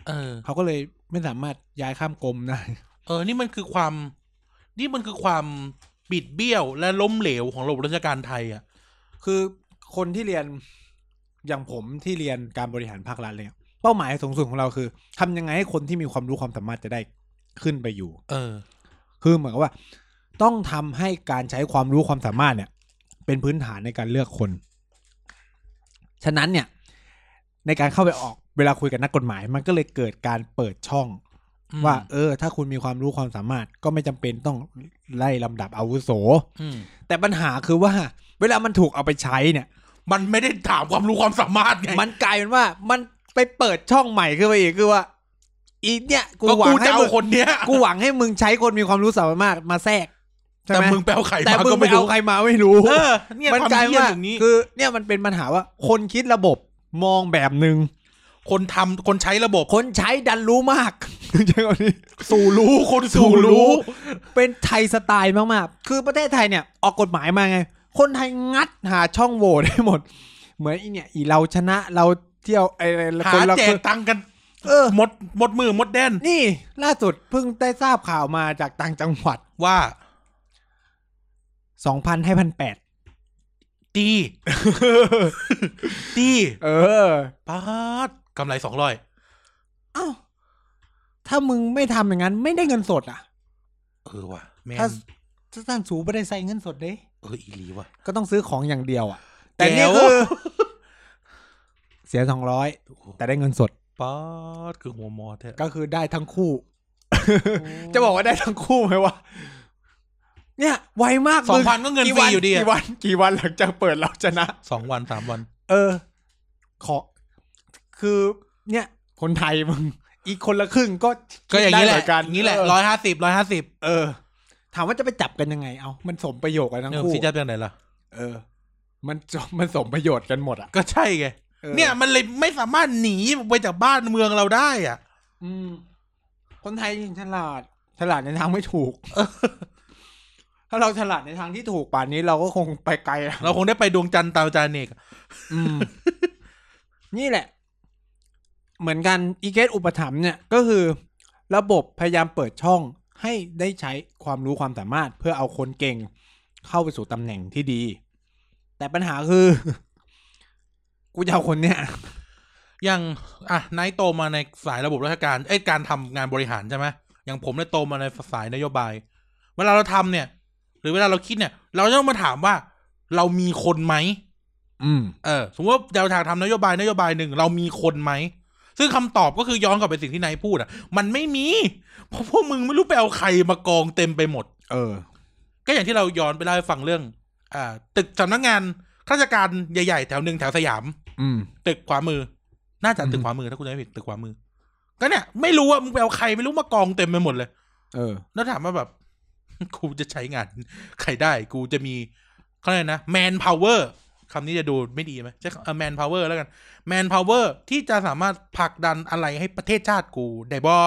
Speaker 2: เออ
Speaker 1: เขาก็เลยไม่สามารถย้ายข้ามกรมได้
Speaker 2: เออ นี่มันคือความ นี่มันคือความ บิดเบี้ยวและล้มเหลวของระบบราชการไทยอ่ะ
Speaker 1: คือคนที่เรียนอย่างผมที่เรียนการบริหารภาครัฐเนี่ยเป้าหมายสูงสุดของเราคือทำยังไงให้คนที่มีความรู้ความสามารถจะได้ขึ้นไปอยู่
Speaker 2: เออ
Speaker 1: คือเหมือนกับว่า ต้องทำให้การใช้ความรู้ความสามารถเนี่ย เป็นพื้นฐานในการเลือกคน ฉะนั้นเนี่ย ในการเข้าไปออกเวลาคุยกับนักกฎหมาย มันก็เลยเกิดการเปิดช่อง
Speaker 2: อืม
Speaker 1: ว่า เออ ถ้าคุณมีความรู้ความสามารถ ก็ไม่จำเป็นต้องไล่ลำดับอาวุโส
Speaker 2: อืม
Speaker 1: แต่ปัญหาคือว่า เวลามันถูกเอาไปใช้เนี่ย
Speaker 2: มันไม่ได้ถามความรู้ความสามารถไง
Speaker 1: มันกลายเป็นว่ามันไปเปิดช่องใหม่ขึ้นมาอีกคือว่า อีเนี่ยกู
Speaker 2: ก็
Speaker 1: หวั
Speaker 2: กู
Speaker 1: ง
Speaker 2: จะ
Speaker 1: ให้
Speaker 2: เอา
Speaker 1: มึง
Speaker 2: คนเนี้ย
Speaker 1: กูหวังให้มึงใช้คนมีความรู้สามารถมาแทรกใช่
Speaker 2: แต่
Speaker 1: ไหม
Speaker 2: มึงแปลไข่
Speaker 1: แต่
Speaker 2: มา
Speaker 1: มึง
Speaker 2: ก็
Speaker 1: ไป
Speaker 2: ไม่
Speaker 1: เอา
Speaker 2: รู้
Speaker 1: ใครมาไม่รู้
Speaker 2: เออ เนี่ย
Speaker 1: มัน
Speaker 2: ความ
Speaker 1: กลายเป็น
Speaker 2: เที่ย
Speaker 1: ว่า
Speaker 2: อย่างนี้
Speaker 1: คือเนี่ยมันเป็นปัญหาว่า คนคิดระบบมองแบบหนึ่ง
Speaker 2: คนทำคนใช้ระบบ
Speaker 1: คนใช้ดันรู้มาก ใช่ไหมนี้
Speaker 2: สู่รู้คนสู่รู้
Speaker 1: เป็นไทยสไตล์มากๆ คือประเทศไทยเนี่ยออกกฎหมายมาไง คนไทยงัดหาช่องโหว่ได้หมด เหมือนอีเนี่ยอีเราชนะเราเที่ยวไอ้ไอ้
Speaker 2: หา
Speaker 1: คนเรา
Speaker 2: แจ
Speaker 1: คื
Speaker 2: ก
Speaker 1: อ
Speaker 2: ตังค์กัน
Speaker 1: เออ
Speaker 2: หมดหมดมือหมดแดน
Speaker 1: นี่ล่าสุดเพิ่งได้ทราบข่าวมาจากต่างจังหวัด
Speaker 2: ว่า
Speaker 1: สองพันให้พันแปด
Speaker 2: ตีตี
Speaker 1: เออ
Speaker 2: ปาดกำไรสองร้อย
Speaker 1: เอ้าถ้ามึงไม่ทำอย่างนั้น ไม่ได้เงินสดอ่ะ
Speaker 2: เออว่ะแม่
Speaker 1: ถ้าง ถ้าท่านสูไม่ได้ใส่เงินสดเด้
Speaker 2: เอออีหลีว่ะ
Speaker 1: ก็ต้องซื้อของอย่างเดียวอ่ะ แต่
Speaker 2: แจ๋ว
Speaker 1: เนี่ยคือ เสียสองร้อยแต่ได้เงินสด
Speaker 2: ปาดคือหัวมอแท้
Speaker 1: ก็คือได้ทั้ง คู่ จะบอกว่าได้ทั้งคู่ไหมวะเนี่ยไวมาก
Speaker 2: สองพัน
Speaker 1: มึ
Speaker 2: ก็เงิน
Speaker 1: กี่
Speaker 2: ฟรี
Speaker 1: วั
Speaker 2: อยู่ดี
Speaker 1: กี่วันกี่วันหลังจากเปิดเราชนะ
Speaker 2: สองวันสามวัน
Speaker 1: เออ ขอ คือเนี่ย คนไทยมึง อีกคนละครึ่งก็
Speaker 2: ก็อย่างนี้แห
Speaker 1: ได้
Speaker 2: ละ
Speaker 1: เมืนกัน
Speaker 2: อย่างนี้แหละ
Speaker 1: เออ
Speaker 2: ร้อยห้าสิบร้อยห้าสิบ
Speaker 1: เออ ถามว่าจะไปจับกันยังไง เอา มันสมประโยชน์กันทั้ง
Speaker 2: เนี่ย
Speaker 1: คู่
Speaker 2: ซีจะเป็นไหนล่ะ
Speaker 1: เออ มันจบมันสมประโยชน์กันหมดอ่ะ
Speaker 2: ก็ใช่ไง
Speaker 1: ออ
Speaker 2: เนี่ยมันเลยไม่สามารถหนีไปจากบ้านเมืองเราได้อ่ะ
Speaker 1: อืม คนไทยฉลาด ฉลาดในทางไม่ถูก ถ้าเราฉลาดในทางที่ถูกป่านนี้เราก็คงไปไกลแล้ว
Speaker 2: เราคงได้ไปดวงจันทร์ตามอาจารย์เนก
Speaker 1: อืม นี่แหละ เหมือนกันอีเกตอุปถัมภ์เนี่ยก็คือ ระบบพยายามเปิดช่องให้ได้ใช้ความรู้ความสามารถ เพื่อเอาคนเก่งเข้าไปสู่ตำแหน่งที่ดี แต่ปัญหาคือ กูจะเอาคนเนี่ย
Speaker 2: อย่างอ่ะนายโตมาในสายระบบราชการ เอ้ยการทำงานบริหารใช่ไหมอย่างผมเนี่ยโตมาในสายนโยบาย เวลาเราทำเนี่ย หรือเวลาเราคิดเนี่ย เราจะต้องมาถามว่าเรามีคนไหม
Speaker 1: อืม
Speaker 2: เออสมมติว่าแนวทางทำนโยบายนโยบายหนึ่งเรามีคนไหม ซึ่งคำตอบก็คือย้อนกลับไปสิ่งที่นายพูดอ่ะ มันไม่มี เพราะพวกมึงไม่รู้ไปเอาใครมากองเต็มไปหมด
Speaker 1: เออ
Speaker 2: ก็อย่างที่เราย้อนไปเล่าให้ฟังเรื่อง อ่า ตึกสำนักงานข้าราชการใหญ่ๆ แถวหนึ่งแถวสยาม
Speaker 1: อืม
Speaker 2: ตึกขวามือ น่าจะตึก
Speaker 1: อือฮึ
Speaker 2: ขวามือถ้าคุณจำไม่ผิดตึกขวามือ ก็เนี่ย ไม่รู้ว่ามึงไปเอาใครไม่รู้มากองเต็มไปหมดเลย
Speaker 1: เออ
Speaker 2: แล้วถามว่าแบบ กูจะใช้งาน ใครได้ กูจะมีเขาเรียกอะไรนะแมนพาวเวอร์คำนี้จะดูไม่ดีไหมใช้แมนพาวเวอร์แล้วกันแมนพาวเวอร์ที่จะสามารถผลักดันอะไรให้ประเทศชาติกูได้บอ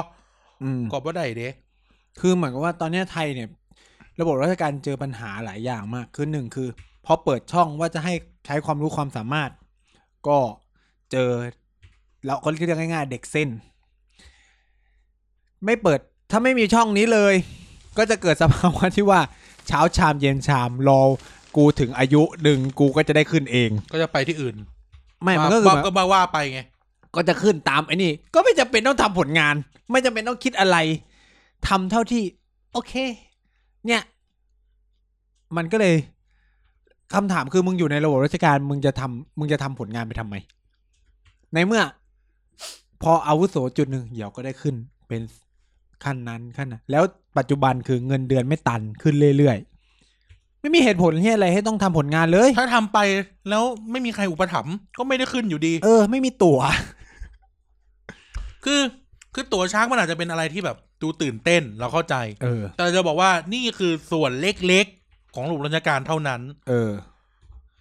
Speaker 1: อืม
Speaker 2: ก็บ่ได้เด้
Speaker 1: คือเหมือนกับว่าตอนเนี้ยไทยเนี่ย ระบบราชการเจอปัญหาหลายอย่างมาก คือหนึ่งคือพอเปิดช่องว่าจะให้ใช้ความรู้ความสามารถ ก็เจอเราก็เรียกง่ายๆ เด็กเส้น ไม่เปิดถ้าไม่มีช่องนี้เลย ก็จะเกิดสภาวะที่ว่าเช้าชามเย็นชามรอกูถึงอายุดึงกูก็จะได้ขึ้นเอง
Speaker 2: ก็จะไปที่อื่น
Speaker 1: ไม่มัน
Speaker 2: ว่า
Speaker 1: ก็คือ
Speaker 2: ว่าก็มาว่าไปไง
Speaker 1: ก็จะขึ้นตามไอ้นี่ ก็ไม่จำเป็นต้องทำผลงาน ไม่จำเป็นต้องคิดอะไรทำเท่าที่ โอเค เนี่ย มันก็เลยคำถามคือมึงอยู่ในระบบราชการ มึงจะทำมึงจะทำผลงานไปทำไม ในเมื่อ พออาวุโสจุดหนึ่งเดี๋ยวก็ได้ขึ้น เป็นขั้นนั้นขั้นนั้นแล้วปัจจุบันคือเงินเดือนไม่ตันขึ้นเรื่อยๆ ไม่มีเหตุผลที่อะไรให้ต้องทำผลงานเลย
Speaker 2: ถ้าทำไปแล้วไม่มีใครอุปถัมภ์ก็ไม่ได้ขึ้นอยู่ดี
Speaker 1: เออ ไม่มีตั๋ว
Speaker 2: คือคือตั๋วช้างมันอาจจะเป็นอะไรที่แบบดูตื่นเต้นเราเข้าใจ
Speaker 1: เออ
Speaker 2: แต่จะบอกว่านี่คือส่วนเล็กๆ ของระบบราชการเท่านั้น
Speaker 1: เออ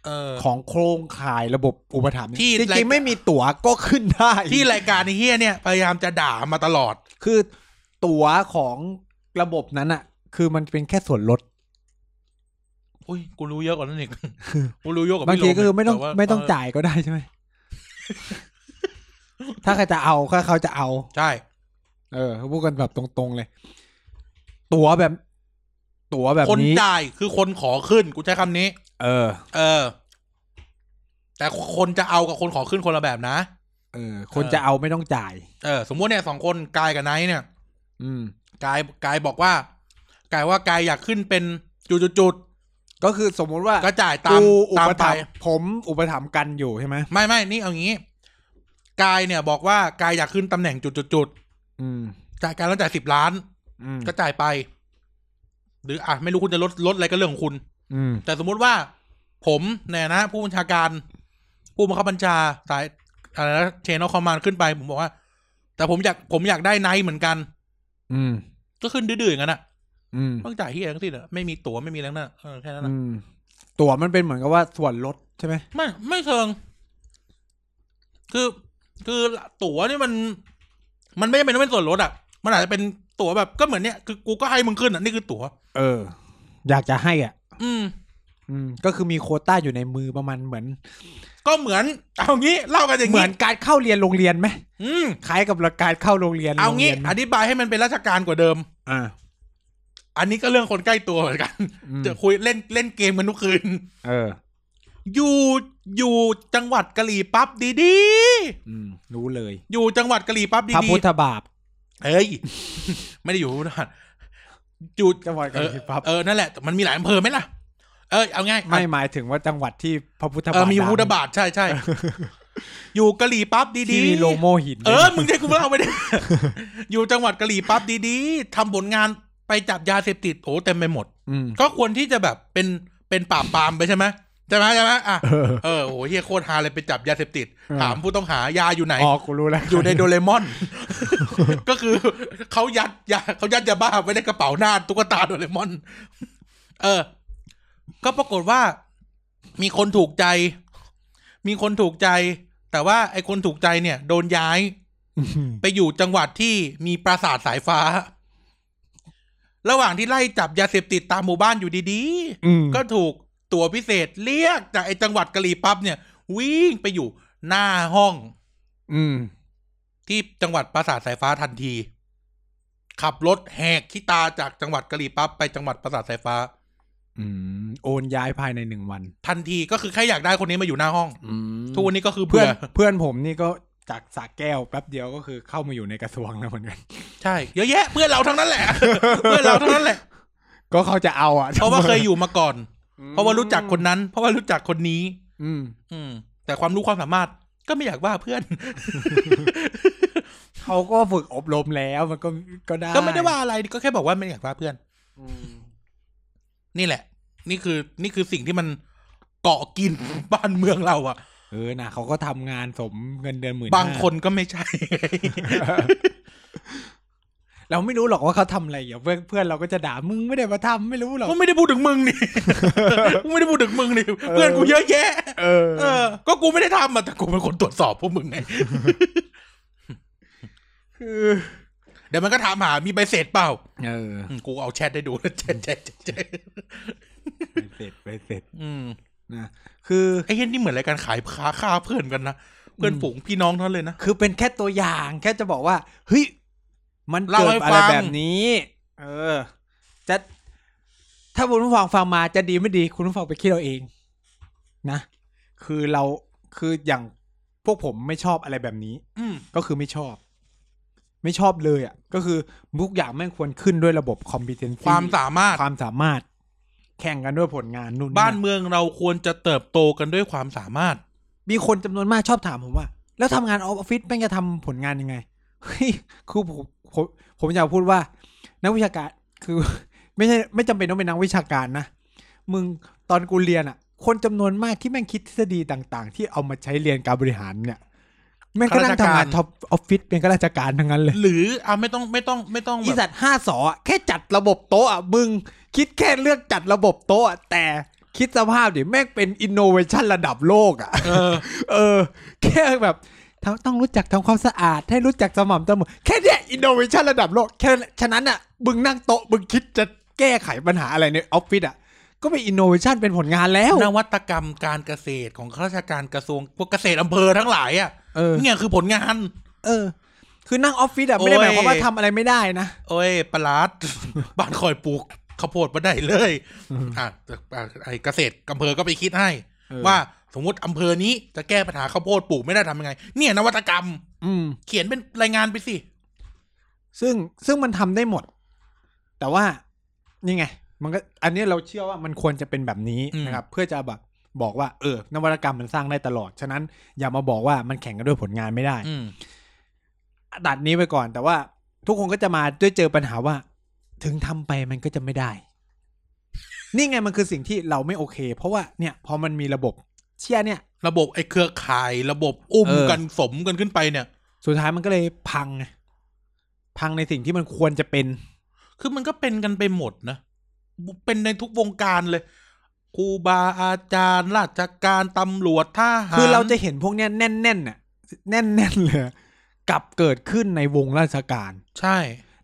Speaker 2: เออ
Speaker 1: ของโครงข่ายระบบอุปถัมภ์เนี่ย
Speaker 2: ที่
Speaker 1: จ
Speaker 2: รา
Speaker 1: ริ
Speaker 2: ยกาง ร
Speaker 1: ๆไม่มีตั๋วก็ขึ้นได้
Speaker 2: ที่รายการไอ้เฮียเนี่ย พยายามจะด่ามาตลอด
Speaker 1: คือตั๋วของระบบนั้นอะคือมันเป็นแค่ส่วนลด
Speaker 2: อุ้ย กูรู้เยอะกว่านั้น อีก กูรู้เยอะกว่า
Speaker 1: บาง
Speaker 2: พี่
Speaker 1: ที
Speaker 2: โร
Speaker 1: ก็คือไม่ต้อง
Speaker 2: แว่า
Speaker 1: ไม่ต้อง
Speaker 2: เ
Speaker 1: จ่ายก็ได้ใช่ไหม ถ้าใครจะเอาก็เขาจะเอา
Speaker 2: ใช่
Speaker 1: เออพูดกันแบบตรงๆเลย ตั๋วแบบ ตั๋วแบบ
Speaker 2: คน
Speaker 1: นี้
Speaker 2: จ่ายคือคนขอขึ้น กูใช้คำนี้
Speaker 1: เออ
Speaker 2: เออ แต่คนจะเอากับคนขอขึ้นคนละแบบนะ
Speaker 1: เออ คน
Speaker 2: เออ
Speaker 1: จะเอาไม่ต้องจ่าย
Speaker 2: เออ สมมุติเนี่ยสองคนกายกับไนท์เนี่ย
Speaker 1: อืม
Speaker 2: กายกายบอกว่ากายว่ากายอยากขึ้นเป็นจุด
Speaker 1: ก็คือสมมุติว่า
Speaker 2: ๆก็จ่ายตาม
Speaker 1: กูอุ
Speaker 2: ตาม
Speaker 1: ป
Speaker 2: ไป
Speaker 1: ถัมภ์ผมอุปถัมภ์กันอยู่ใช่ไหม
Speaker 2: ไม่ไม่นี่เอางี้ กายเนี่ยบอกว่ากายอยากขึ้นตำแหน่งจุดๆ
Speaker 1: อืม
Speaker 2: ๆจ่ายการแล้วจ่ายสิบล้าน
Speaker 1: อืม
Speaker 2: ก็จ่ายไป หรืออ่ะไม่รู้คุณจะลดลดอะไรก็เรื่องของคุณ
Speaker 1: อืม
Speaker 2: แต่สมมุติว่า ผมในฐานะ ผู้บัญชาการ ผู้บังคับบัญชาสายอะไรนะเชนอคอมมานขึ้นไป ผมบอกว่า แต่ผมอยากผมอยากได้ไนท์เหมือนกัน
Speaker 1: อืม
Speaker 2: ก็ขึ้นดื้อๆอย่างนั้นอ่ะ
Speaker 1: อืม
Speaker 2: ต้องจ่ายที่อะไรทั้งสิ้นอะไม่มีตั๋วไม่มีอะไรทั้งนั้นอะเออแค่นั้นอะ
Speaker 1: อืม ตั๋วมันเป็นเหมือนกับว่าส่วนลดใช่ไหม
Speaker 2: ไม่ไม่เชิง คือ คือตั๋วนี่มัน มันไม่จำเป็นต้องเป็นส่วนลดอ่ะ มันอาจจะเป็นตั๋วแบบก็เหมือนเนี้ยคือกูก็ให้มึงขึ้นอ่ะนี่คือตั๋ว
Speaker 1: เออ อยากจะให้อ่ะ
Speaker 2: อืม
Speaker 1: อืม ก็คือมีโควต้าอยู่ในมือประมาณเหมือน
Speaker 2: ก็เหมือน เอางี้เล่ากันอย่าง
Speaker 1: เหมื
Speaker 2: งี้
Speaker 1: อนการเข้าเรียนโรงเรียนไหม
Speaker 2: อืม
Speaker 1: คล้ายกับการเข้าโรงเรียน
Speaker 2: เอางี้
Speaker 1: โรรียนไหม
Speaker 2: อธิบายให้มันเป็นราชการกว่าเดิม
Speaker 1: อ่า
Speaker 2: อันนี้ก็เรื่องคนใกล้ตัวเหมือนกัน
Speaker 1: อืม
Speaker 2: จะคุยเล่นเล่นเกมกันทุกคืน
Speaker 1: เออ
Speaker 2: อยู่อยู่จังหวัดกะหรี่ปั๊บดี
Speaker 1: อืม รู้เลย
Speaker 2: ๆ อยู่จังหวัดกะหรี่ปั๊บ
Speaker 1: พระ
Speaker 2: ดี
Speaker 1: พุทธบาท
Speaker 2: ๆเฮ้ย ไม่ได้อยู่พุทธบาทอยู่
Speaker 1: จังหวัดก
Speaker 2: เออ
Speaker 1: ริพับ
Speaker 2: เออนั่นแหละแต่มันมีหลายอำเภอไหมล่ะ เออเอาง่าย
Speaker 1: ไม่หมายถึงว่าจังหวัดที่พระพุทธบาท
Speaker 2: เออมีพุทธบาทใช่ใช่อยู่กะหรี่ปั๊บ
Speaker 1: ดัง
Speaker 2: ดี
Speaker 1: ที่มีโลโมหิน
Speaker 2: เออมึงจะกูเล่าไปดิ อยู่จังหวัดกะหรี่ปั๊บดีๆทำผลงานไปจับยาเสพติดโอ้เต็มไปหมด
Speaker 1: อืม
Speaker 2: ก็ควรที่จะแบบเป็นเป็นปราบปรามไปใช่ไหมใช่ไหมใช่ไหมอ่ะ
Speaker 1: เออ
Speaker 2: เออโอ้โหเฮียโคตรฮาเลยไปจับยาเสพติด
Speaker 1: เออ
Speaker 2: ถามผู้ต้องหายาอยู่ไหน
Speaker 1: อ๋อกูรู้แล้ว
Speaker 2: อยู่ในโดเรมอน ก็คือเขายัดยาเขายัดยาบ้าไว้ในกระเป๋าหน้าตุ๊กตาโดเรมอน เออ ก็ปรากฏว่า มีคนถูกใจ มีคนถูกใจ แต่ว่าไอ้คนถูกใจเนี่ย โดนย้าย
Speaker 1: อืม
Speaker 2: ไปอยู่จังหวัดที่มีปราสาทสายฟ้า ระหว่างที่ไล่จับยาเสพติดตามหมู่บ้านอยู่ดี
Speaker 1: อืม
Speaker 2: ๆ ก็ถูกตัวพิเศษเรียกจากไอ้จังหวัดกะหรี่ปั๊บเนี่ย วิ่งไปอยู่หน้าห้อง
Speaker 1: อืม
Speaker 2: ที่จังหวัดปราสาทสายฟ้าทันที ขับรถแหกขี้ตาจากจังหวัดกะหรี่ปั๊บไปจังหวัดปราสาทสายฟ้า
Speaker 1: อืมโอนย้ายภายในหนึ่งวัน
Speaker 2: ทันทีก็คือแค่อยากได้คนนี้มาอยู่หน้าห้อง
Speaker 1: อืม
Speaker 2: ทุกวันนี้ก็คือ
Speaker 1: เพื่
Speaker 2: เพื่
Speaker 1: อ
Speaker 2: อน น
Speaker 1: เพื่อนผมนี่ก็จากสาแก้วแป๊บเดียวก็คือเข้ามาอยู่ในกระทรวงแล้วเหมือนกัน
Speaker 2: ใช่เยอะแยะ เพื่อนเราทั้งนั้นแหละ เพื่อนเราทั้งนั้นแหละ
Speaker 1: ก็เขาจะเอาอ่ะ
Speaker 2: เพราะว่า เคยอยู่มาก่อน
Speaker 1: อืม
Speaker 2: เพราะว่ารู้จักคนนั้น เพราะว่ารู้จักคนนี้
Speaker 1: อืม
Speaker 2: อืม แต่ความรู้ความสามารถก็ไม่อยากว่าเพื่อน
Speaker 1: เขาก็ฝึกอบรมแล้วมันก็ก็ได้
Speaker 2: ก็ไม่ได้ว่าอะไรก็แค่บอกว่าไม่อยากว่าเพื่อน
Speaker 1: อืม
Speaker 2: นี่แหละ นี่คือ นี่คือสิ่งที่มันเกาะกิน บ้านเมืองเราอะ
Speaker 1: เออนะเขาก็ทำงานสมเงินเดือนหมื่น
Speaker 2: บางคนก็ไม่ใช่
Speaker 1: เราไม่รู้หรอกว่าเขาทำอะไรอย่างเพื่อนเพื่อนเราก็จะด่ามึงไม่ได้มาทำไม่รู้หรอก
Speaker 2: กูไม่ได้พูดถึงมึงนี่ กูไม่ได้พูดถึงมึงนี่เพื่อนกูเยอะแยะ
Speaker 1: เออ
Speaker 2: เออ ก็กูไม่ได้ทำอะแต่กูเป็นคนตรวจสอบพวกมึงไง
Speaker 1: คือ
Speaker 2: เดี๋ยวมันก็ถามหามีใบเสร็จเปล่า
Speaker 1: เออ
Speaker 2: อืมกูเอาแชทได้ดู แชทแชทแชทแชท
Speaker 1: ไปเสร็จไปเสร็จ
Speaker 2: อืม
Speaker 1: นะคือ
Speaker 2: ไอ้เหี้ยนี่เหมือนรายการขายค้าค่าเพื่อนกันนะ เพื่อนฝูงพี่น้องเท่านั้นเลยนะ
Speaker 1: คือเป็นแค่ตัวอย่างแค่จะบอกว่าเฮ้ยมันเกิด
Speaker 2: เล่าให้
Speaker 1: อะไร
Speaker 2: ฟัง
Speaker 1: แบบนี้ เออ จะ ถ้าคุณผู้ฟังฟังมาจะดีไม่ดี คุณผู้ฟังไปคิดเอาเอง นะ คือเราคืออย่างพวกผมไม่ชอบอะไรแบบนี้
Speaker 2: อืม
Speaker 1: ก็คือไม่ชอบ ไม่ชอบเลยอ่ะ ก็คือทุกอย่างแม่งควรขึ้นด้วยระบบคอมพิเทนซี
Speaker 2: ความสามารถ
Speaker 1: ความสามารถ แข่งกันด้วยผลงานนู่น
Speaker 2: บ้าน
Speaker 1: ะ
Speaker 2: เมืองเราควรจะเติบโตกันด้วยความสามารถ
Speaker 1: มีคนจำนวนมากชอบถามผมว่า แล้วทำงานออฟฟิศแม่งจะทำผลงานยังไง เฮ้ยคือผมผมผมอยากพูดว่า นักวิชาการคือ ไม่ใช่ไม่จำเป็นต้องเป็นนักวิชาการนะ มึงตอนกูเรียนอะ่ะ คนจำนวนมากที่แม่งคิดทฤษฎีต่างๆ ที่เอามาใช้เรียนการบริหารเนี่ยแม่งก็นั่งทำงาน
Speaker 2: ข้าราชการ
Speaker 1: ท็อปออฟฟิศเป็นข้าราชการทั้งนั้นเลย
Speaker 2: หรืออ่ะไม่ต้องไม่ต้องไม่ต้อง
Speaker 1: อี
Speaker 2: แบบ
Speaker 1: สัตว์ห้าสอแค่จัดระบบโต๊ะอ่ะมึงคิดแค่เรื่องจัดระบบโต๊ะอะแต่คิดสภาพดิแม่งเป็นอินโนเวชันระดับโลกอ่ะ
Speaker 2: เออ
Speaker 1: เออ แค่แบบทำต้องรู้จักทำความสะอาด ให้รู้จักสม่ำเสมอแค่เนี้ยอินโนเวชันระดับโลกแค่นั้นฉะนั้นอ่ะมึงนั่งโต๊ะมึงคิดจะแก้ไขปัญหาอะไรในออฟฟิศอ่ะ ก็เป็นอินโนเวชันเป็นผลงานแล้ว
Speaker 2: นวัตกรรมการเกษตรของข้าราชการกระทรวงพวกเกษตรอำเภอทั้งหลายอ่ะ
Speaker 1: เออ
Speaker 2: เนี่ยคือผลงาน
Speaker 1: เออ คือนั่งออฟฟิศอ่ะ ไม่ได้หมายความว่า
Speaker 2: โอ้ย
Speaker 1: ทำอะไรไม่ได้นะ
Speaker 2: โอ้ยประหลาด บ้านคอยปลูก ข้าวโพดมาได้เลยอ่ะอ่ะไอเกษตรอำเภอก็ไปคิดให้
Speaker 1: เออ
Speaker 2: ว่าสมมติอำเภอนี้จะแก้ปัญหาข้าวโพดปลูกไม่ได้ทำยังไง เนี่ยนวัตกรรม
Speaker 1: อืม
Speaker 2: เขียนเป็นรายงานไปสิ
Speaker 1: ซึ่งซึ่งมันทำได้หมด แต่ว่านี่ไง มันก็อันนี้เราเชื่อว่ามันควรจะเป็นแบบนี้
Speaker 2: อืม
Speaker 1: นะครับ เพื่อจะแบบบอกว่า เออนวัตกรรมมันสร้างได้ตลอด ฉะนั้นอย่ามาบอกว่ามันแข่งกันด้วยผลงานไม่ได้
Speaker 2: อืม
Speaker 1: ตัดนี้ไปก่อน แต่ว่าทุกคนก็จะมาด้วยเจอปัญหาว่า ถึงทำไปมันก็จะไม่ได้ นี่ไงมันคือสิ่งที่เราไม่โอเค เพราะว่าเนี่ยพอมันมีระบบเชี่ยเนี่ย
Speaker 2: ระบบไอ้เครือข่ายระบบอุ้ม
Speaker 1: เออ
Speaker 2: กันสมกันขึ้นไปเนี่ย
Speaker 1: สุดท้ายมันก็เลยพังไงพังในสิ่งที่มันควรจะเป็น
Speaker 2: คือมันก็เป็นกันไปหมดนะ เป็นในทุกวงการเลยครูบาอาจารย์ ราชการตำรวจทหาร
Speaker 1: คือเราจะเห็นพวกเนี้ยแน่นๆน่ะแน่นๆเลยกลับเกิดขึ้นในวงราชการ
Speaker 2: ใช่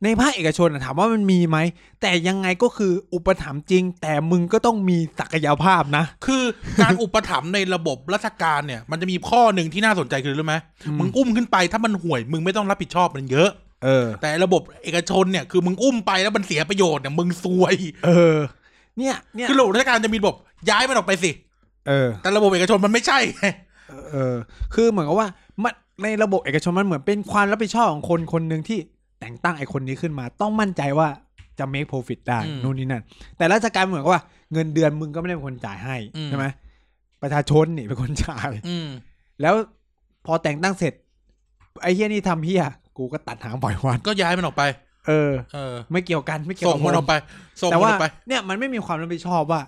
Speaker 1: ในภาคเอกชนน่ะถามว่ามันมีไหม แต่ยังไงก็คืออุปถัมภ์จริง แต่มึงก็ต้องมีศักยภาพนะ
Speaker 2: คือการอุปถัมภ์ในระบบราชการเนี่ย มันจะมีข้อหนึ่งที่น่าสนใจคืออะไรรู้ไหม
Speaker 1: อืม
Speaker 2: มึงอุ้มขึ้นไปถ้ามันห่วย มึงไม่ต้องรับผิดชอบมันเยอะ
Speaker 1: เออ
Speaker 2: แต่ระบบเอกชนเนี่ยคือมึงอุ้มไปแล้วมันเสียประโยชน์เนี่ยมึงซวย
Speaker 1: เออ เนี่ยเนี่ย
Speaker 2: คือระบบราชการจะมีระบบย้ายมันออกไปสิ
Speaker 1: เออ
Speaker 2: แต่ระบบเอกชนมันไม่ใช่ไง
Speaker 1: เออ คือเหมือนกับว่ามันในระบบเอกชนมันเหมือนเป็นความรับผิดชอบของคนคนหนึ่งที่แต่งตั้งไอ้คนนี้ขึ้นมา ต้องมั่นใจว่าจะ make profit ได้นู่นนี่นั่น แต่ราชการเหมือนกับว่าเงินเดือนมึงก็ไม่ได้เป็นคนจ่ายให้ใช่ไหมประชาชนนี่เป็นคนจ่าย
Speaker 2: อืม
Speaker 1: แล้วพอแต่งตั้งเสร็จ ไอ้เฮียนี่ทำเฮียกูก็ตัดหางปล่อยวัน
Speaker 2: ก็ย้ายมันออกไป
Speaker 1: เออ
Speaker 2: เออ
Speaker 1: ไม่เกี่ยวกันไม่เกี่ยว
Speaker 2: ส่ง
Speaker 1: กับ
Speaker 2: มันออกไป ส่ง
Speaker 1: แต่
Speaker 2: มัน
Speaker 1: ว่า
Speaker 2: ออกไป
Speaker 1: เนี่ยมันไม่มีความรับผิดชอบว่า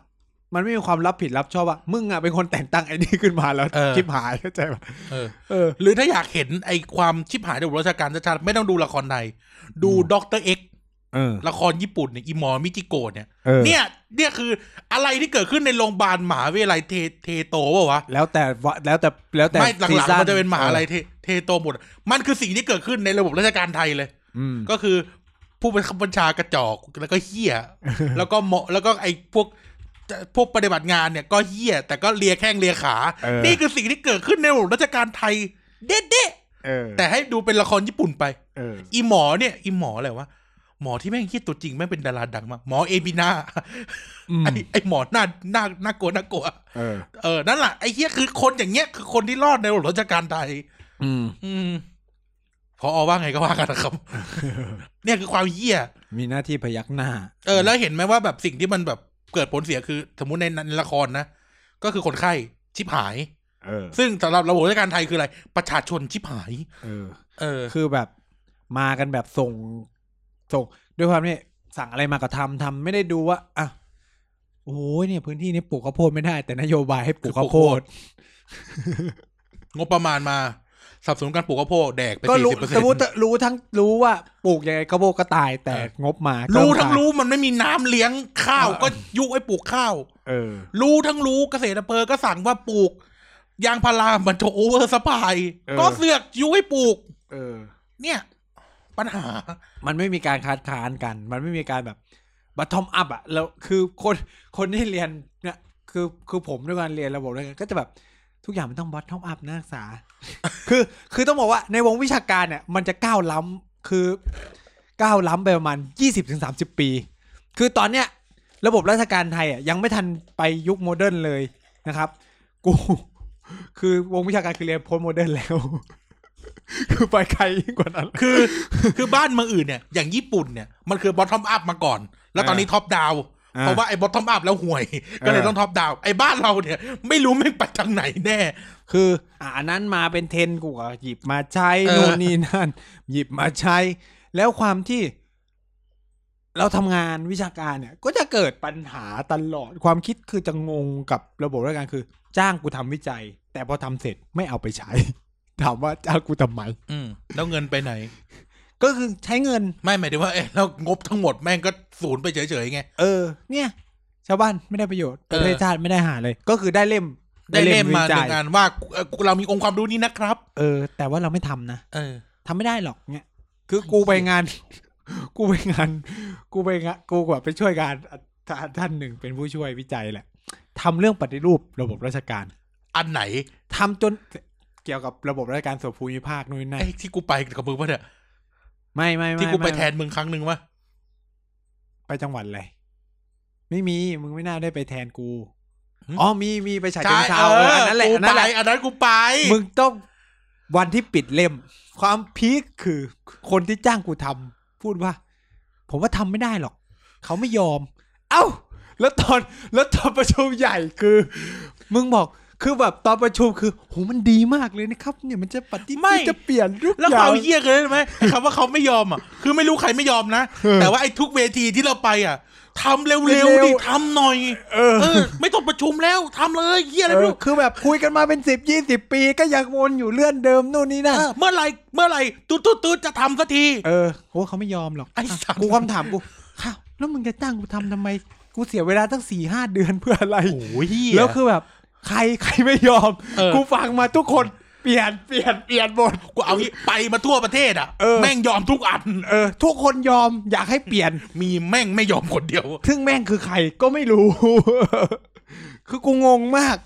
Speaker 1: มันไม่มีความรับผิดรับชอบว่ามึงอ่ะเป็นคนแต่งตั้งไอ้นี่ขึ้นมาแล้ว
Speaker 2: เออ
Speaker 1: ชิบหายเข้าใจป่ะ
Speaker 2: เออ
Speaker 1: เออ
Speaker 2: หรือถ้าอยากเห็นไอ้ความชิบหายในระบบราชการชัดๆไม่ต้องดูละครไทยดู
Speaker 1: อืม
Speaker 2: ด็อกเตอร์เอ็ก
Speaker 1: เออ
Speaker 2: ละครญี่ปุ่นเนี่ยอีหมอมิจิโกะเนี่ย
Speaker 1: เออ
Speaker 2: เนี่ย เนี่ยคืออะไรที่เกิดขึ้นในโรงพยาบาลหมหาวิทยาลัยเทเทโตวะวะ
Speaker 1: แล้วแต่วะแล้วแต่แล้วแต่
Speaker 2: ไม่หลัง
Speaker 1: ซี
Speaker 2: ๆ
Speaker 1: ซั่
Speaker 2: มันจะเป็นหมหาอะไรเทเทโตหมด มันคือสิ่งที่เกิดขึ้นในระบบราชการไทยเลย
Speaker 1: อืม
Speaker 2: ก็คือผู้บังคับบัญชากระจอกแล้วก็เฮี้ ย แล้วก็เหมาะแล้วก็ไอ้พวกพวกปฏิบัติงานเนี่ยก็เฮี้ย แต่ก็เลียแข้งเลียขา
Speaker 1: เออ
Speaker 2: นี่คือสิ่งที่เกิดขึ้นในระบบราชการไทย เด็ด
Speaker 1: เออ
Speaker 2: ๆแต่ให้ดูเป็นละครญี่ปุ่นไป
Speaker 1: เออ
Speaker 2: อีหมอเนี่ย อีหมออะไรวะหมอที่แม่งคิดตัวจริงแม่งเป็นดาราดังมากหมอเอบินา
Speaker 1: อืม
Speaker 2: ไอ้ไอ้หมอหน้าหน้าหน้ากลัวหน้ากลัว
Speaker 1: เออ
Speaker 2: เออ นั่นแหละไอ้เหี้ยคือคนอย่างเงี้ยคือคนที่รอดในระบบราชการไทย
Speaker 1: อืม
Speaker 2: อืมพอว่าไงก็ว่ากันนะครับ เนี่ยคือความเหี้ย
Speaker 1: มีหน้าที่พยักหน้า
Speaker 2: เออ แล้วเห็นไหมว่าแบบสิ่งที่มันแบบเกิดผลเสียคือ สมมติในในละครนะ ก็คือคนไข้ชิบหาย
Speaker 1: เออ
Speaker 2: ซึ่งสำหรับระบบราชการไทยคืออะไร ประชาชนชิบหาย
Speaker 1: เออ
Speaker 2: เออ
Speaker 1: คือแบบมากันแบบส่งส่งด้วยความนี่สั่งอะไรมาก็ทำทำไม่ได้ดูว่าอ่ะโอ้ยเนี่ยพื้นที่นี้ปลูกข้าวโพดไม่ได้ แต่นโยบายให้ปลูกข้าวโพด
Speaker 2: งบประมาณมาสนับสนุนการปลูกข้าวโพดแดกไป
Speaker 1: ก็
Speaker 2: สี่
Speaker 1: รู้
Speaker 2: สิบเปอร์เซ็น
Speaker 1: ส
Speaker 2: ต์
Speaker 1: มมติรู้ทั้งรู้ว่าปลูกยังไงข้าวโพดก็ตายแต่งบมาก็
Speaker 2: รู้ทั้ง
Speaker 1: ตาย
Speaker 2: รู้มันไม่มีน้ำเลี้ยงข้าว
Speaker 1: เออ
Speaker 2: ก็ยุให้ปลูกข้าว
Speaker 1: เออ
Speaker 2: รู้ทั้งรู้เกษตรอำเภอก็สั่งว่าปลูก ยางพารามันจะโอเวอร์สปาย
Speaker 1: เออ
Speaker 2: ก็เสือกยุให้ปลูก
Speaker 1: เออ
Speaker 2: เนี่ย ปัญหา
Speaker 1: มันไม่มีการคัดค้านกัน มันไม่มีการแบบบัตทอมอัพอะแล้วคือคนคนที่เรียนเนี่ยคือคือผมด้วยการเรียนระบบด้วยกันก็จะแบบทุกอย่างมันต้องบัตทอมอัพนักศึกษา คือคือต้องบอกว่าในวงวิชาการเนี่ย มันจะก้าวล้ำคือก้าวล้ำไปประมาณยี่สิบถึงสามสิบปี คือตอนเนี้ย ระบบราชการไทยอ่ะยังไม่ทันไปยุคโมเดิร์นเลยนะครับ กู คือวงวิชาการคือเรียนโพสต์โมเดิร์นแล้ว คือไปไกลยิ่งกว่านั้น
Speaker 2: คือ คือบ้านเมืองอื่นเนี่ย อย่างญี่ปุ่นเนี่ย มันคือบอททอมอัพมาก่อน แล้วตอนนี้ท็อปดาว
Speaker 1: อ่า
Speaker 2: เพราะว่าไอ้บอททอมอัพแล้วห่วย ก็เลย
Speaker 1: เออ
Speaker 2: ต้องท็อปดาว ไอ้บ้านเราเนี่ย ไม่รู้ไม่งไปทางไหนแน่
Speaker 1: คืออ่ะอันนั้นมาเป็นเทรนด์กูก็หยิบมาใช้
Speaker 2: เออ
Speaker 1: นู่นนี่นั่น หยิบมาใช้ แล้วความที่ เราทำงานวิชาการเนี่ย ก็จะเกิดปัญหาตลอด ความคิดคือจะงงกับระบบราชการคือ จ้างกูทำวิจัย แต่พอทำเสร็จไม่เอาไปใช้ ถามว่าจ้างกูทำไม
Speaker 2: อืมแล้วเงินไปไหน
Speaker 1: ก็คือใช้เงิน
Speaker 2: ไม่หมายถึงว่าเอ้แล้วงบทั้งหมดแม่งก็ศูนย์ไปเฉยๆไง
Speaker 1: เออ เนี่ย ชาวบ้านไม่ได้ประโยชน์
Speaker 2: เอ
Speaker 1: ประ
Speaker 2: อ
Speaker 1: เทศชาติไม่ได้หาเลย ก็คือได้เล่ม
Speaker 2: ได้เล่มมา
Speaker 1: วิ
Speaker 2: ห
Speaker 1: จั
Speaker 2: นึ่
Speaker 1: ย
Speaker 2: งงานว่าเอ่อเรามีองค์ความรู้นี้นะครับ
Speaker 1: เออ แต่ว่าเราไม่ทำนะ
Speaker 2: เออ
Speaker 1: ทำไม่ได้หรอกเนี่ย คือกูไปงาน กูไปงาน กูไปงานกูแบบไปช่วยงานท่านท่านหนึ่งเป็นผู้ช่วยวิจัยแหละทำเรื่องปฏิรูประบบราชการ
Speaker 2: อันไหน
Speaker 1: ทำจนเกี่ยวกับระบบราชการส่วนภูมิภาคนู่นนนั่น
Speaker 2: ไอ้ที่กูไปกับมึงปะเนี่ย
Speaker 1: ไม่ไม่ไม่
Speaker 2: ที่กูไป
Speaker 1: ม่
Speaker 2: แทนมึงครั้งหนึ่งวะ
Speaker 1: ไปจังหวัดอะไร ไม่มีมึงไม่น่าได้ไปแทนกู
Speaker 2: หืม
Speaker 1: อ๋อมีมีไปฉายเชิงเซา
Speaker 2: เอ
Speaker 1: เอ
Speaker 2: อ
Speaker 1: ออัน
Speaker 2: อั
Speaker 1: นั้นแหละอันนั้นแห
Speaker 2: กูไป
Speaker 1: ละ
Speaker 2: อันนั้นกูไป
Speaker 1: มึงต้องวันที่ปิดเล่ม ความพีคคือคนที่จ้างกูทำพูดว่า ผมว่าทำไม่ได้หรอก เขาไม่ยอม เอ้า แล้วตอนแล้วตอนประชุมใหญ่คือ มึงบอกคือแบบตอนประชุมคือโหมันดีมากเลยนะครับ เนี่ยมันจะปฏิ
Speaker 2: ไม่
Speaker 1: จะเปลี่ยนรูป
Speaker 2: แล้วความเยี่ยเกินไหมไอ้คำว่าเขาไม่ยอมอ่ะ คือไม่รู้ใครไม่ยอมนะ แต่ว่าไอ้ทุกเวทีที่เราไปอ่ะทำเร็วๆดิทำหน่อย
Speaker 1: เออ
Speaker 2: เออ ไม่ต้องประชุมแล้วทำเลยเยี่ยอะไร
Speaker 1: เออ
Speaker 2: ไม่รู้
Speaker 1: คือแบบคุยกันมาเป็นสิบยี่สิบปีก็ยังวนอยู่เลื่อนเดิมนู่นนี่นั่น
Speaker 2: เออเมื่อไหร่เมื่อไหร่ตุ๊ดตุ๊ดตุ๊ดจะทำสักที
Speaker 1: เออโหเขาไม่ยอมหรอก
Speaker 2: ไอ้สัตว์
Speaker 1: กูคำถามกูค่ะแล้วมึงจะจ้างกูทำทำไม กูเสียเวลาตั้งสี่ห้าเดือนเพื่ออะไร
Speaker 2: โอ้ย
Speaker 1: แล้วคือแบบ ใครใครไม่ยอม
Speaker 2: เออ
Speaker 1: กูฟังมาทุกคนเปลี่ยนเปลี่ยนเปลี่ยนหมด
Speaker 2: กูเอางี้ไปมาทั่วประเทศอ่ะ
Speaker 1: เออ
Speaker 2: แม่งยอมทุกอัน
Speaker 1: เออ ทุกคนยอมอยากให้เปลี่ยน
Speaker 2: มีแม่งไม่ยอมคนเดียว
Speaker 1: ซึ่งแม่งคือใครก็ไม่รู้ คือกูงงมาก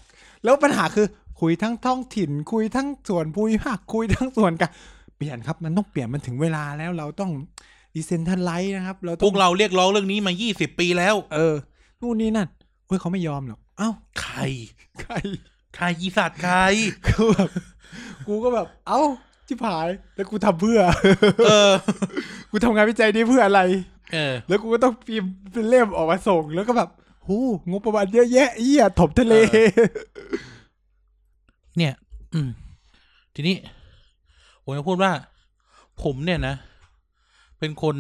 Speaker 1: แล้วปัญหาคือ คุยทั้งท้องถิ่น คุยทั้งส่วนภูมิภาคคุยทั้งส่วนกันเปลี่ยนครับ มันต้องเปลี่ยนมันถึงเวลาแล้วเราต้องดิเซนทันไลท์นะครับ เรา
Speaker 2: พ
Speaker 1: ต้อง
Speaker 2: วกเราเรียกร้องเรื่องนี้มา 20 ปีแล้ว
Speaker 1: เออ นู่นนี่นั่นเฮ้ยเขาไม่ยอมหรอกเอ้า
Speaker 2: ใคร
Speaker 1: ใคร
Speaker 2: ใครยีสัตว์ใคร
Speaker 1: คือแบบกูก็แบบ เอ้าชิบหาย แล้วกูทำเพื่อ
Speaker 2: เออ
Speaker 1: กูทำงานวิจัยนี้เพื่ออะไร
Speaker 2: เออ
Speaker 1: แล้วกูก็ต้องพิมพ์เป็นเล่มออกมาส่ง แล้วก็แบบหูงบประมาณเยอะแยะเอี้ยถมทะเล
Speaker 2: เอ เนี่ย อืม ทีนี้ ผมจะพูดว่า ผมเนี่ยนะ เป็นคน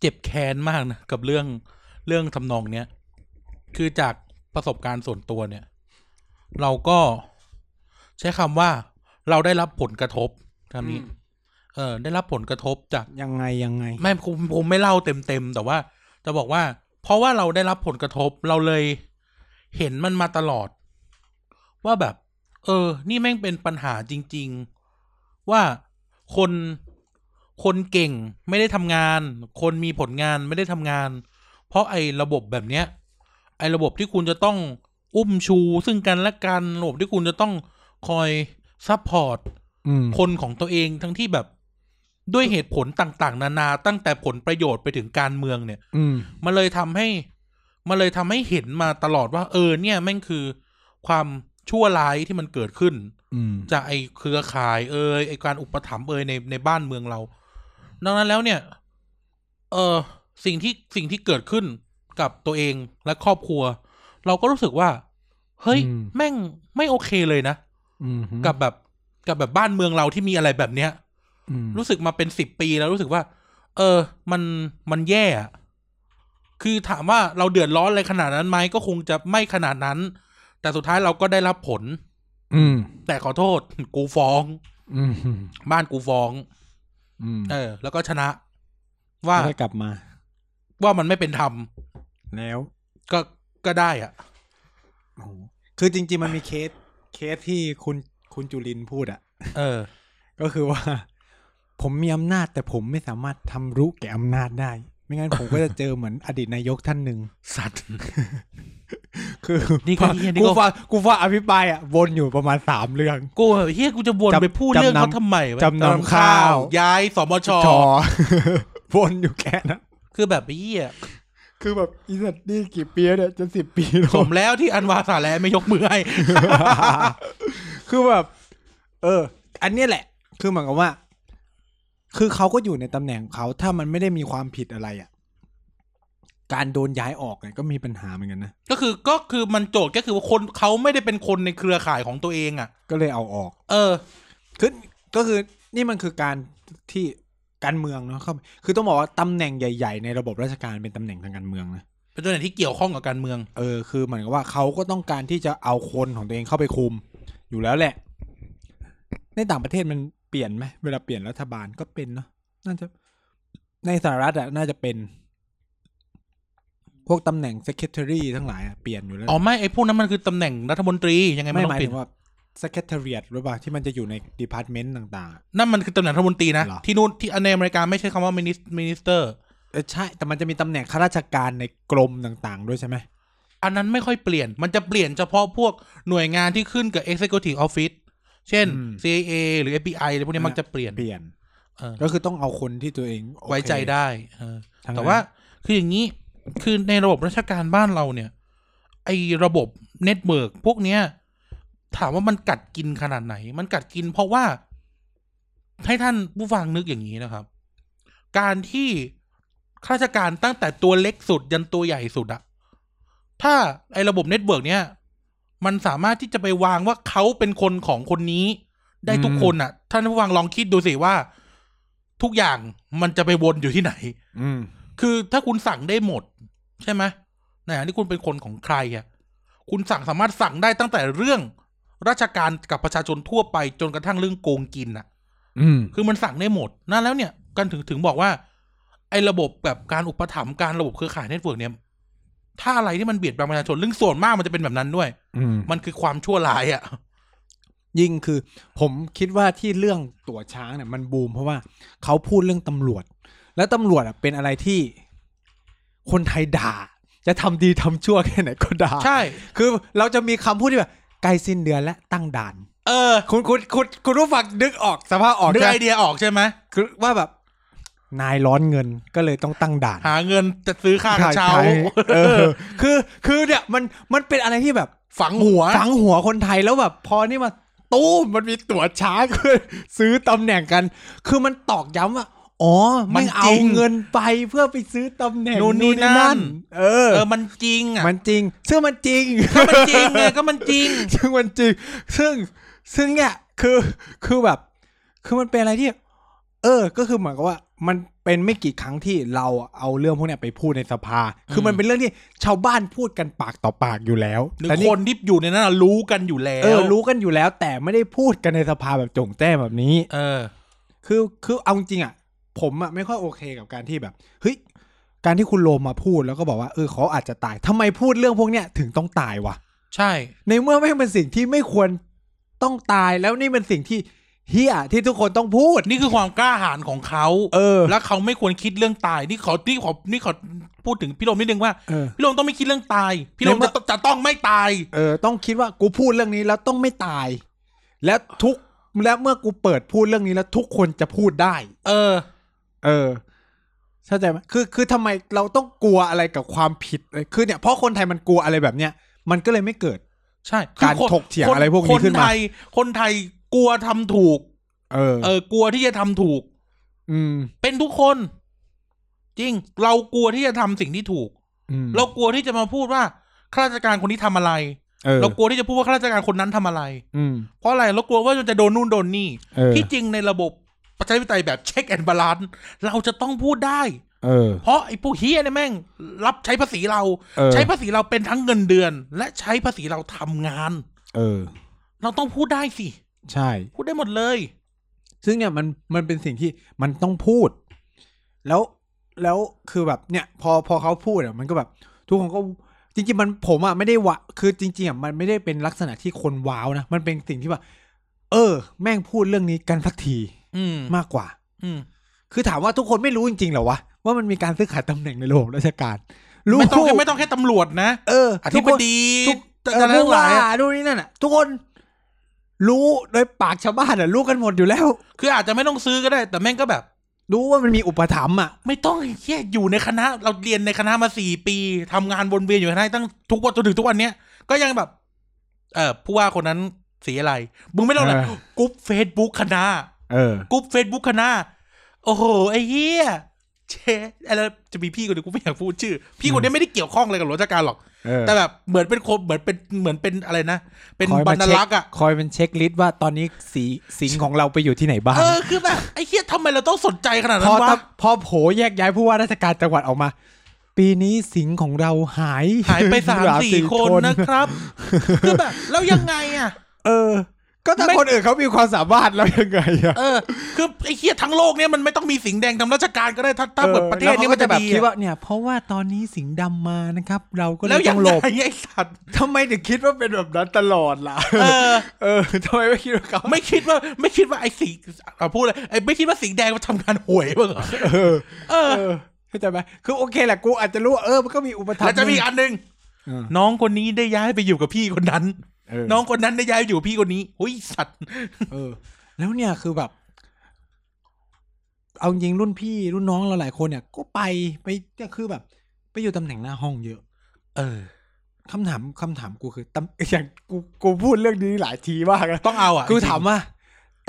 Speaker 2: เจ็บแค้นมากนะ กับเรื่องเรื่องทำนองเนี้ย คือจากประสบการณ์ส่วนตัวเนี่ย เราก็ใช้คำว่า เราได้รับผลกระทบคำนี้
Speaker 1: อืม
Speaker 2: เออ ได้รับผลกระทบจาก
Speaker 1: ยังไงยังไง
Speaker 2: ไม่ผมผมไม่เล่าเต็มๆแต่ว่า จะบอกว่า เพราะว่าเราได้รับผลกระทบเราเลยเห็นมันมาตลอด ว่าแบบ เออ นี่แม่งเป็นปัญหาจริง ๆ ว่าคนคนเก่งไม่ได้ทำงาน คนมีผลงานไม่ได้ทำงาน เพราะไอ้ระบบแบบเนี้ย ไอ้ระบบที่คุณจะต้องอุ้มชู ซึ่งกันและกันระบบที่คุณจะต้องคอยซัพพอร์ต
Speaker 1: อืม
Speaker 2: คนของตัวเองทั้งที่แบบด้วยเหตุผลต่างๆ นานา ตั้งแต่ผลประโยชน์ไปถึงการเมืองเนี่ย
Speaker 1: อืม
Speaker 2: มันเลยทำให้มันเลยทำให้เห็นมาตลอดว่าเออเนี่ยแม่งคือความชั่วร้ายที่มันเกิดขึ้น
Speaker 1: อืม
Speaker 2: จากไอ้เครือข่ายเอ่ยไอ้การอุปถัมภ์เอ่ยในในบ้านเมืองเรา ดังนั้นแล้วเนี่ย เออสิ่งที่สิ่งที่เกิดขึ้นกับตัวเองและครอบครัว เราก็รู้สึกว่า เฮ้ย
Speaker 1: อืม
Speaker 2: แม่งไม่โอเคเลยนะ
Speaker 1: อืม
Speaker 2: กับแบบกับแบบบ้านเมืองเราที่มีอะไรแบบเนี้ย
Speaker 1: อืม
Speaker 2: รู้สึกมาเป็นสิบปีแล้วรู้สึกว่า เออ มันมันแย่อะคือถามว่าเราเดือดร้อนอะไรขนาดนั้นไหมก็คงจะไม่ขนาดนั้น แต่สุดท้ายเราก็ได้รับผล
Speaker 1: อืม
Speaker 2: แต่ขอโทษ กูฟ้อง
Speaker 1: อืม
Speaker 2: บ้านกูฟ้อง
Speaker 1: อืม
Speaker 2: เออ แล้วก็ชนะ ว่า
Speaker 1: ได้กลับมา
Speaker 2: ว่ามันไม่เป็นธรรม
Speaker 1: แล้ว
Speaker 2: ก็ก็ได้อะ
Speaker 1: โอ้โหคือจริง ๆ มันมีเคส เคสที่คุณคุณจุลินทร์พูดอ่ะ
Speaker 2: เออ
Speaker 1: ก็คือว่า ผมมีอำนาจแต่ผมไม่สามารถทำรู้แก่อำนาจได้ ไม่ งั้นผมก็จะเจอเหมือนอดีตนายกท่านหนึ่ง
Speaker 2: สัตว์
Speaker 1: คือ
Speaker 2: นี่ก็เหี้ยนี่ก็
Speaker 1: กูฟังกูฟังอภิปรายอ่ะ วนอยู่ประมาณสามเรื่อง
Speaker 2: กูแบบเฮียกูจะวน
Speaker 1: จำ
Speaker 2: ไปพูดเรื่อง
Speaker 1: จำนำ
Speaker 2: เขาทำไมวะ
Speaker 1: จำนำข้าว
Speaker 2: ย้ายสมช
Speaker 1: ชอ วนอยู่แค่นั้น
Speaker 2: คือแบบไอ้เฮีย
Speaker 1: คือแบบอีสัตว์นี่กี่ปีแล้วเนี่ยจะสิบปีแล้ว
Speaker 2: สมแล้วที่อันวาสาแลไม่ยกมือให้
Speaker 1: คือแบบ เออ อันเนี้ยแหละ คือเหมือนกับว่า คือเขาก็อยู่ในตำแหน่งของเขาถ้ามันไม่ได้มีความผิดอะไรอะ่ะ การโดนย้ายออกเนี่ยก็มีปัญหาเหมือนกันนะ
Speaker 2: ก็คือก็คือมันโจทย์ก็คือว่าคนเขาไม่ได้เป็นคนในเครือข่ายของตัวเองอ่ะ
Speaker 1: ก็เลยเอาออก
Speaker 2: เออ
Speaker 1: คือก็คือนี่มันคือการที่การเมืองเนาะเข้าคือต้องบอกว่าตำแหน่งใหญ่ ๆ ในระบบราชการเป็นตำแหน่งทางการเมืองนะ
Speaker 2: เป็นตัวไหนที่เกี่ยวข้องกับการเมือง
Speaker 1: เออ คือเหมือนกับว่าเขาก็ต้องการที่จะเอาคนของตัวเองเข้าไปคุม อยู่แล้วแหละ ในต่างประเทศมันเปลี่ยนไหมเวลาเปลี่ยนรัฐบาลก็เป็นเนาะน่าจะ ในสหรัฐอะน่าจะเป็น พวกตำแหน่ง secretary ทั้งหลายอะเปลี่ยนอยู่แล้ว
Speaker 2: อ๋อไม่ไอ้พวกนั้นมันคือตำแหน่งรัฐมนตรียังไงมัน
Speaker 1: ไม่
Speaker 2: ต้อ
Speaker 1: หมาย
Speaker 2: งเปลี่ย
Speaker 1: ถึง
Speaker 2: น
Speaker 1: ว่า secretariat หรือเปล่าที่มันจะอยู่ใน department ต่าง
Speaker 2: นั่นมันคือตำแหน่งรัฐมนตรีนะ
Speaker 1: เหรอ
Speaker 2: ที่นู่นที่ในอเมริกาไม่ใช่คำว่ามินิสมินิสเตอร์
Speaker 1: ๆเออใช่ แต่มันจะมีตำแหน่งข้าราชการในกรมต่าง ๆ ด้วยใช่ไหม
Speaker 2: อันนั้นไม่ค่อยเปลี่ยน มันจะเปลี่ยนเฉพาะพวกหน่วยงานที่ขึ้นกับ Executive Office เช่น CIA หรือ FBI อะไรพวกนี้มันจะเปลี่ยน
Speaker 1: เปลี่ยน
Speaker 2: เออ
Speaker 1: ก็คือต้องเอาคนที่ตัวเองโอเค
Speaker 2: ไว้ใจได้เออ
Speaker 1: ทั้งนั้น
Speaker 2: แต่ว่าคืออย่างนี้ คือในระบบราชการบ้านเราเนี่ย ไอ้ระบบเน็ตเวิร์กพวกเนี้ย ถามว่ามันกัดกินขนาดไหน มันกัดกินเพราะว่า ให้ท่านผู้ฟังนึกอย่างนี้นะครับ การที่ข้าราชการตั้งแต่ตัวเล็กสุดยันตัวใหญ่สุดอะถ้าไอ้ระบบเน็ตเวิร์กเนี้ยมันสามารถที่จะไปวางว่าเขาเป็นคนของคนนี้ ได้ทุกคนอะท่านผู้ฟังลองคิดดูสิว่า ทุกอย่างมันจะไปวนอยู่ที่ไหน
Speaker 1: อืม
Speaker 2: คือถ้าคุณสั่งได้หมด ใช่ไหมในอันที่คุณเป็นคนของใครอ่ะ คุณสั่งสามารถสั่งได้ตั้งแต่เรื่อง ราชการกับประชาชนทั่วไปจนกระทั่งเรื่องโกงกินอ่ะ
Speaker 1: อืม
Speaker 2: คือมันสั่งได้หมด นั่นแล้วเนี่ยกันถึงถึงบอกว่า ไอ้ระบบแบบการอุปถัมภ์การระบบเครือข่ายเน็ตเวิร์กเนี่ย ถ้าอะไรที่มันเบียดบังประชาชนเรื่องส่วนมากมันจะเป็นแบบนั้นด้วย
Speaker 1: อืม
Speaker 2: มันคือความชั่วร้ายอ่ะ
Speaker 1: ยิ่งคือผมคิดว่าที่เรื่องตั๋วช้างเนี่ยมันบูมเพราะว่าเขาพูดเรื่องตำรวจ และตำรวจอ่ะเป็นอะไรที่คนไทยด่า จะทำดีทำชั่วแค่ไหนก็ด่า
Speaker 2: ใช่
Speaker 1: คือเราจะมีคำพูดที่แบบใกล้สิ้นเดือนและตั้งด่าน
Speaker 2: เออ
Speaker 1: คุณคุณคุณคุณรู้ฟังนึกออกสภาพออก
Speaker 2: นึก
Speaker 1: ใช่
Speaker 2: ไอ
Speaker 1: ไหม
Speaker 2: เดียออกใช่ไหม
Speaker 1: คือว่าแบบ นายร้อนเงินก็เลยต้องตั้งด่าน
Speaker 2: หาเงินจะซื้อค่ากระเช้า
Speaker 1: ใช่เออ คือคือเนี่ยมันมันเป็นอะไรที่แบบ
Speaker 2: ฝังหัว
Speaker 1: ฝังหัวคนไทยแล้วแบบพอนี่มาตู้มมันมีตั๋วช้าคือ ซื้อตำแหน่งกัน คือมันตอกย้ำว่าอ๋อ
Speaker 2: มั
Speaker 1: ไม่ง
Speaker 2: นจ
Speaker 1: เอา
Speaker 2: ริง
Speaker 1: เงินไปเพื่อไปซื้อตำแหน่ง
Speaker 2: นู่นนี่นั่น
Speaker 1: เออ
Speaker 2: เออมันจริงอ่ะ
Speaker 1: มันจริง ซึ่งมันจริง
Speaker 2: ก็มันจริงไงก็มันจริง
Speaker 1: ซึ่งมันจริง ซึ่งซึ่งเนี่ยคือคือแบบ คือมันเป็นอะไรที่ เออ ก็คือเหมือนกับว่า มันเป็นไม่กี่ครั้งที่เราเอาเรื่องพวกเนี้ยไปพูดในสภา คือมันเป็นเรื่องที่ชาวบ้านพูดกันปากต่อปากอยู่แล้ว
Speaker 2: หรือ
Speaker 1: แต่นี่
Speaker 2: คนที่อยู่ในนั้นนะรู้กันอยู่แล้
Speaker 1: เอ
Speaker 2: ว
Speaker 1: อรู้กันอยู่แล้วแต่ไม่ได้พูดกันในสภาแบบโจงแจ้งแบบนี้
Speaker 2: เออ
Speaker 1: คือคือเอาจริงๆอ่ะ ผมอ่ะไม่ค่อยโอเคกับการที่แบบเฮ้ยการที่คุณโลมมาพูดแล้วก็บอกว่าเออเขาอาจจะตายทำไมพูดเรื่องพวกเนี้ยถึงต้องตายวะ
Speaker 2: ใช่
Speaker 1: ในเมื่อไม่เป็นสิ่งที่ไม่ควรต้องตายแล้วนี่เป็นสิ่งที่เฮียที่ทุกคนต้องพูด
Speaker 2: นี่คือความกล้าหาญของเขา
Speaker 1: เออ
Speaker 2: แล้วเขาไม่ควรคิดเรื่องตายนี่ขอนี่ขอนี่ขอพูดถึงพี่ลมนิดนึงว่า
Speaker 1: เออ
Speaker 2: พี่ลมต้องไม่คิดเรื่องตาย พี่ลม
Speaker 1: ในเมื่
Speaker 2: จะ
Speaker 1: อ
Speaker 2: จะต้องไม่ตาย
Speaker 1: เออต้องคิดว่ากูพูดเรื่องนี้แล้วต้องไม่ตาย และทุกและเมื่อกูเปิดพูดเรื่องนี้แล้วทุกคนจะพูดได้
Speaker 2: เออ
Speaker 1: เออเข้าใจไหมคือคือทำไมเราต้องกลัวอะไรกับความผิดเลยคือเนี่ยเพราะคนไทยมันกลัวอะไรแบบเนี้ยมันก็เลยไม่เกิด
Speaker 2: ใช่
Speaker 1: การ
Speaker 2: คือคน
Speaker 1: ถกเถียง
Speaker 2: ค
Speaker 1: อะไรพวกนี้ขึ้นมา
Speaker 2: คนไทยคนไทยกลัวทำถูก
Speaker 1: เออ
Speaker 2: เออกลัวที่จะทำถูก
Speaker 1: อืม
Speaker 2: เป็นทุกคน จริง เรากลัวที่จะทำสิ่งที่ถูก
Speaker 1: อืม
Speaker 2: เรากลัวที่จะมาพูดว่าข้าราชการคนนี้ทำอะไร
Speaker 1: เออ
Speaker 2: เรากลัวที่จะพูดว่าข้าราชการคนนั้นทำอะไร
Speaker 1: อืม
Speaker 2: เพราะอะไรเรากลัวว่าจะโดนนู่นโดนนี่
Speaker 1: เออ
Speaker 2: ที่จริงในระบบประชาธิปไตยแบบเช็คแอนด์บาลานซ์เราจะต้องพูดได้
Speaker 1: เออ
Speaker 2: เพราะไอ้พวกเฮียเนี่ยแม่ง รับใช้ภาษีเรา
Speaker 1: เออ
Speaker 2: ใช้ภาษีเราเป็นทั้งเงินเดือน และใช้ภาษีเราทำงาน
Speaker 1: เออ
Speaker 2: เราต้องพูดได้สิ
Speaker 1: ใช่
Speaker 2: พูดได้หมดเลย
Speaker 1: ซึ่งเนี่ยมันมันเป็นสิ่งที่มันต้องพูด แล้วแล้วคือแบบเนี่ย พอพอเขาพูดอ่ะมันก็แบบ ทุกคนก็จริงๆมันผมอ่ะไม่ได้วะคือจริงๆอ่ะมันไม่ได้เป็นลักษณะที่คนว้าวนะมันเป็นสิ่งที่แบบเออ แม่งพูดเรื่องนี้กันสักที
Speaker 2: อืม
Speaker 1: มากกว่า
Speaker 2: อืม
Speaker 1: คือถามว่าทุกคนไม่รู้จริงๆเหรอวะ ว่ามันมีการซื้อขายตำแหน่งในระบบราชการ รู้
Speaker 2: ไม่ต้องแค่ไม่ต้องแค่ตำรวจนะ
Speaker 1: เออ
Speaker 2: อ
Speaker 1: ทุ
Speaker 2: ธิ
Speaker 1: ก
Speaker 2: บ
Speaker 1: คน
Speaker 2: ดี
Speaker 1: ทุกเออ
Speaker 2: อะไร
Speaker 1: ผู้
Speaker 2: ทั้งห
Speaker 1: ว่า
Speaker 2: ลายอะ
Speaker 1: ดูนนี่นั่นอ่ะ ทุกคนรู้โดยปากชาวบ้านอ่ะรู้กันหมดอยู่แล้ว
Speaker 2: คืออาจจะไม่ต้องซื้อก็ได้ แต่แม่งก็แบบ
Speaker 1: รู้ว่ามันมีอุปถัมภ์อ่ะ
Speaker 2: ไม่ต้องไอ้เฮียอยู่ในคณะ เราเรียนในคณะมาสี่ปีทำงานวนเวียนอยู่ในคณะตั้งทุกวันจนถึงทุกวันเนี้ยก็ยังแบบ เออผู้ว่าคนนั้นสีอะไร มึงไม่ต้องเลย
Speaker 1: เออ
Speaker 2: กรุ๊ปเฟซบุ๊กคณะ
Speaker 1: เออ
Speaker 2: กรุ๊ปเฟซบุ๊กคณะโอ้โห ไอ้เฮียเชอะไรจะมีพี่คนหนึงกูไม่อยากพูดชื่อ พี่คนนี้ไม่ได้เกี่ยวข้องอะไรกับรัชการหรอก
Speaker 1: เออ
Speaker 2: แต่แบบเหมือนเป็นคนเหมือนเป็นเหมือนเป็นอะไรนะ เป็น
Speaker 1: คอย
Speaker 2: บร
Speaker 1: มาร
Speaker 2: ณ
Speaker 1: เช็ค
Speaker 2: ลักษ์อ่ะ
Speaker 1: คอยเป็นเช็คลิสต์ว่าตอนนี้สีสิงของเราไปอยู่ที่ไหนบ้าง
Speaker 2: เออคือแบบไอ้เฮียทำไมเราต้องสนใจขนาด
Speaker 1: พ
Speaker 2: นั้
Speaker 1: อน
Speaker 2: วะ
Speaker 1: ตะพอโผแยกย้ายผู้ว่าราชการจังหวัดออกมา ปีนี้สิงของเราหาย
Speaker 2: หายไปสามสี่คนนะครับคือแบบแล้วยังไงอ่ะ
Speaker 1: เออ ก็ถ้า
Speaker 2: ไม่
Speaker 1: คนอื่นเขามีความสามารถแล้วยังไงอะ
Speaker 2: เออคือไอ้เฮียทั้งโลกเนี่ยมันไม่ต้องมีสิงห์แดงทำราชการก็ได้ถ้าถ้าเปิดประเทศ
Speaker 1: ออ
Speaker 2: นี้มันจะ
Speaker 1: แล้วขาก็
Speaker 2: ดี
Speaker 1: คิด
Speaker 2: อะ
Speaker 1: ว่าเนี่ยเพราะว่าตอนนี้สิงห์ดำมานะครับ เราก็เล
Speaker 2: แล้ว
Speaker 1: ย
Speaker 2: อ
Speaker 1: ต้อ
Speaker 2: ย่า
Speaker 1: ง งหลบ
Speaker 2: ไรไอ้สัตว์
Speaker 1: ทำไมถึงคิดว่าเป็นแบบนั้นตลอดล่ะ
Speaker 2: เออ
Speaker 1: เออทำไมไม่คิดว่าเขา
Speaker 2: ไม่คิดว่าไม่คิดว่าไอ้สิงห์เอาพูดเลยไอ้ไม่คิดว่าสิงห์แดงมาทำงานห่วยบ้างเหรอ
Speaker 1: เออ
Speaker 2: เออ
Speaker 1: เออเข้าใจไหมคือโอเคแหละกูอาจจะรู้ว่าเออมันก็มีอุปทาน
Speaker 2: แล้วจะมีอีกอันหนึ่ง
Speaker 1: เออ
Speaker 2: น้องคนนี้ได้ย้ายไปอยู่กับพี่คนนั้น
Speaker 1: เออ
Speaker 2: น้องคนนั้นได้ย้ายไปอยู่กับพี่คนนี้หุ้ยสัตว์
Speaker 1: เออ แล้วเนี่ยคือแบบ เอาจริงรุ่นพี่รุ่นน้องเราหลายคนเนี่ย ก็ไปไปเนี่ยคือแบบ ไปอยู่ตำแหน่งหน้าห้องเยอะ
Speaker 2: เออ
Speaker 1: คำถามคำถามกูคือตำอย่างกูกูพูดเรื่องนี้หลายทีมากแล้ว
Speaker 2: ต้องเอาอ่ะ
Speaker 1: กูถามว่า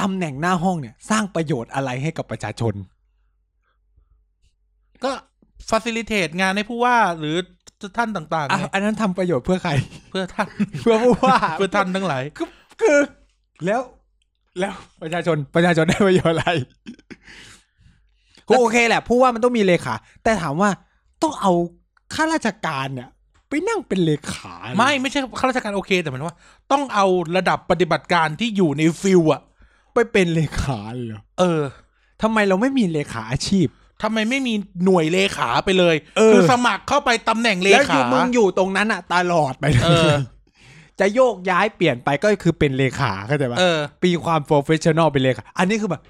Speaker 1: ตำแหน่งหน้าห้องเนี่ย สร้างประโยชน์อะไรให้กับประชาชน
Speaker 2: ก็ฟ a ซิลิเทตงานให้ผู้ว่าหรือท่านต่างๆ
Speaker 1: อ่ะ
Speaker 2: ไง
Speaker 1: อันนั้นทำประโยชน์เพื่อใคร
Speaker 2: เพื่อท่าน
Speaker 1: เพื่อผู้ว่า
Speaker 2: เพื่อท่านทั้งหลาย
Speaker 1: คือคือแล้วแล้วประชาชนประชาชนได้ประโยชน์อะไรก็โอเคแหละผู้ว่ามันต้องมีเลขา แต่ถามว่าต้องเอาข้าราชการเนี่ย ไปนั่งเป็นเลขาเนี่ย
Speaker 2: ไม่ไม่ใช่ข้าราชการโอเค แต่หมายถึงว่า ต้องเอาระดับปฏิบัติการที่อยู่ในฟิลอะ
Speaker 1: ไปเป็นเลขาเลยเหรอ
Speaker 2: เออ
Speaker 1: ทำไมเราไม่มีเลขาอาชีพ
Speaker 2: ทำไมไม่มีหน่วยเลขาไปเลย
Speaker 1: เออ
Speaker 2: คือสมัครเข้าไปตำแหน่งเล
Speaker 1: แล้วอ
Speaker 2: ขา
Speaker 1: ยู่มึงอยู่ตรงนั้นอะตลอดไปเล
Speaker 2: เออ
Speaker 1: ยจะโยกย้ายเปลี่ยนไปก็คือเป็นเลขาเข้าใจปะ
Speaker 2: เออ
Speaker 1: ปีความโปรเฟชชั่นอลเป็นเลขาอันนี้คือแบบ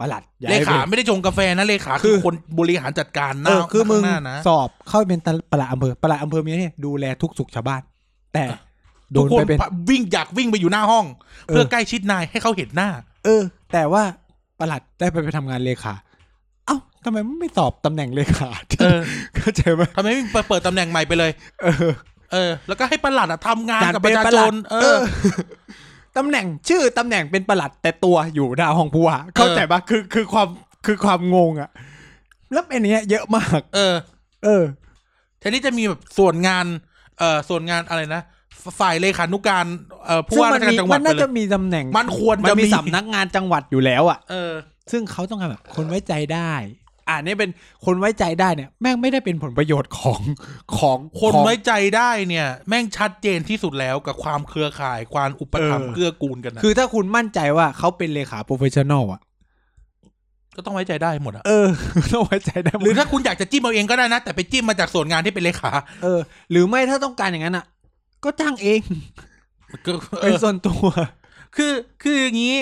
Speaker 1: ประหลัดย้ย
Speaker 2: เล
Speaker 1: ไป
Speaker 2: ขาไม่ได้จงกาแฟนะเลขา
Speaker 1: คื
Speaker 2: คือ อคนบริหารจัดการห
Speaker 1: เอ
Speaker 2: น้า
Speaker 1: อคือมึง
Speaker 2: ข้าหน้านะ
Speaker 1: สอบเข้าไปเป็นตะประหลัดอำเภอประหลัดอำเภอมีหน้าที่ดูแลทุกสุขชาวบ้าน แต่
Speaker 2: อ่ะ
Speaker 1: โด
Speaker 2: ทุก
Speaker 1: น
Speaker 2: คน
Speaker 1: ไปเป็น
Speaker 2: วิ่งอยากวิ่งไปอยู่หน้าห้อง
Speaker 1: เออ
Speaker 2: เพื่อใกล้ชิดนายให้เขาเห็นหน้า
Speaker 1: เออ แต่ว่าประหลัดได้ไปไปทำงานเลขาเอ้าทำไมไม่สอบตำแหน่งเลขาที่
Speaker 2: เออ
Speaker 1: เข้าใจไหม
Speaker 2: ทำไมไม่ไปเปิดตำแหน่งใหม่ไปเลย
Speaker 1: เออ
Speaker 2: เออ แล้วก็ให้ประหลัดอะทำงานกับประชา
Speaker 1: อ
Speaker 2: ช
Speaker 1: ย
Speaker 2: น
Speaker 1: ก
Speaker 2: เอ
Speaker 1: เอ
Speaker 2: อ
Speaker 1: อตำแหน่งชื่อตำแหน่งเป็นประหลัดแต่ตัวอยู่หน้าห้องผู้ว่าเข้าใจปะคือคือความคือความงงอะแล้วเป็นอย่างเงี้ยเยอะมาก
Speaker 2: เออ
Speaker 1: เออ
Speaker 2: ทีนี้จะมีแบบส่วนงาน เอ่อ ส่วนงานอะไรนะ ฝ่ายเลขานุการ เอ่อ ผู้ว่าราชการจังหวั
Speaker 1: มั
Speaker 2: ด
Speaker 1: น
Speaker 2: ไป
Speaker 1: น่า
Speaker 2: เล
Speaker 1: จะ
Speaker 2: ย
Speaker 1: มีตำแหน่ง
Speaker 2: มันควร
Speaker 1: มัน
Speaker 2: จะ
Speaker 1: มี
Speaker 2: มี
Speaker 1: สำนักงานจังหวัดอยู่แล้วอะ
Speaker 2: เออ
Speaker 1: ซึ่งเขาต้องการแบบคนไว้ใจได้ อ่านี่เป็นคนไว้ใจได้เนี่ย แม่งไม่ได้เป็นผลประโยชน์ของของ
Speaker 2: คน
Speaker 1: ของ
Speaker 2: ไว้ใจได้เนี่ย แม่งชัดเจนที่สุดแล้วกับความเครือข่าย ความอุปถัมภ์
Speaker 1: เออ
Speaker 2: เกื้อกูลกันนะ
Speaker 1: คือถ้าคุณมั่นใจว่าเขาเป็นเลขาโปรเฟชชั่นอลอ่ะ
Speaker 2: ก็ต้องไว้ใจได้หมดอะ
Speaker 1: เออ ต้องไว้ใจได้
Speaker 2: หรือถ้าคุณอยากจะจิ้มเอาเองก็ได้นะ แต่ไปจิ้มมาจากส่วนงานที่เป็นเลขา
Speaker 1: เออ หรือไม่ถ้าต้องการอย่างนั้นอ่ะ ก็จ้างเอง
Speaker 2: ก็เอ
Speaker 1: เป็น
Speaker 2: อ
Speaker 1: ส่วนตัว
Speaker 2: คือคืออย่างนี้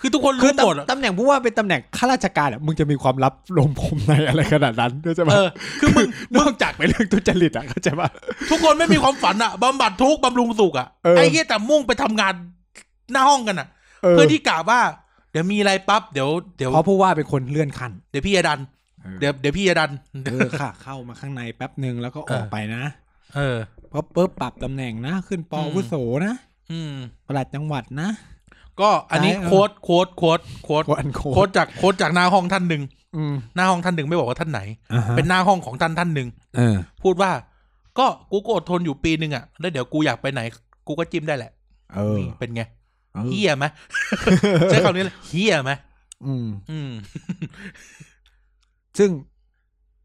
Speaker 2: คือทุกคน
Speaker 1: คือ
Speaker 2: รู้หมดอะ
Speaker 1: ตำตำแหน่งผู้ว่าเป็นตำแหน่งข้าราชการอ่ะมึงจะมีความลับลงผมในอะไรขนาดนั้นด้วยใช่ปะ
Speaker 2: เออ คือมึง
Speaker 1: น
Speaker 2: มึ
Speaker 1: อก
Speaker 2: ง
Speaker 1: จากเป็นเรื่องทุจริตอ่ะเข้าใจปะ
Speaker 2: ทุกคนไม่มีความฝันอะบำบัดทุกข์บำรุงสุขอะ
Speaker 1: เออ
Speaker 2: ไอ้เหี้ยแต่มุ่งไปทำงานหน้าห้องกันอะ
Speaker 1: เออ
Speaker 2: เพื่อที่กะว่า เดี๋ยวมีอะไรปั๊บเดี๋ยวเดี๋ยว
Speaker 1: เพราะผู้ว่าเป็นคนเลื่อนขั้น
Speaker 2: เดี๋ยวพี่จะดัน
Speaker 1: เออ
Speaker 2: เดี๋ยวเดี๋ยวพี่จะดัน
Speaker 1: เออค่ะ เข้ามาข้างในแป๊บหนึ่งแล้วก็ออกไปนะ
Speaker 2: เออ
Speaker 1: พอปุ๊บปรับตำแหน่งนะ ขึ้นปอ
Speaker 2: อืม
Speaker 1: อาวุโสนะ
Speaker 2: อืม
Speaker 1: ประหลัดจังหวัดนะ
Speaker 2: ก็อันนี้
Speaker 1: ได้เออ
Speaker 2: โค้ดโค้ดโค้ดโค้ด
Speaker 1: โคอันโค
Speaker 2: โค้ดจากโค้ดจากหน้าห้องท่านหนึ่ง
Speaker 1: อืม
Speaker 2: หน้าห้องท่านหนึ่งไม่บอกว่าท่านไหน
Speaker 1: อ่าฮะ
Speaker 2: เป็นหน้าห้องของท่านท่านหนึ่ง
Speaker 1: เออ
Speaker 2: พูดว่า ก็กูก็อดทนอยู่ปีหนึ่งอะแล้วเดี๋ยวกูอยากไปไหน กูก็จิ้มได้แหละ
Speaker 1: เออ
Speaker 2: นี่เป็นไง
Speaker 1: เออ
Speaker 2: เฮีย ไหม ใช้คำนี้เลยเฮียไหม
Speaker 1: อืม
Speaker 2: อืม
Speaker 1: ซึ่ง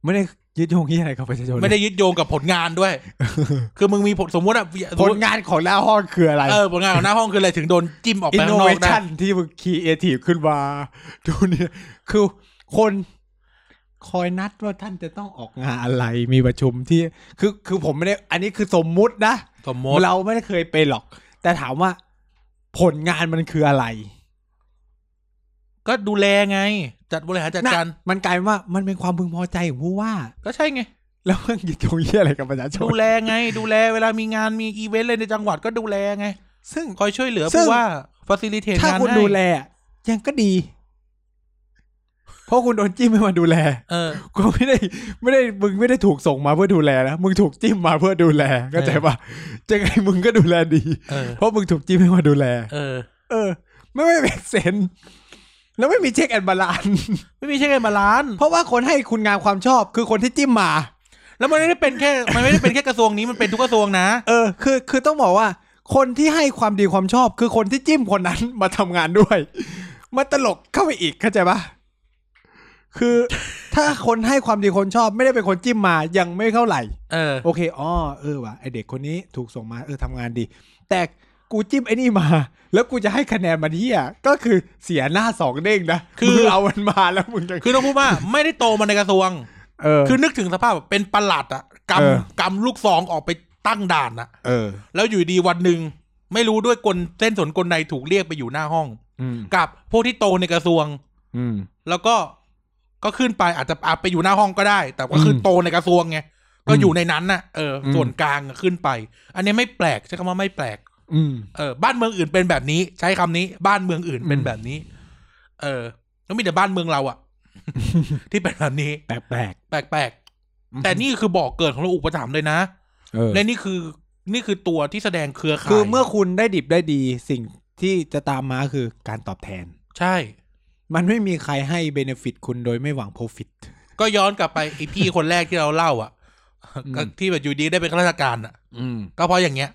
Speaker 1: ไม่ได้ยึดโยงที่อะไรกับประชาชน
Speaker 2: ไม่ได้ยึดโยงกับผลงานด้วย คือมึงมีผลสมมติอะส
Speaker 1: ผ
Speaker 2: ม
Speaker 1: ล
Speaker 2: มุติ
Speaker 1: งานของหน้าห้องคืออะไร
Speaker 2: เออผลงานของหน้าห้องคืออะไรถึงโดนจิ้มออกไป
Speaker 1: อิน
Speaker 2: ข้า
Speaker 1: โน
Speaker 2: งนอ
Speaker 1: เว
Speaker 2: กได้
Speaker 1: ชันที่มึงคีเอทีฟขึ้นมาดูเนี่ยคือคนคอยนัดว่าท่านจะต้องออกงานอะไรมีประชุมที่ คือคือผมไม่ได้ อันนี้คือสมมุตินะ
Speaker 2: สมมติ
Speaker 1: เราไม่ได้เคยเป็นหรอก แต่ถามว่า ผลงานมันคืออะไร
Speaker 2: ก็ดูแลไง จัดบริหารจัดการ
Speaker 1: น่ะมันกลายเป็นว่ามันเป็นความพึงพอใจของผู้ว่า
Speaker 2: ก็ใช่ไง
Speaker 1: แล้วมันยึดโยงเยี่ยอะไรกับประชาช
Speaker 2: ดู
Speaker 1: น
Speaker 2: แลไง ดูแลเวลามีงานมีอีเวนต์อะไรในจังหวัดก็ดูแลไง
Speaker 1: ซึ่ง
Speaker 2: คอยช่วยเหลือ
Speaker 1: ซึ่ง
Speaker 2: ผู้ว่าฟ a ซิลิเท
Speaker 1: ถ้าง
Speaker 2: ตาน
Speaker 1: คุณ
Speaker 2: ให้
Speaker 1: ดูแลอ่ะยังก็ดี เพราะคุณโดนจิ้มให้มาดูแล
Speaker 2: เออ
Speaker 1: คุณไม่ได้ ไม่ได้มึงไม่ได้ถูกส่งมาเพื่อดูแลนะมึงถูกจิ้มมาเพื่อดูแลเข้าใจปะยังไงมึงก็ดูแลดี
Speaker 2: เออ
Speaker 1: เพราะมึงถูกจิ้มให้มาดูแล
Speaker 2: เออ
Speaker 1: เออ ไม่ไม่เป็นเซนแล้วไม่มีเช็คแอนบาลาน
Speaker 2: ไม่มีใช่ไงมาล้าน
Speaker 1: เพราะว่าคนให้คุณงามความชอบ คือคนที่จิ้มมา
Speaker 2: แล้วมันไม่ได้เป็นแค่ มันไม่ได้เป็นแค่กระทรวงนี้มันเป็นทุกกระทรวงนะ
Speaker 1: เออคือคือต้องบอกว่า คนที่ให้ความดีความชอบ คือคนที่จิ้มคนนั้น มาทำงานด้วยมันตลกเข้าไปอีกเข้าใจปะคือถ้าคนให้ความดีคนชอบ ไม่ได้เป็นคนจิ้มมายังไม่เท่าไหร่
Speaker 2: เออ
Speaker 1: โอเคอ๋อเออว่ะไอเด็กคนนี้ถูกส่งมาเออทำงานดี แต่กูจิ้มไอ้นี่มา แล้วกูจะให้คะแนนมันเฮียก็คือเสียหน้าสองเด้งนะ
Speaker 2: คือ
Speaker 1: มึงเอามันมาแล้วมึงจะ
Speaker 2: คือต้องพูดว่า ไม่ได้โตมาในกระทรวง
Speaker 1: เออ
Speaker 2: คือนึกถึงสภาพแบบเป็นประหลัดอะก
Speaker 1: เออ
Speaker 2: ำกำลูกซองออกไปตั้งด่านอะ
Speaker 1: เออ
Speaker 2: แล้วอยู่ดีวันหนึ่งไม่รู้ด้วยกลเส้นสนกลในถูกเรียกไปอยู่หน้าห้อง
Speaker 1: อืม
Speaker 2: กับพวกที่โตในกระทรวง
Speaker 1: อืม
Speaker 2: แล้วก็ก็ขึ้นไปอาจจะอาจไปอยู่หน้าห้องก็ได้ แต่ว่าขึ้น
Speaker 1: อืม
Speaker 2: โตในกระทรวงไงก็อยู่ในนั้นน่ะเอออ
Speaker 1: ม
Speaker 2: ส่วนกลางอะขึ้นไป อันนี้ไม่แปลกใช้คำว่าไม่แปลก
Speaker 1: อืม
Speaker 2: เออบ้านเมืองอื่นเป็นแบบนี้ ใช้คำนี้ บ้านเมืองอื่นเป็น
Speaker 1: อืม
Speaker 2: แบบนี้ เออแล้วมีแต่บ้านเมืองเราอะ ที่เป็นแบบนี้
Speaker 1: แปลก
Speaker 2: แปลก แต่นี่คือบอกเกิดของเราอุปถัมภ์เลยนะ
Speaker 1: เออ
Speaker 2: และนี่คือนี่คือตัวที่แสดงเครือข่าย
Speaker 1: คือเมื่อคุณได้ดิบได้ดีสิ่งที่จะตามมาคือการตอบแทน
Speaker 2: ใช่
Speaker 1: มันไม่มีใครให้เบเนฟิตคุณโดยไม่หวังโปรฟิต
Speaker 2: ก็ย้อนกลับไปไอพี่คนแรกที่เราเล่าอ่ะ
Speaker 1: อืม
Speaker 2: ก็ที่แบบอยู่ดีได้เป็นข้าราชการอ่ะ
Speaker 1: อืม
Speaker 2: ก็เพราะอย่างเงี้ย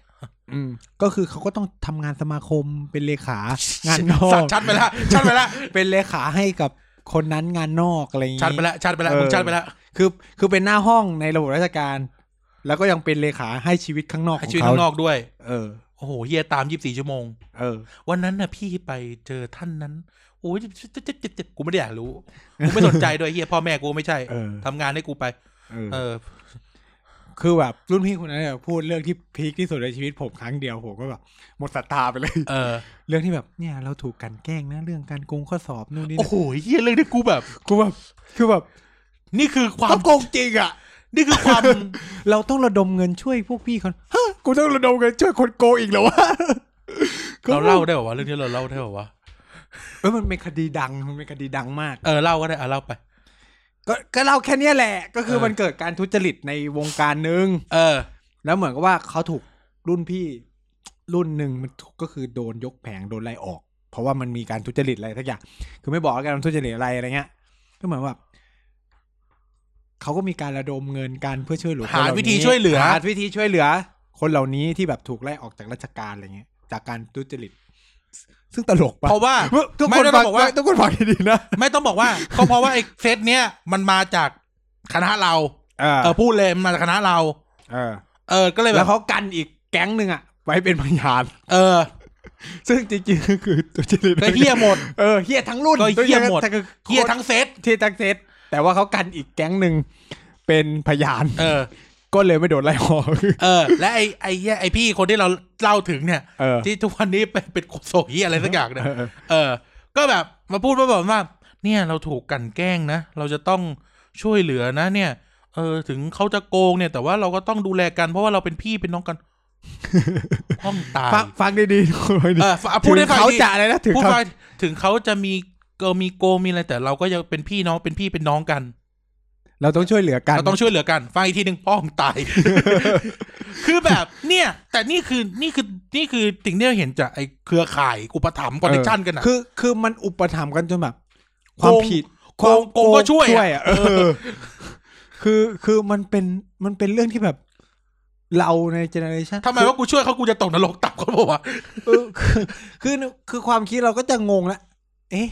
Speaker 1: อืม ก็คือเขาก็ต้องทำงานสมาคมเป็นเล ขา งานนอ
Speaker 2: สัต
Speaker 1: ก
Speaker 2: ว์ชัดไปละชัดไปละ
Speaker 1: เป็นเลขาให้กับคนนั้นงานนอกอะไรอย่าง
Speaker 2: ชัด
Speaker 1: งี้
Speaker 2: ไปละชัดไปละ
Speaker 1: เออ
Speaker 2: มึงชัดไปละ
Speaker 1: คือคือเป็นหน้าห้องในระบบราชการ แล้วก็ยังเป็นเลขาให้ชีวิตข้างนอกข
Speaker 2: ให้
Speaker 1: อง
Speaker 2: ชีวิต
Speaker 1: เขา
Speaker 2: ข้างนอกด้วย
Speaker 1: เออ
Speaker 2: โอ้โหเฮียตามยี่สิบสี่ชั่วโมง
Speaker 1: เออ
Speaker 2: วันนั้นน่ะพี่ไปเจอท่านนั้นโอ้ยเจ็บเจ็บเจ็บเจ็บกูไม่ได้อยากรู้กูไม่สนใจด้วยเฮียพ่อแม่กูไม่ใช่
Speaker 1: เออ
Speaker 2: ทำงานให้กูไป
Speaker 1: เออ
Speaker 2: เออ
Speaker 1: คือแบบรุ่นพี่คนนั้นเนี่ยพูดเรื่องที่พีคที่สุดในชีวิตผมครั้งเดียวผมก็แบบหมดศรัทธาไปเลย
Speaker 2: เออ
Speaker 1: เรื่องที่แบบเนี่ยเราถูกกลันแกล้งนะเรื่องการโกงข้อสอบนู่นนี่
Speaker 2: โอ้
Speaker 1: นั่น
Speaker 2: โหเฮียเรื่องที่กูแบบ
Speaker 1: กูแบบคือแบบ
Speaker 2: นี่คือความ
Speaker 1: ต้องโกงจริงอ่ะ
Speaker 2: นี่คือความ
Speaker 1: เราต้องระดมเงินช่วยพวกพี่เขาฮะ กูต้องระดมเงินช่วยคนโกงอีกเหรอว ะ
Speaker 2: เราเล่าได้แบบว่าวะเรื่องที่เราเล่าได้แบบว่าวะ
Speaker 1: เออมันเป็นคดีดังมันเป็นคดีดังมาก
Speaker 2: เออเล่าก็ได้อ่ะเล่าไป
Speaker 1: ก็ก็เล่าแค่เนี้ยแหละ ก็คือ
Speaker 2: เออ
Speaker 1: มันเกิดการทุจริตในวงการหนึ่ง
Speaker 2: เออ
Speaker 1: แล้วเหมือนกับว่าเขาถูกรุ่นพี่ รุ่นหนึ่งมันก็คือโดนยกแผงโดนไล่ออก เพราะว่ามันมีการทุจริตอะไรทักอย่างคือไม่บอกว่าการทุจริตอะไรอะไรเงี้ยก็เหมือนว่าเขาก็มีการระดมเงินการเพื่อช่วยเหลือคน
Speaker 2: หา
Speaker 1: เล่นี้
Speaker 2: วิธีช่วยเหลือ
Speaker 1: หาวิธีช่วยเหลือ คนเหล่านี้ที่แบบถูกไล่ออกจากราชการอะไรเงี้ย จากการทุจริต ซึ่งตลกปะ
Speaker 2: เพราะว่า
Speaker 1: ทุก
Speaker 2: ไม่
Speaker 1: คน
Speaker 2: ต้อง
Speaker 1: ฟัง
Speaker 2: บอกว่า
Speaker 1: ทุกคนฟังให้ดีนะ
Speaker 2: ไม่ต้องบอกว่าเขาเพราะว่าไอ้เซตเนี้ยมันมาจากคณะเรา
Speaker 1: เออ
Speaker 2: เออพูดเลยมันมาจากคณะเรา
Speaker 1: เออ
Speaker 2: เออก็เลยแบ
Speaker 1: แล้ว
Speaker 2: บ
Speaker 1: เขากันอีกแก๊งหนึ่งอะไว้เป็นพยาน
Speaker 2: เออ
Speaker 1: ซึ่งจริงๆก็คือตัวจริต
Speaker 2: ก็เฮียหมด
Speaker 1: เออเฮียทั้งรุ่น
Speaker 2: ก็เหี้ยหมด
Speaker 1: ตัวจริต
Speaker 2: เฮียทั้งเซต
Speaker 1: เฮียทั้งเซตแต่ว่าเขากันอีกแก๊งหนึ่งเป็นพยาน
Speaker 2: เออ
Speaker 1: ก็เลยไม่โดนไล่ออก
Speaker 2: เออ และไอ้ไอ้เฮียไอ้พี่คนที่เราเล่าถึงเนี่ย
Speaker 1: เออ
Speaker 2: ที่ทุกวันนี้เป็นเป็นโคโซเฮียอะไรสักอย่างเนี่ย
Speaker 1: เออเออ
Speaker 2: เออ ก็แบบมาพูดว่าแบบว่า เนี่ยเราถูกกลันแกล้งนะ เราจะต้องช่วยเหลือนะ เนี่ย เออ ถึงเขาจะโกงเนี่ย แต่ว่าเราก็ต้องดูแลกันเพราะว่าเราเป็นพี่เป็นน้องกัน ห้องตาย
Speaker 1: ฟังฟังดีๆฟังดี
Speaker 2: เออฟังพูดให้
Speaker 1: ถึง
Speaker 2: ฟัง
Speaker 1: เขา
Speaker 2: ดิ
Speaker 1: จะอะไรนะถึง
Speaker 2: พูด
Speaker 1: เขา
Speaker 2: ไปถึงเขาจะมีเก็มีโกงมีอะไรแต่เราก็ยังเป็นพี่น้องเป็นพี่เป็นน้องกัน
Speaker 1: เราต้องช่วยเหลือกัน
Speaker 2: เราต้องช่วยเหลือกันฟังอีกทีหนึ่งพ่อผมตาย คือแบบเนี่ย แต่นี่คือนี่คือนี่คือสิ่งที่เราเห็นจากไอ้เครือข่ายอุปถัมภ์คอนเนคชั่นกันอะ
Speaker 1: คือคือมันอุปถัมภ์กันจนแบบความ
Speaker 2: โกง
Speaker 1: ผิด
Speaker 2: โกงโกงก็ช่วยอะ
Speaker 1: อะเออ คือคือมันเป็นมันเป็นเรื่องที่แบบ เราในเจเนอเรชัน
Speaker 2: ทำไมว่ากูช่วยเขากูจะตกนรกต่ำเขาบอกว่า
Speaker 1: เออคือคือคือความคิดเราก็จะงงละ เอ๊ะ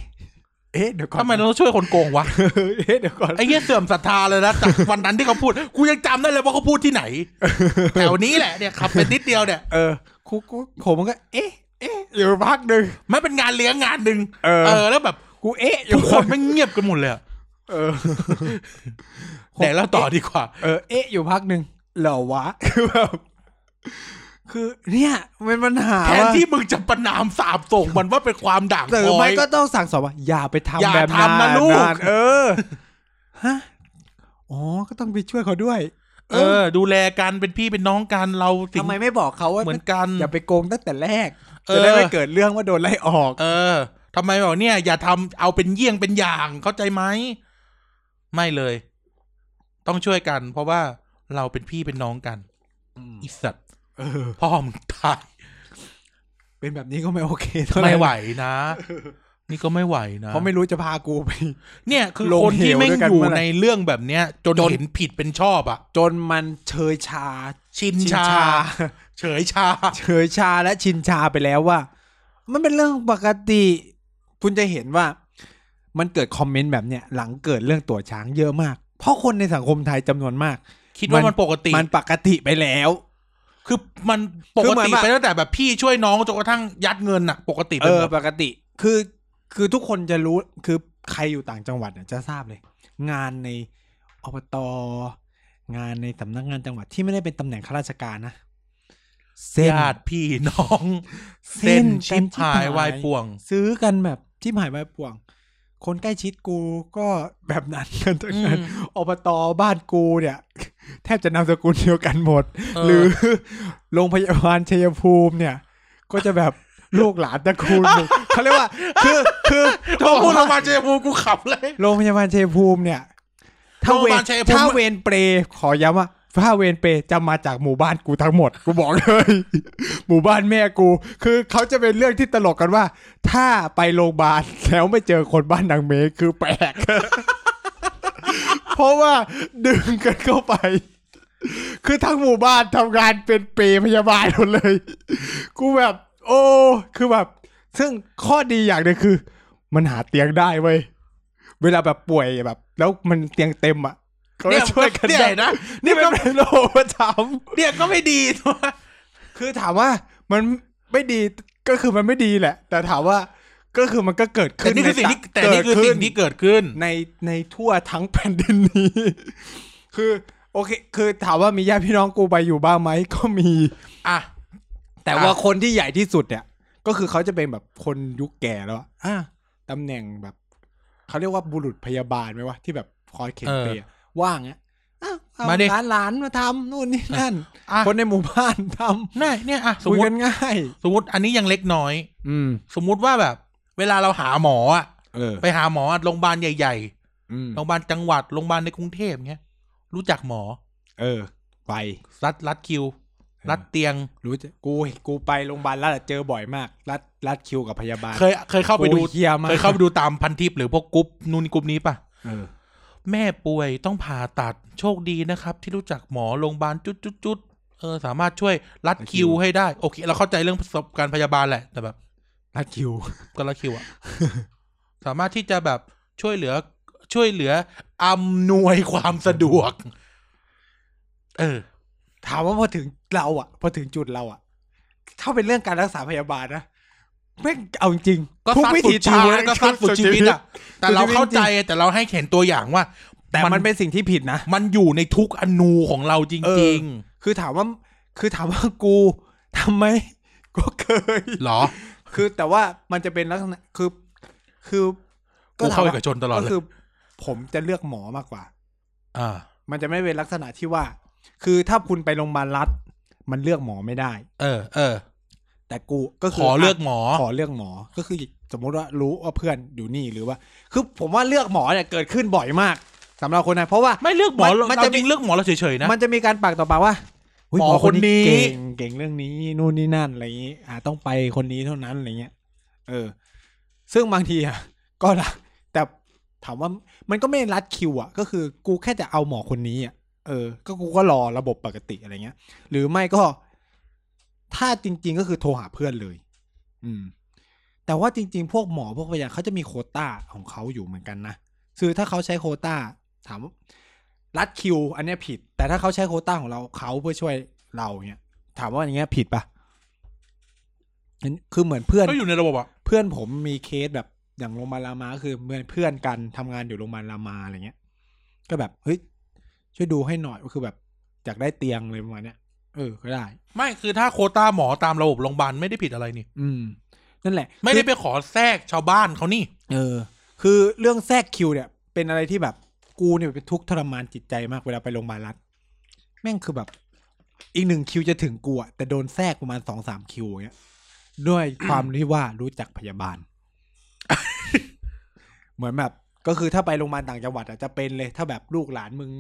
Speaker 1: เอ๊ะ เดี๋ยวก่อน
Speaker 2: ทำไมเราต้องช่วยคนโกงวะ
Speaker 1: เอ๊ะ เดี๋ยวก่อน
Speaker 2: ไอ้เหี้ยเสื่อมศรัทธาเลยนะจากวันนั้นที่เขาพูด กูยังจำได้เลยว่าเขาพูดที่ไหน แถวนี้แหละเนี่ยขับไปนิดเดียวเนี่ย
Speaker 1: เออครูกูผมมันก็ เอ๊ะ เอ๊ะ อยู่พักหนึ่ง
Speaker 2: ไม่เป็นงานเลี้ยงงานหนึ่ง
Speaker 1: เออ
Speaker 2: เออแล้วแบบ
Speaker 1: กูเอ๊ะ อ
Speaker 2: ทุ
Speaker 1: ยู่
Speaker 2: กคนไม่งเงียบกันหมดเลยอะ
Speaker 1: เออ ผม
Speaker 2: แต่เราต่อดีกว่า
Speaker 1: เออ เอ๊ะ อยู่พักหนึ่งเหรอวะ คือแบบ คือเนี่ย มันปัญหา
Speaker 2: แทน
Speaker 1: ว่า
Speaker 2: ที่มึงจะประนามสาบส่งมันว่าเป็นความด่างพ
Speaker 1: หรือ
Speaker 2: ร้อ
Speaker 1: ไม่
Speaker 2: ย
Speaker 1: ก็ต้องสั่งสอนว่า อย่าไปทำ
Speaker 2: อย่า
Speaker 1: แบบนั้น
Speaker 2: ทำนะลูก
Speaker 1: นเออ ฮะ อ๋อ ก็ต้องไปช่วยเขาด้วย
Speaker 2: เออ ดูแลกันเป็นพี่เป็นน้องกันเราถึง
Speaker 1: ทำไมไม่บอกเขาว่า
Speaker 2: เหมือนกัน
Speaker 1: อย่าไปโกงตั้งแต่แรก
Speaker 2: เออ
Speaker 1: จะได้ไม่เกิดเรื่องว่าโดนไล่ออก
Speaker 2: เออทำไมบอกเนี่ย อย่าทำเอาเป็นเยี่ยงเป็นอย่างเข้าใจไหมไม่เลย ต้องช่วยกัน เพราะว่าเราเป็นพี่เป็นน้องกันอีสัตว์
Speaker 1: เออ
Speaker 2: พ่อมึงตาย
Speaker 1: เป็นแบบนี้ก็ไม่โอเคเท่าไหร่
Speaker 2: ไม่ไหวนะ นี่ก็ไม่ไหวนะ
Speaker 1: เพราะไม่รู้จะพากูไป
Speaker 2: เนี่ยคือ
Speaker 1: ลง
Speaker 2: คนที่ไม่ง
Speaker 1: เหวด้วยกัน
Speaker 2: อยู่
Speaker 1: เมื่อไหร่
Speaker 2: ในเรื่องแบบเนี้ย จน
Speaker 1: จน
Speaker 2: เห็นผิดเป็นชอบอ่ะ
Speaker 1: จนมันเชยชา
Speaker 2: ชิน
Speaker 1: ชิน
Speaker 2: ชา
Speaker 1: ชา
Speaker 2: เฉยชา
Speaker 1: เชยชาและชินชาไปแล้วว่า มันเป็นเรื่องปกติ คุณจะเห็นว่า มันเกิดคอมเมนต์แบบเนี้ยหลังเกิดเรื่องตัวช้างเยอะมาก เพราะคนในสังคมไทยจำนวนมาก
Speaker 2: คิดว่ามันปกติ
Speaker 1: มันปกติไปแล้ว
Speaker 2: คือมันป
Speaker 1: คื
Speaker 2: ก
Speaker 1: อเหมือ
Speaker 2: ติ
Speaker 1: นแบบ
Speaker 2: ไปตั้งแต่แบบพี่ช่วยน้องจนกระทั่งยัดเงินอ่ะ ปกติไป
Speaker 1: เอ
Speaker 2: ห
Speaker 1: อ
Speaker 2: มด
Speaker 1: ปกติ คือคือทุกคนจะรู้คือใครอยู่ต่างจังหวัดเนี่ยจะทราบเลย งานในอบตงานในสำนักงานจังหวัดที่ไม่ได้เป็นตำแหน่งข้าราชการนะเส้น
Speaker 2: ญาติพี่น้อง เส้นชิบหายวายป่วง
Speaker 1: ซื้อกันแบบที่หายวายป่วง คนใกล้ชิดกูก็แบบนั้น กันทั้ง
Speaker 2: อืม
Speaker 1: นั้นอบตบ้านกูเนี่ย แทบจะนามสกุลเดียวกันหมด
Speaker 2: เ
Speaker 1: หรือ โรงพยาบาลชัยภูมิเนี่ย ก็จะแบบลูกหลานตระกูลหนึ่ง เขาเรียกว่า คือคือ
Speaker 2: พอพูดออกมาเจอภูมิกูขับเลย
Speaker 1: โรงพยาบาลชัยภูมิเนี่ย ถ้าเว
Speaker 2: โรงพยาบาร ลชัยภูมิ
Speaker 1: ถ้าเวรเปรย์ขอย้ำว่าถ้าเวรเปรย์จะมาจากหมู่บ้านกูทั้งหมด กูบอกเลย หมู่บ้านแม่กู คือเขาจะเป็นเรื่องที่ตลกกันว่า ถ้าไปโรงพยาบาลแล้วไม่เจอคนบ้านนางเมย์คือแปลก เพราะว่าดึงกันเข้าไป คือทั้งหมู่บ้านทำงานเป็นเปรย์พยาบาลหมดเลย กูแบบ โอ้คือแบบ ซึ่งข้อดีอย่างหนึงคือ มันหาเตียงได้เว้ยเวลาแบบป่วยแบบ แล้วมันเตียงเต็มอ่ะก็
Speaker 2: เนี่ย
Speaker 1: ช่วยกัน
Speaker 2: เนี่ย
Speaker 1: ได้
Speaker 2: นะ
Speaker 1: นี่มันเป็นโลกประจ
Speaker 2: เนี่ยก็ไม่ดีตัว
Speaker 1: ำคือถามว่ามันไม่ดีก็คือมันไม่ดีแหละ แต่ถามว่าก็คือมันก็เกิดขึ้
Speaker 2: แต่
Speaker 1: น
Speaker 2: นี่คือสิ่งที่แต่นี่คือ
Speaker 1: เกิด
Speaker 2: สิ่
Speaker 1: ขึ้
Speaker 2: งที่เกิดขึ้น
Speaker 1: ในในทั่วทั้งแผ่นดินนี้ คือโอเค คือถามว่ามีญาติพี่น้องกูไปอยู่บ้างไหม ก็มี
Speaker 2: อ่ะ
Speaker 1: แต่ว่าคนที่ใหญ่ที่สุดเนี่ย ก็คือเขาจะเป็นแบบคนยุคแก่แล้วอะอ่ะตำแหน่งแบบ เขาเรียกว่าบุรุษพยาบาลไหมวะที่แบบคอยเข็น
Speaker 2: เออ
Speaker 1: เปรย์อะว่างอะอ่ะเอ
Speaker 2: มาดิ
Speaker 1: หลานหลานมาทำนู่นนี่นั่น
Speaker 2: อ่ะ
Speaker 1: คนในหมู่บ้านท
Speaker 2: นี่เนี่ยอ่ะ
Speaker 1: ำ
Speaker 2: สม
Speaker 1: คุย
Speaker 2: มติ
Speaker 1: กันง่าย
Speaker 2: สมมติอันนี้ยังเล็กน้อย
Speaker 1: อืม
Speaker 2: สมมุติว่าแบบ เวลาเราหาหมออะ
Speaker 1: เออ
Speaker 2: ไปหาหมออะโรงพยาบาลใหญ่
Speaker 1: อืม
Speaker 2: ๆโรงพยาบาลจังหวัดโรงพยาบาลในกรุงเทพเงี้ย รู้จักหมอ
Speaker 1: เออ ไป
Speaker 2: รัดรัดคิว รัดเตียง
Speaker 1: รู้จะกูกูไปโรงพยาบาลรัฐอะเจอบ่อยมาก รัฐรัฐคิวกับพยาบาล
Speaker 2: เคยเคยเข้าไปดู
Speaker 1: โอ้ยเหี้ยมาก
Speaker 2: เคยเข้าไปดูตามพันทิปหรือพวกกรุ๊ปนู่นกรุ๊ปนี้ปะ
Speaker 1: เออ
Speaker 2: แม่ป่วยต้องผ่าตัดโชคดีนะครับ ที่รู้จักหมอโรงพยาบาลจุดจุดจุดเออสามารถช่วยรัดคิวให้ได้โอเคเราเข้าใจเรื่องประสบการณ์พยาบาลแหละแต่แบบ
Speaker 1: รัดคิว
Speaker 2: ก็ละ คิวอะ สามารถที่จะแบบช่วยเหลือ ช่วยเหลืออำนวยความสะดวก เออ
Speaker 1: ถามว่าพอถึงเราอะพอถึงจุดเราอะถ้าเป็นเรื่องการรักษาพยาบาลนะแม่งเอาจริง
Speaker 2: ก็
Speaker 1: ทุ
Speaker 2: สัด
Speaker 1: วิ
Speaker 2: สุ
Speaker 1: ถี
Speaker 2: ดชีวิต
Speaker 1: าง
Speaker 2: ก็สัดสุดชีวิตอะแต่เราเข้าใจแต่เราให้เห็นตัวอย่างว่า
Speaker 1: แต่มันเป็นสิ่งที่ผิดนะ
Speaker 2: มันอยู่ในทุกอนูของเราจ
Speaker 1: เอ
Speaker 2: ริ
Speaker 1: อ
Speaker 2: ง
Speaker 1: คือถามว่า คือถามว่ากูทำไหมก็เคย
Speaker 2: ๆเหรอ
Speaker 1: คือแต่ว่ามันจะเป็นลักษณะคือ คือ
Speaker 2: กูเข้า
Speaker 1: ถ
Speaker 2: เอ
Speaker 1: ม
Speaker 2: ก
Speaker 1: ว่
Speaker 2: ชนตลอด
Speaker 1: ก็
Speaker 2: เลย
Speaker 1: คือ ผมจะเลือกหมอมากกว่า
Speaker 2: อ่า
Speaker 1: มันจะไม่เป็นลักษณะที่ว่า คือถ้าคุณไปโรงพยาบาลรัฐมันเลือกหมอไม่ได้
Speaker 2: เออ เออ
Speaker 1: แต่กูก็คื
Speaker 2: ขอเลือกหมอ
Speaker 1: ขอเลือกหมอ ก็คือสมมุติว่ารู้ว่าเพื่อนอยู่นี่หรือว่า คือผมว่าเลือกหมอเนี่ยเกิดขึ้นบ่อยมากสำหรับคนไทยเพราะว่า
Speaker 2: ไม่เลือกหมอ
Speaker 1: มัน
Speaker 2: เรา
Speaker 1: มัน
Speaker 2: เรา
Speaker 1: จะมี
Speaker 2: จริงเลือกหมอเราเฉยๆนะ
Speaker 1: มันจะมีการปากต่อปากว่า
Speaker 2: หมอคนนี้
Speaker 1: เก่งเก่งเรื่องนี้นู่นนี่นั่นอะไรอย่างนี้ อ่าต้องไปคนนี้เท่านั้นอะไรเงี้ย เออ ซึ่งบางทีอ่ะ ก็ละแต่ถามว่ามันก็ไม่รัดคิวอ่ะ ก็คือกูแค่จะเอาหมอคนนี้อ่ะเออ ก็กูก็รอระบบปกติอะไรเงี้ย หรือไม่ก็ ถ้าจริง ๆ ก็คือโทรหาเพื่อนเลย อืม แต่ว่าจริง ๆ พวกหมอพวกพยาเขาจะมีโควต้าของเขาอยู่เหมือนกันนะคือถ้าเขาใช้โควต้า ถามว่ารัดคิว อันเนี้ยผิด แต่ถ้าเขาใช้โควต้าของเราเขาเพื่อช่วยเราเนี่ยถามว่าอย่างเงี้ยผิดปะงั้นคือเหมือนเพื่อน
Speaker 2: ก็อยู่ในระบบอะ
Speaker 1: เพื่อนผมมีเคสแบบอย่างโรงพยาบาลรามาก็คือเหมื่อนเพื่อนกันทำงานอยู่โรงพยาบาลรามาอะไรเงี้ย ก็แบบเฮ้ยช่วยดูให้หน่อยก็คือแบบอยากได้เตียงเลยประมาณเนี้ยเออก็ได้
Speaker 2: ไม่คือถ้าโควต้าหมอตามระบบโรงพยาบาลไม่ได้ผิดอะไรนี่
Speaker 1: อืม นั่นแหละ
Speaker 2: ไม่
Speaker 1: คือ
Speaker 2: ได้ไปขอแทรกชาวบ้านเขานี่
Speaker 1: เออ คือเรื่องแทรกคิวเนี่ย เป็นอะไรที่แบบกูเนี่ยเป็นทุกข์ทรมานจิตใจมากเวลาไปโรงพยาบาลรัฐแม่งคือแบบ อีกหนึ่งคิวจะถึงกูอะแต่โดนแทรกประมาณสองสามคิวอย่างเงี้ยด้วยความ ที่ว่ารู้จักพยาบาล เหมือนแบบ ก็คือถ้าไปโรงพยาบาลต่างจังหวัดอะจะเป็นเลย ถ้าแบบลูกหลานมึง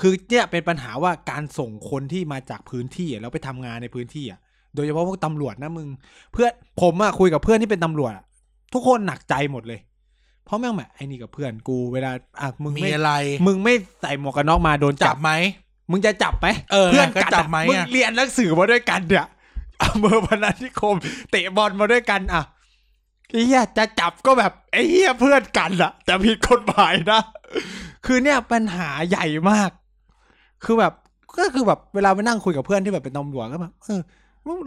Speaker 1: คือเนี่ยเป็นปัญหาว่าการส่งคนที่มาจากพื้นที่อะแล้วไปทำงานในพื้นที่อะโดยเฉพาะพวกตำรวจนะมึง เพื่อนผมอะคุยกับเพื่อนที่เป็นตำรวจอะทุกคนหนักใจหมดเลย เพราะแม่งแบบไอ้นี่กับเพื่อนกูเวลาอ่ะมึง
Speaker 2: มี
Speaker 1: ไม่
Speaker 2: อะไร
Speaker 1: มึงไม่ใส่หมวกกันน็อกมาโดน
Speaker 2: จั
Speaker 1: จั
Speaker 2: บบ ไหม
Speaker 1: มึงจะจับไหม
Speaker 2: เออ
Speaker 1: อนกั
Speaker 2: ก็
Speaker 1: น
Speaker 2: จั
Speaker 1: จั
Speaker 2: บบ ไห
Speaker 1: ไห
Speaker 2: ม
Speaker 1: ม
Speaker 2: อะ
Speaker 1: มึงเรียนหนังสือมาด้วยกันเนี่ยอำเภอพนัสนิคม เตะบอลมาด้วยกันอ่ะไอ้เหี้ยจะจับก็แบบไอ้เหี้ยเพื่อนกันอะแต่ผิดกฎหมายนะ คือเนี่ยปัญหาใหญ่มาก คือแบบก็คือแบบเวลาไปนั่งคุยกับเพื่อนที่แบบเป็นตำรวจก็แบบเออ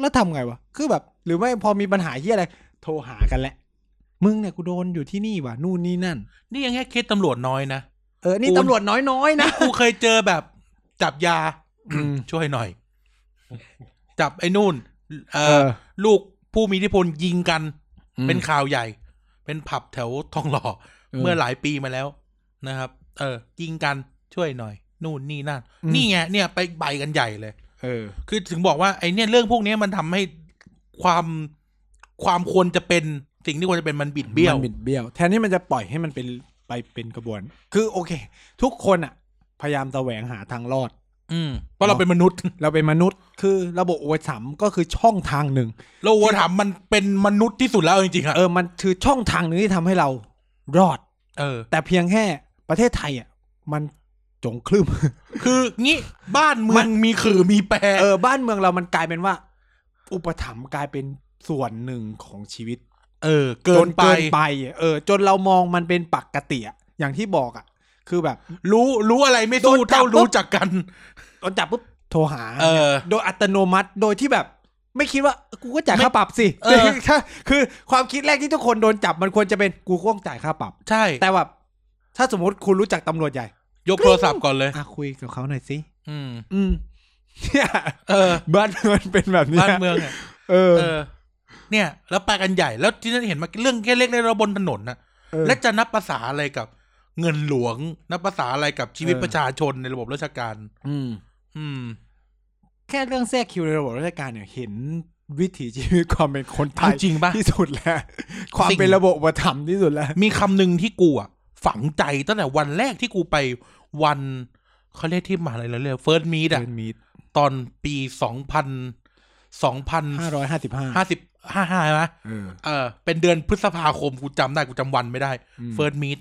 Speaker 1: แล้วทำไงวะคือแบบ หรือไม่พอมีปัญหาเหี้ยอะไร โทรหากันแหละ มึงเนี่ยกูโดนอยู่ที่นี่ว่ะนู่นนี่นั่น
Speaker 2: นี่ยังแค่เคสตำรวจน้อยนะ
Speaker 1: เออนี่
Speaker 2: กู
Speaker 1: ตำรวจน้อยๆนะ
Speaker 2: กูเคยเจอแบบจับยา
Speaker 1: อืม
Speaker 2: ช่วยหน่อย จับไอ้นู่น เอ
Speaker 1: เอ
Speaker 2: อ
Speaker 1: อ
Speaker 2: ลูกผู้มีอิทธิพลยิงกัน
Speaker 1: อืม
Speaker 2: เป็นข่าวใหญ่ เป็นผับแถวทองหล่อ
Speaker 1: เออ
Speaker 2: เมื่อหลายปีมาแล้วนะครับ เออ ยิงกันช่วยหน่อย นู่นนี่นั่น
Speaker 1: อืม
Speaker 2: นี่ไงเนี่ยไปใบกันใหญ่เลย
Speaker 1: เออ
Speaker 2: คือถึงบอกว่าไอ้เนี่ยเรื่องพวกเนี้ยมันทำให้ความความควรจะเป็นสิ่งที่ควรจะเป็นมันบิดเบี้ยว
Speaker 1: มันบิดเบี้ยว แทนที่มันจะปล่อยให้มันเป็น ไปเป็นกระบวน คือโอเค ทุกคนอะพยายามแสวงหาทางรอด
Speaker 2: อืมเพราะเราเป็นม นุษย์
Speaker 1: เราเป็นมนุษย์ คือระบบอวสามภ์ก็คือช่องทางหนึ่ง
Speaker 2: โลวัวถามมันเป็นมนุษย์ที่สุดแล้วจริงๆอะ
Speaker 1: เออ มันคือช่องทางหนึ่งที่ทำให้เรารอด
Speaker 2: เออ
Speaker 1: แต่เพียงแค่ประเทศไทยอ่ะ มันจงคลืม
Speaker 2: คืองี้บ้านเมืองมีขื่อมีแปร
Speaker 1: เออ บ้านเมืองเรามันกลายเป็นว่า อุปถัมภ์กลายเป็นส่วนหนึ่งของชีวิต
Speaker 2: เออ เกิ
Speaker 1: จ
Speaker 2: น
Speaker 1: น
Speaker 2: ไป
Speaker 1: เกินไปอ่ะเออ จนเรามองมันเป็นปกติอ่ะอย่างที่บอกอ่ะ คือแบบ
Speaker 2: รู้รู้อะไรไม่สู้
Speaker 1: โดนจับ
Speaker 2: เท่ารู้
Speaker 1: ปุ๊บ
Speaker 2: จักกัน
Speaker 1: โดนจับปุ๊บโทรหา
Speaker 2: เออ
Speaker 1: โดยอัตโนมัติโดยที่แบบ ไม่คิดว่ากูก็จ่ายค่าปรับสิ
Speaker 2: เออ
Speaker 1: ถ้าคือ ความคิดแรกที่ทุกคนโดนจับมันควรจะเป็นกูก็ต้องจ่ายค่าปรับ
Speaker 2: ใช่
Speaker 1: แต่แบบถ้าสมมติคุณรู้จักตำรวจใหญ่
Speaker 2: ยกโทรศัพท์ก่อนเลย
Speaker 1: อ่ะคุยกับเขาหน่อยสิ
Speaker 2: อืม
Speaker 1: อืมเนี่ย
Speaker 2: เออ
Speaker 1: บ้านเมืองมันเป็นแบบเนี้ย
Speaker 2: บ้านเมืองอะ
Speaker 1: เออ
Speaker 2: เออ เนี่ย แล้วไปกันใหญ่แล้วที่นั่นเห็นมาเรื่องแค่เล็กๆเราบนถนนนะ
Speaker 1: เออ
Speaker 2: และจะนับภาษาอะไรกับเงินหลวง นับภาษาอะไรกับชีวิต
Speaker 1: เออ
Speaker 2: ประชาชนในระบบราชการ
Speaker 1: อืม
Speaker 2: อืม
Speaker 1: แค่เรื่องแทรกคิวในระบบราชการเนี่ยเห็นวิถีชีวิตความเป็นคนไท
Speaker 2: เอา
Speaker 1: ย
Speaker 2: จริงป่ะ
Speaker 1: ที่สุดแล้ว ความเป็นระบบอุปถัมภ์ที่สุดแล้ว
Speaker 2: มีคำหนึ่งที่กูอ่ะ ฝังใจตั้งแต่วันแรกที่กูไปวันเขาเรียกที่มหาลัยแล้วเรียกเฟิร์สมีดอ่ะ
Speaker 1: เป็นมีด
Speaker 2: ตอนปีสองพันสองพัน
Speaker 1: ห้าร้อยห้าสิบห้า
Speaker 2: ห้าสิบห้าห้าใช่ไหม
Speaker 1: เออ
Speaker 2: เออ เป็นเดือนพฤษภาคมกูจำได้กูจำวันไม่ได้
Speaker 1: อืม
Speaker 2: เฟิร์สมีด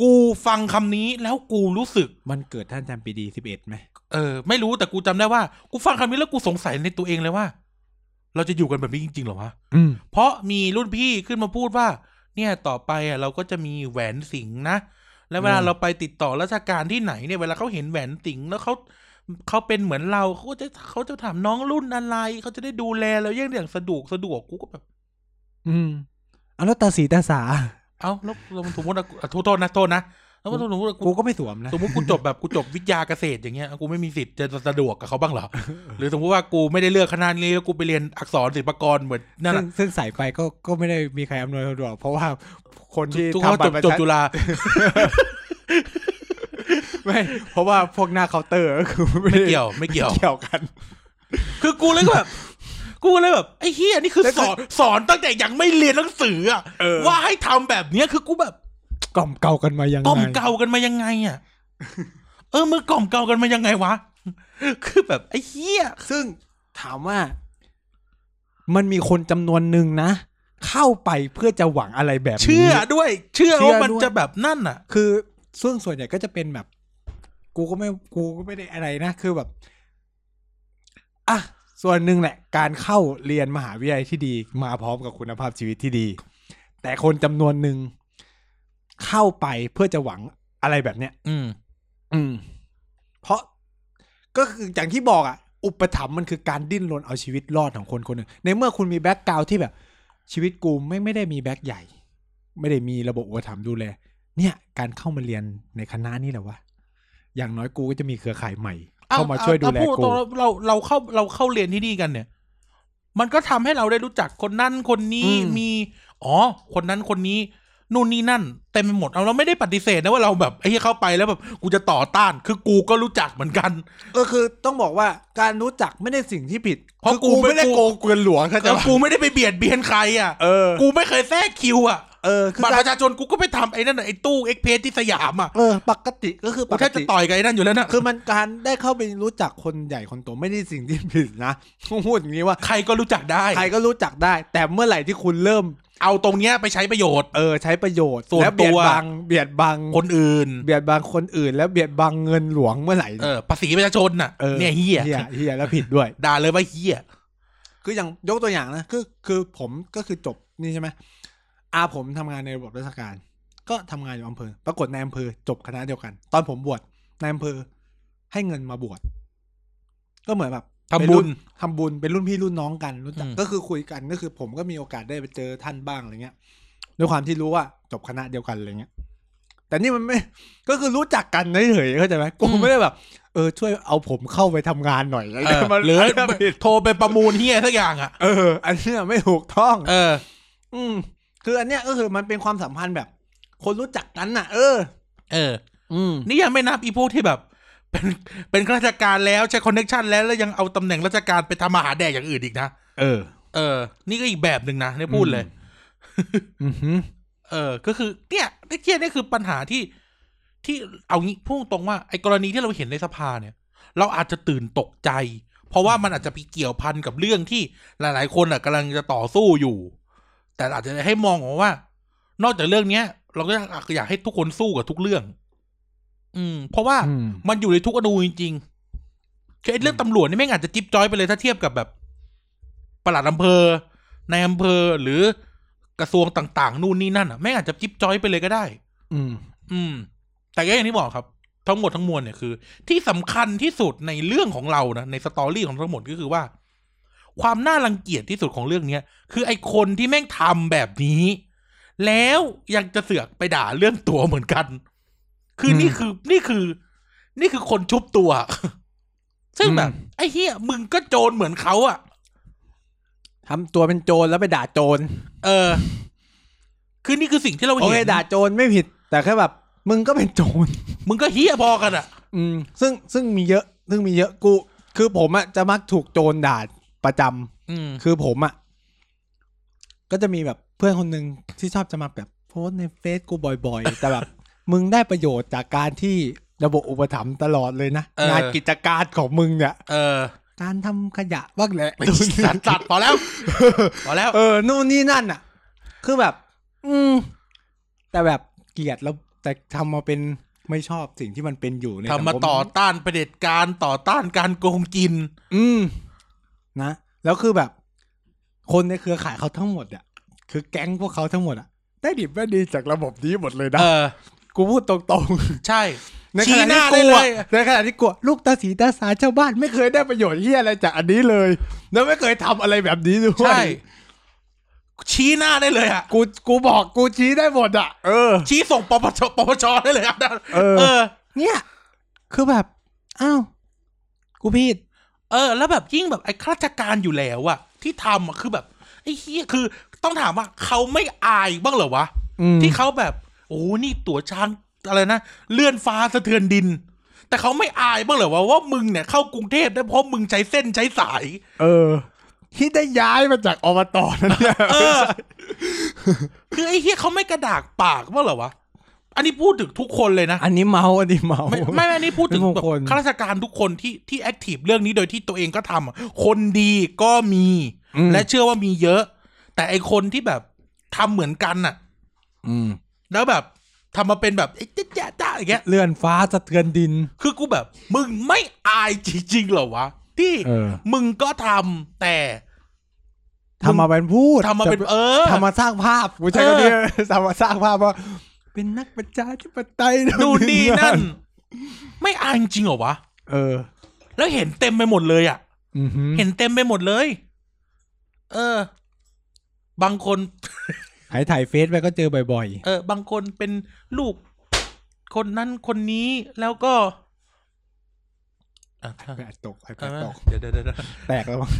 Speaker 2: กูฟังคำนี้แล้วกูรู้สึก
Speaker 1: มันเกิดท่านจำปีดีสิบเอ็ดไหม
Speaker 2: เออ ไม่รู้แต่กูจำได้ว่า กูฟังคำนี้แล้วกูสงสัยในตัวเองเลยว่า เราจะอยู่กันแบบนี้จริงๆเหรอวะ
Speaker 1: อืม
Speaker 2: เพราะมีรุ่นพี่ขึ้นมาพูดว่า เนี่ยต่อไปอ่ะเราก็จะมีแหวนสิงห์นะ แล้วเวลา
Speaker 1: อืม
Speaker 2: เราไปติดต่อราชการที่ไหนเนี่ยเวลาเขาเห็นแหวนสิงห์แล้วเขาเขาเป็นเหมือนเราเขาก็จะเขาจะถามน้องรุ่นอะไรเขาจะได้ดูแลเราอย่างอย่างสะดวกสะดวกกูก็แบบ
Speaker 1: อืมเอาแล้วตาสีตาสา
Speaker 2: เอ้าแล้วแล้วสมมติอะอ่ะโทษโทษนะโทษนะแล้วสมมติอะ
Speaker 1: กู
Speaker 2: กู
Speaker 1: ก็ไม่สวมนะ
Speaker 2: สมมติกูจบแบบกูจบวิทยาเกษตรอย่างเงี้ยกูไม่มีสิทธิ์จะสะดวกกับเขาบ้า งเหรอหรือสมมติว่ากูไม่ได้เลือกคณะนี้แล้วกูไปเรียนอักษรศิลปากรเหมือนนั่น
Speaker 1: ซึ่
Speaker 2: อะ
Speaker 1: งซึ่งใส่ไปก็ก็ไม่ได้มีใครอำนวยสะดวกเพราะว่าคน ที่
Speaker 2: ทุกคน
Speaker 1: ทำบั
Speaker 2: จ
Speaker 1: ตร
Speaker 2: บ
Speaker 1: ประ
Speaker 2: จบ
Speaker 1: ชาช
Speaker 2: จุ
Speaker 1: น
Speaker 2: ฬา
Speaker 1: ไม่เพราะว่าพวกหน้าเคาน์เตอร์ก็คือไม่
Speaker 2: ไม่
Speaker 1: ได้
Speaker 2: เกี่ยวไม่ เกี่ยว
Speaker 1: เกี่ยวกัน
Speaker 2: คือกูเลยก็แบบ กูเลยแบบไอ้เฮียนี่คือ
Speaker 1: แล้ว
Speaker 2: ส
Speaker 1: คือ
Speaker 2: อนสอนตั้งแต่ยังไม่เรียนหนังสืออ่ะ
Speaker 1: เออ
Speaker 2: ว่าให้ทำแบบเนี้ยคือกูแบบ
Speaker 1: กล่อมเกลากันมายังไง
Speaker 2: กล่อมเกลากันมายังไง อ่ะ เออมึงกล่อมเกลากันมายังไงวะ คือแบบไอ้เฮีย
Speaker 1: ซึ่งถามว่า มันมีคนจำนวนหนึ่งนะ เข้าไปเพื่อจะหวังอะไรแบบนี้
Speaker 2: เชื่อด้วย เชื่อ
Speaker 1: เชื่อ
Speaker 2: ว่ามัน
Speaker 1: ด้วย
Speaker 2: จะแบบนั่นอ่ะ
Speaker 1: คือซึ่งส่วนใหญ่ก็จะเป็นแบบ กูก็ไม่กูก็ไม่ได้อะไรนะ คือแบบอ่ะส่วนหนึ่งแหละ การเข้าเรียนมหาวิทยาลัยที่ดี มาพร้อมกับคุณภาพชีวิตที่ดี แต่คนจำนวนหนึ่งเข้าไปเพื่อจะหวังอะไรแบบเนี้ย
Speaker 2: อืม
Speaker 1: อืม เพราะก็คืออย่างที่บอกอ่ะ อุปถัมภ์มันคือการดิ้นรนเอาชีวิตรอดของคนคนหนึ่งในเมื่อคุณมีแบ็กกราวด์ที่แบบ ชีวิตกูไม่ไม่ได้มีแบ็กใหญ่ ไม่ได้มีระบบอุปถัมภ์ดูแล เนี่ย การเข้ามาเรียนในคณะนี่แหละวะอย่างน้อยกูก็จะมีเครือข่ายใหม่ เข้ามาช่วยดูแล
Speaker 2: เอพู
Speaker 1: กู
Speaker 2: ตรงๆเราเราเข้าเราเข้าเรียนที่นี่กันเนี่ย มันก็ทำให้เราได้รู้จักคนนั่นคนนี้
Speaker 1: อืม
Speaker 2: มี อ๋อ คนนั้นคนนี้นู่นนี่นั่นเต็มไปหมดเอาเราไม่ได้ปฏิเสธนะว่าเราแบบไอ้ที่เข้าไปแล้วแบบกูจะต่อต้าน คือกูก็รู้จักเหมือนกัน
Speaker 1: เออคือ ต้องบอกว่าการรู้จักไม่ได้สิ่งที่ผิด
Speaker 2: เพราะ
Speaker 1: คือ
Speaker 2: กูไม่
Speaker 1: ไม่ได้
Speaker 2: กู
Speaker 1: โกงเกวียนหลวงเข้าใจ
Speaker 2: แต่
Speaker 1: ปะ
Speaker 2: กูไม่ได้ไปเบียดเบียนใครอ่ะ
Speaker 1: เออ
Speaker 2: กูไม่เคยแทรกคิวอ่ะ
Speaker 1: เออคือ
Speaker 2: บัตร
Speaker 1: การ
Speaker 2: ประชาชนกูก็ไปทำไอ้นั่นน่ะไอ้ตู้เอ็กเพสที่สยามอ่ะ
Speaker 1: เออ ปกติก็คือ
Speaker 2: กู
Speaker 1: ป
Speaker 2: แท
Speaker 1: ก
Speaker 2: บจะ
Speaker 1: ติ
Speaker 2: ต่อยกับไอ้นั่นอยู่แล้วนะ
Speaker 1: คือมันการได้เข้าไปรู้จักคนใหญ่คนโตไม่ได้สิ่งที่ผิดนะ ต้องพูดอย่างนี้ว่า
Speaker 2: ใครก็รู้จักได้
Speaker 1: ใครก็รู้จักได้ แต่เมื่อไหร่ที่คุณเริ่ม
Speaker 2: เอาตรงเนี้ยไปใช้ประโยชน์
Speaker 1: เออ ใช้ประโยชน์
Speaker 2: ส่วน
Speaker 1: และเบียด
Speaker 2: ตัว
Speaker 1: บังเบียดบัง
Speaker 2: คนอื่น
Speaker 1: เบียดบังคนอื่น และเบียดบังเงินหลวงเมื่อไหร่
Speaker 2: เออภาษีประชาชนน่ะ
Speaker 1: ออ
Speaker 2: เนี่ยเฮีย
Speaker 1: เฮียเฮียแล้วผิด ด้วย
Speaker 2: ด่าเลยว่าเฮีย
Speaker 1: คืออย่างยกตัวอย่างนะคือคือผมก็คือจบนี่ใช่ไหมอาผมทำงานในระบบราชการ ก็ทำงานอยู่อำเภอ ปรากฏในอำเภอจบคณะเดียวกัน ตอนผมบวชในอำเภอให้เงินมาบวชก็เหมือนแบบ
Speaker 2: ทำบุญ
Speaker 1: ทำบุญเป็นรุ่นพี่รุ่นน้องกันรู้จัก
Speaker 2: อืม
Speaker 1: ก็คือคุยกันก็คือ ผมก็มีโอกาสได้ไปเจอท่านบ้างอะไรเงี้ยด้วยความที่รู้ว่าจบคณะเดียวกันอะไรเงี้ย แต่นี่มันไม่ ก็คือรู้จักกันเฉยๆเข้าใจไหมกูไม่ได้แบบ เออช่วยเอาผมเข้าไปทำงานหน่อยอะไร
Speaker 2: เอ
Speaker 1: เงี้
Speaker 2: อย
Speaker 1: มัน
Speaker 2: หรือ
Speaker 1: มันไม่ผิด
Speaker 2: โทรไปประมูลเฮียสักอย่างอ่ะ
Speaker 1: เออ อันเนี้ยไม่ถูกต้อง
Speaker 2: เออ
Speaker 1: อืม คืออันเนี้ยก็คือมันเป็นความสัมพันธ์แบบ คนรู้จักกันน่ะ เออ
Speaker 2: เออ
Speaker 1: อืม
Speaker 2: นี่ยังไม่นับอีพวกที่แบบ เป็นเป็นข้าราชการแล้วใช้คอนเน็ชันแล้วแล้วยังเอาตำแหน่งราชการไปทำมาหาแดกอย่างอื่นอีกนะ
Speaker 1: เออ
Speaker 2: เออ นี่ก็อีกแบบหนึ่งนะนี่พูดเลย
Speaker 1: อือหือ
Speaker 2: เออ ก็คือเนี่ยไอ้เที่ยนี่คือปัญหาที่ที่เอางี้พูดตรงว่าไอ้กรณีที่เราเห็นในสภาเนี่ย เราอาจจะตื่นตกใจ เพราะว่ามันอาจจะไปเกี่ยวพันกับเรื่องที่หลาย ๆ คนอ่ะกำลังจะต่อสู้อยู่ แต่อาจจะให้มองออกว่า นอกจากเรื่องเนี้ย เราก็อยากให้ทุกคนสู้กับทุกเรื่อง อืม เพราะว่า
Speaker 1: อืม
Speaker 2: มันอยู่ในทุกอนูจริงๆคือไอ้เรื่องตำรวจนี่แม่งอาจจะจิ๊บจ้อยไปเลยถ้าเทียบกับแบบปลัดอำเภอในายอำเภอหรือกระทรวงต่าง ๆ นู่นนี่นั่นอ่ะแม่งอาจจะจิ๊บจ้อยไปเลยก็ได้
Speaker 1: อืม
Speaker 2: อืม แต่ก็อย่างที่บอกครับ ทั้งหมดทั้งมวลเนี่ยคือ ที่สำคัญที่สุดในเรื่องของเรานะในสตอรี่ของทั้งหมดก็คือว่า ความน่ารังเกียจที่สุดของเรื่องเนี้ยคือไอ้คนที่แม่งทำแบบนี้ แล้วยังจะเสือกไปด่าเรื่องตัวเหมือนกัน คือนี่
Speaker 1: อืม
Speaker 2: คือนี่คือ นี่คือคนชุบตัว ซึ่งแบบ
Speaker 1: อืม
Speaker 2: ไอ้เฮียมึงก็โจรเหมือนเขาอะ
Speaker 1: ทำตัวเป็นโจรแล้วไปด่าโจร
Speaker 2: เออ คือนี่คือสิ่งที่เรา
Speaker 1: โอ
Speaker 2: เห็
Speaker 1: เคน ด่าโจรไม่ผิด แต่แค่แบบ มึงก็เป็นโจร
Speaker 2: มึงก็เฮียพอกันอะ
Speaker 1: อืม ซึ่งซึ่งมีเยอะ ซึ่งมีเยอะกู คือผมอะจะมักถูกโจรด่าประจำ
Speaker 2: อืม
Speaker 1: คือผมอะ่ะ ก็จะมีแบบเพื่อนคนหนึ่งที่ชอบจะมาแบบโพสต์ในเฟซกูบ่อยๆ แต่แบบ มึงได้ประโยชน์จากการที่ระบบอุปถัมภ์ตลอดเลยนะ
Speaker 2: เออ
Speaker 1: งานกิจการของมึงเนี่ย
Speaker 2: เออ
Speaker 1: การทำขยะบ้างแหละ
Speaker 2: สัตว์ สัตว์พอแล้ว พอแล้ว
Speaker 1: เออนู่นนี่นั่นอ่ะ คือแบบ อืม แต่แบบเกลียดแล้วแต่ทำมาเป็นไม่ชอบสิ่งที่มันเป็นอยู่ในสังค
Speaker 2: ทำมาต่อต้านเผด็จการต่อต้านการโกงกิน
Speaker 1: อืม นะ แล้วคือแบบ คนในเครือข่ายเขาทั้งหมดอ่ะ คือแก๊งพวกเขาทั้งหมดอ่ะ ได้ดิบได้ดีจากระบบนี้หมดเลยนะ
Speaker 2: เออ
Speaker 1: กูพูดตรง
Speaker 2: ใช่
Speaker 1: ๆ ในข
Speaker 2: ชี้
Speaker 1: ณะ
Speaker 2: ห
Speaker 1: ที่กู
Speaker 2: น้าได้เล
Speaker 1: อะ
Speaker 2: ย
Speaker 1: ในขณะที่กูอะลูกตาสีตาสาชาวบ้านไม่เคยได้ประโยชน์เฮียอะไรจากอันนี้เลย แล้วไม่เคยทำอะไรแบบนี้ด้วย
Speaker 2: ใช่ ชี้หน้าได้เลยอ่ะ
Speaker 1: กูกูบอกกูชี้ได้หมดอ่ะ เออ
Speaker 2: ชี้ส่งปปชปปชได้เลยครับ
Speaker 1: เออ
Speaker 2: เออ
Speaker 1: เนี่ย คือแบบอ้าวกูผิด
Speaker 2: เออ แล้วแบบยิ่งแบบไอ้ข้าราชการอยู่แล้วอะที่ทำอะคือแบบไอ้เฮียคือ ต้องถามว่าเขาไม่อายบ้างเหรอวะ
Speaker 1: อืม
Speaker 2: ที่เขาแบบ โอ้โหนี่ตั๋วช้างอะไรนะ เลื่อนฟ้าสะเทือนดิน แต่เขาไม่อายบ้างเหรอวะว่ามึงเนี่ยเข้ากรุงเทพได้เพราะมึงใช้เส้นใช้สาย
Speaker 1: เออ ที่ได้ย้ายมาจากอบตนั่นเนี่ย
Speaker 2: เออ คือไอ้เฮียเขาไม่กระดากปากบ้างเหรอวะ อันนี้พูดถึงทุกคนเลยนะ
Speaker 1: อันนี้เมาอันนี้เมา
Speaker 2: ไม่ไม่ไม่อันนี้พูดถึง
Speaker 1: ไม่มง
Speaker 2: แบบ
Speaker 1: คล
Speaker 2: ข้าราชการทุกคนที่ที่แอคทีฟเรื่องนี้โดยที่ตัวเองก็ทำอะคนดีก็มี
Speaker 1: อืม
Speaker 2: และเชื่อว่ามีเยอะ แต่ไอคนที่แบบทำเหมือนกันน่ะ
Speaker 1: อืม
Speaker 2: แล้วแบบทำมาเป็นแบบไอ้จ๊ะจ๊ะจ๊ะอย่างเงี้ย
Speaker 1: เลื่อนฟ้าสะเทือนดิน
Speaker 2: คือกูแบบ มึงไม่อายจริงๆเหรอวะ ที่
Speaker 1: เออ
Speaker 2: มึงก็ทำแต่
Speaker 1: ทำมาเป็นพูด
Speaker 2: ทำมาเป็นเออ
Speaker 1: ทำมาสร้างภาพกูใช้
Speaker 2: เออ
Speaker 1: คำนี้ทำมาสร้างภาพว่า เป็นนักประชาธิปไตย
Speaker 2: ดูนนี่นั่น ไม่อายจริงเหรอวะ
Speaker 1: เออ
Speaker 2: แล้วเห็นเต็มไปหมดเลยอ่ะ
Speaker 1: อือหือ
Speaker 2: เห็นเต็มไปหมดเลย เออ บางคน
Speaker 1: หายถ่ายเฟซไปก็เจอบ่อย
Speaker 2: เออ บางคนเป็นลูก คนนั้นคนนี้แล้วก็อ่ะถ้า
Speaker 1: ๆแปดตกไอแปด
Speaker 2: เอาไหม
Speaker 1: ตก
Speaker 2: เดี๋ยวเดี๋ยวเดี๋ยวเดี๋ยว
Speaker 1: แตกแล้วมั้ง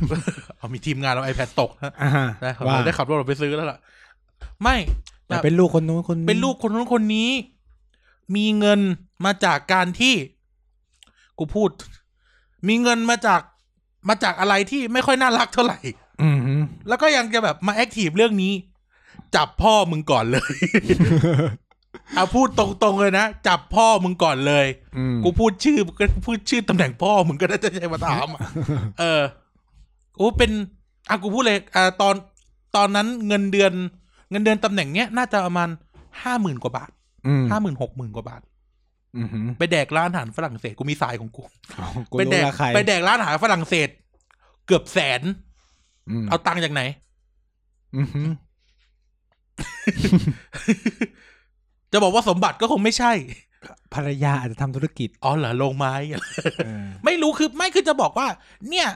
Speaker 2: เอามีทีมงานเรา iPad ตกนะ
Speaker 1: อ่าฮะ
Speaker 2: ได้ครับ
Speaker 1: ว่า
Speaker 2: เราได้ขับรถออกไปซื้อแล้วล่ะ ไม่แบ
Speaker 1: แต่
Speaker 2: บ
Speaker 1: เป็นลูกคนนู้นคนนี้
Speaker 2: เป็นลูกคนนู้นคนนี้ มีเงินมาจากการที่ กูพูด มีเงินมาจากมาจากอะไรที่ไม่ค่อยน่ารักเท่าไหร่
Speaker 1: อือหือ
Speaker 2: แล้วก็ยังจะแบบมาแอคทีฟเรื่องนี้ จับพ่อมึงก่อนเลย เอาพูดตรงๆเลยนะ จับพ่อมึงก่อนเลย
Speaker 1: อืม
Speaker 2: กูพูดชื่อก็พูดชื่อตำแหน่งพ่อมึงก็ได้จะใช้มาถามอะ เออโอ้เป็นอ่ะกูพูดเลยอ่าตอนตอนนั้นเงินเดือน เงินเดือนตำแหน่งเนี้ยน่าจะประมาณห้าหมื่นกว่าบาท
Speaker 1: อืม
Speaker 2: ห้าหมื่นหกหมื่นกว่าบาท
Speaker 1: อือหือ
Speaker 2: ไปแดกร้านอาหารฝรั่งเศสกูมีสายของกู
Speaker 1: กู
Speaker 2: ไปแด
Speaker 1: รู้
Speaker 2: ก
Speaker 1: ละใคร
Speaker 2: ไปแดกร้านอาหารฝรั่งเศส เกือบแสน
Speaker 1: อืม
Speaker 2: เอาตังค์จากไหน
Speaker 1: อือหือ
Speaker 2: จะบอกว่าสมบัติก็คงไม่ใช่
Speaker 1: ภรรยาอาจจะทำธุรกิจ
Speaker 2: อ๋อเหรอลงไม้เหรอ
Speaker 1: เออ
Speaker 2: ไม่รู้คือไม่คือจะบอกว่า เนี่ย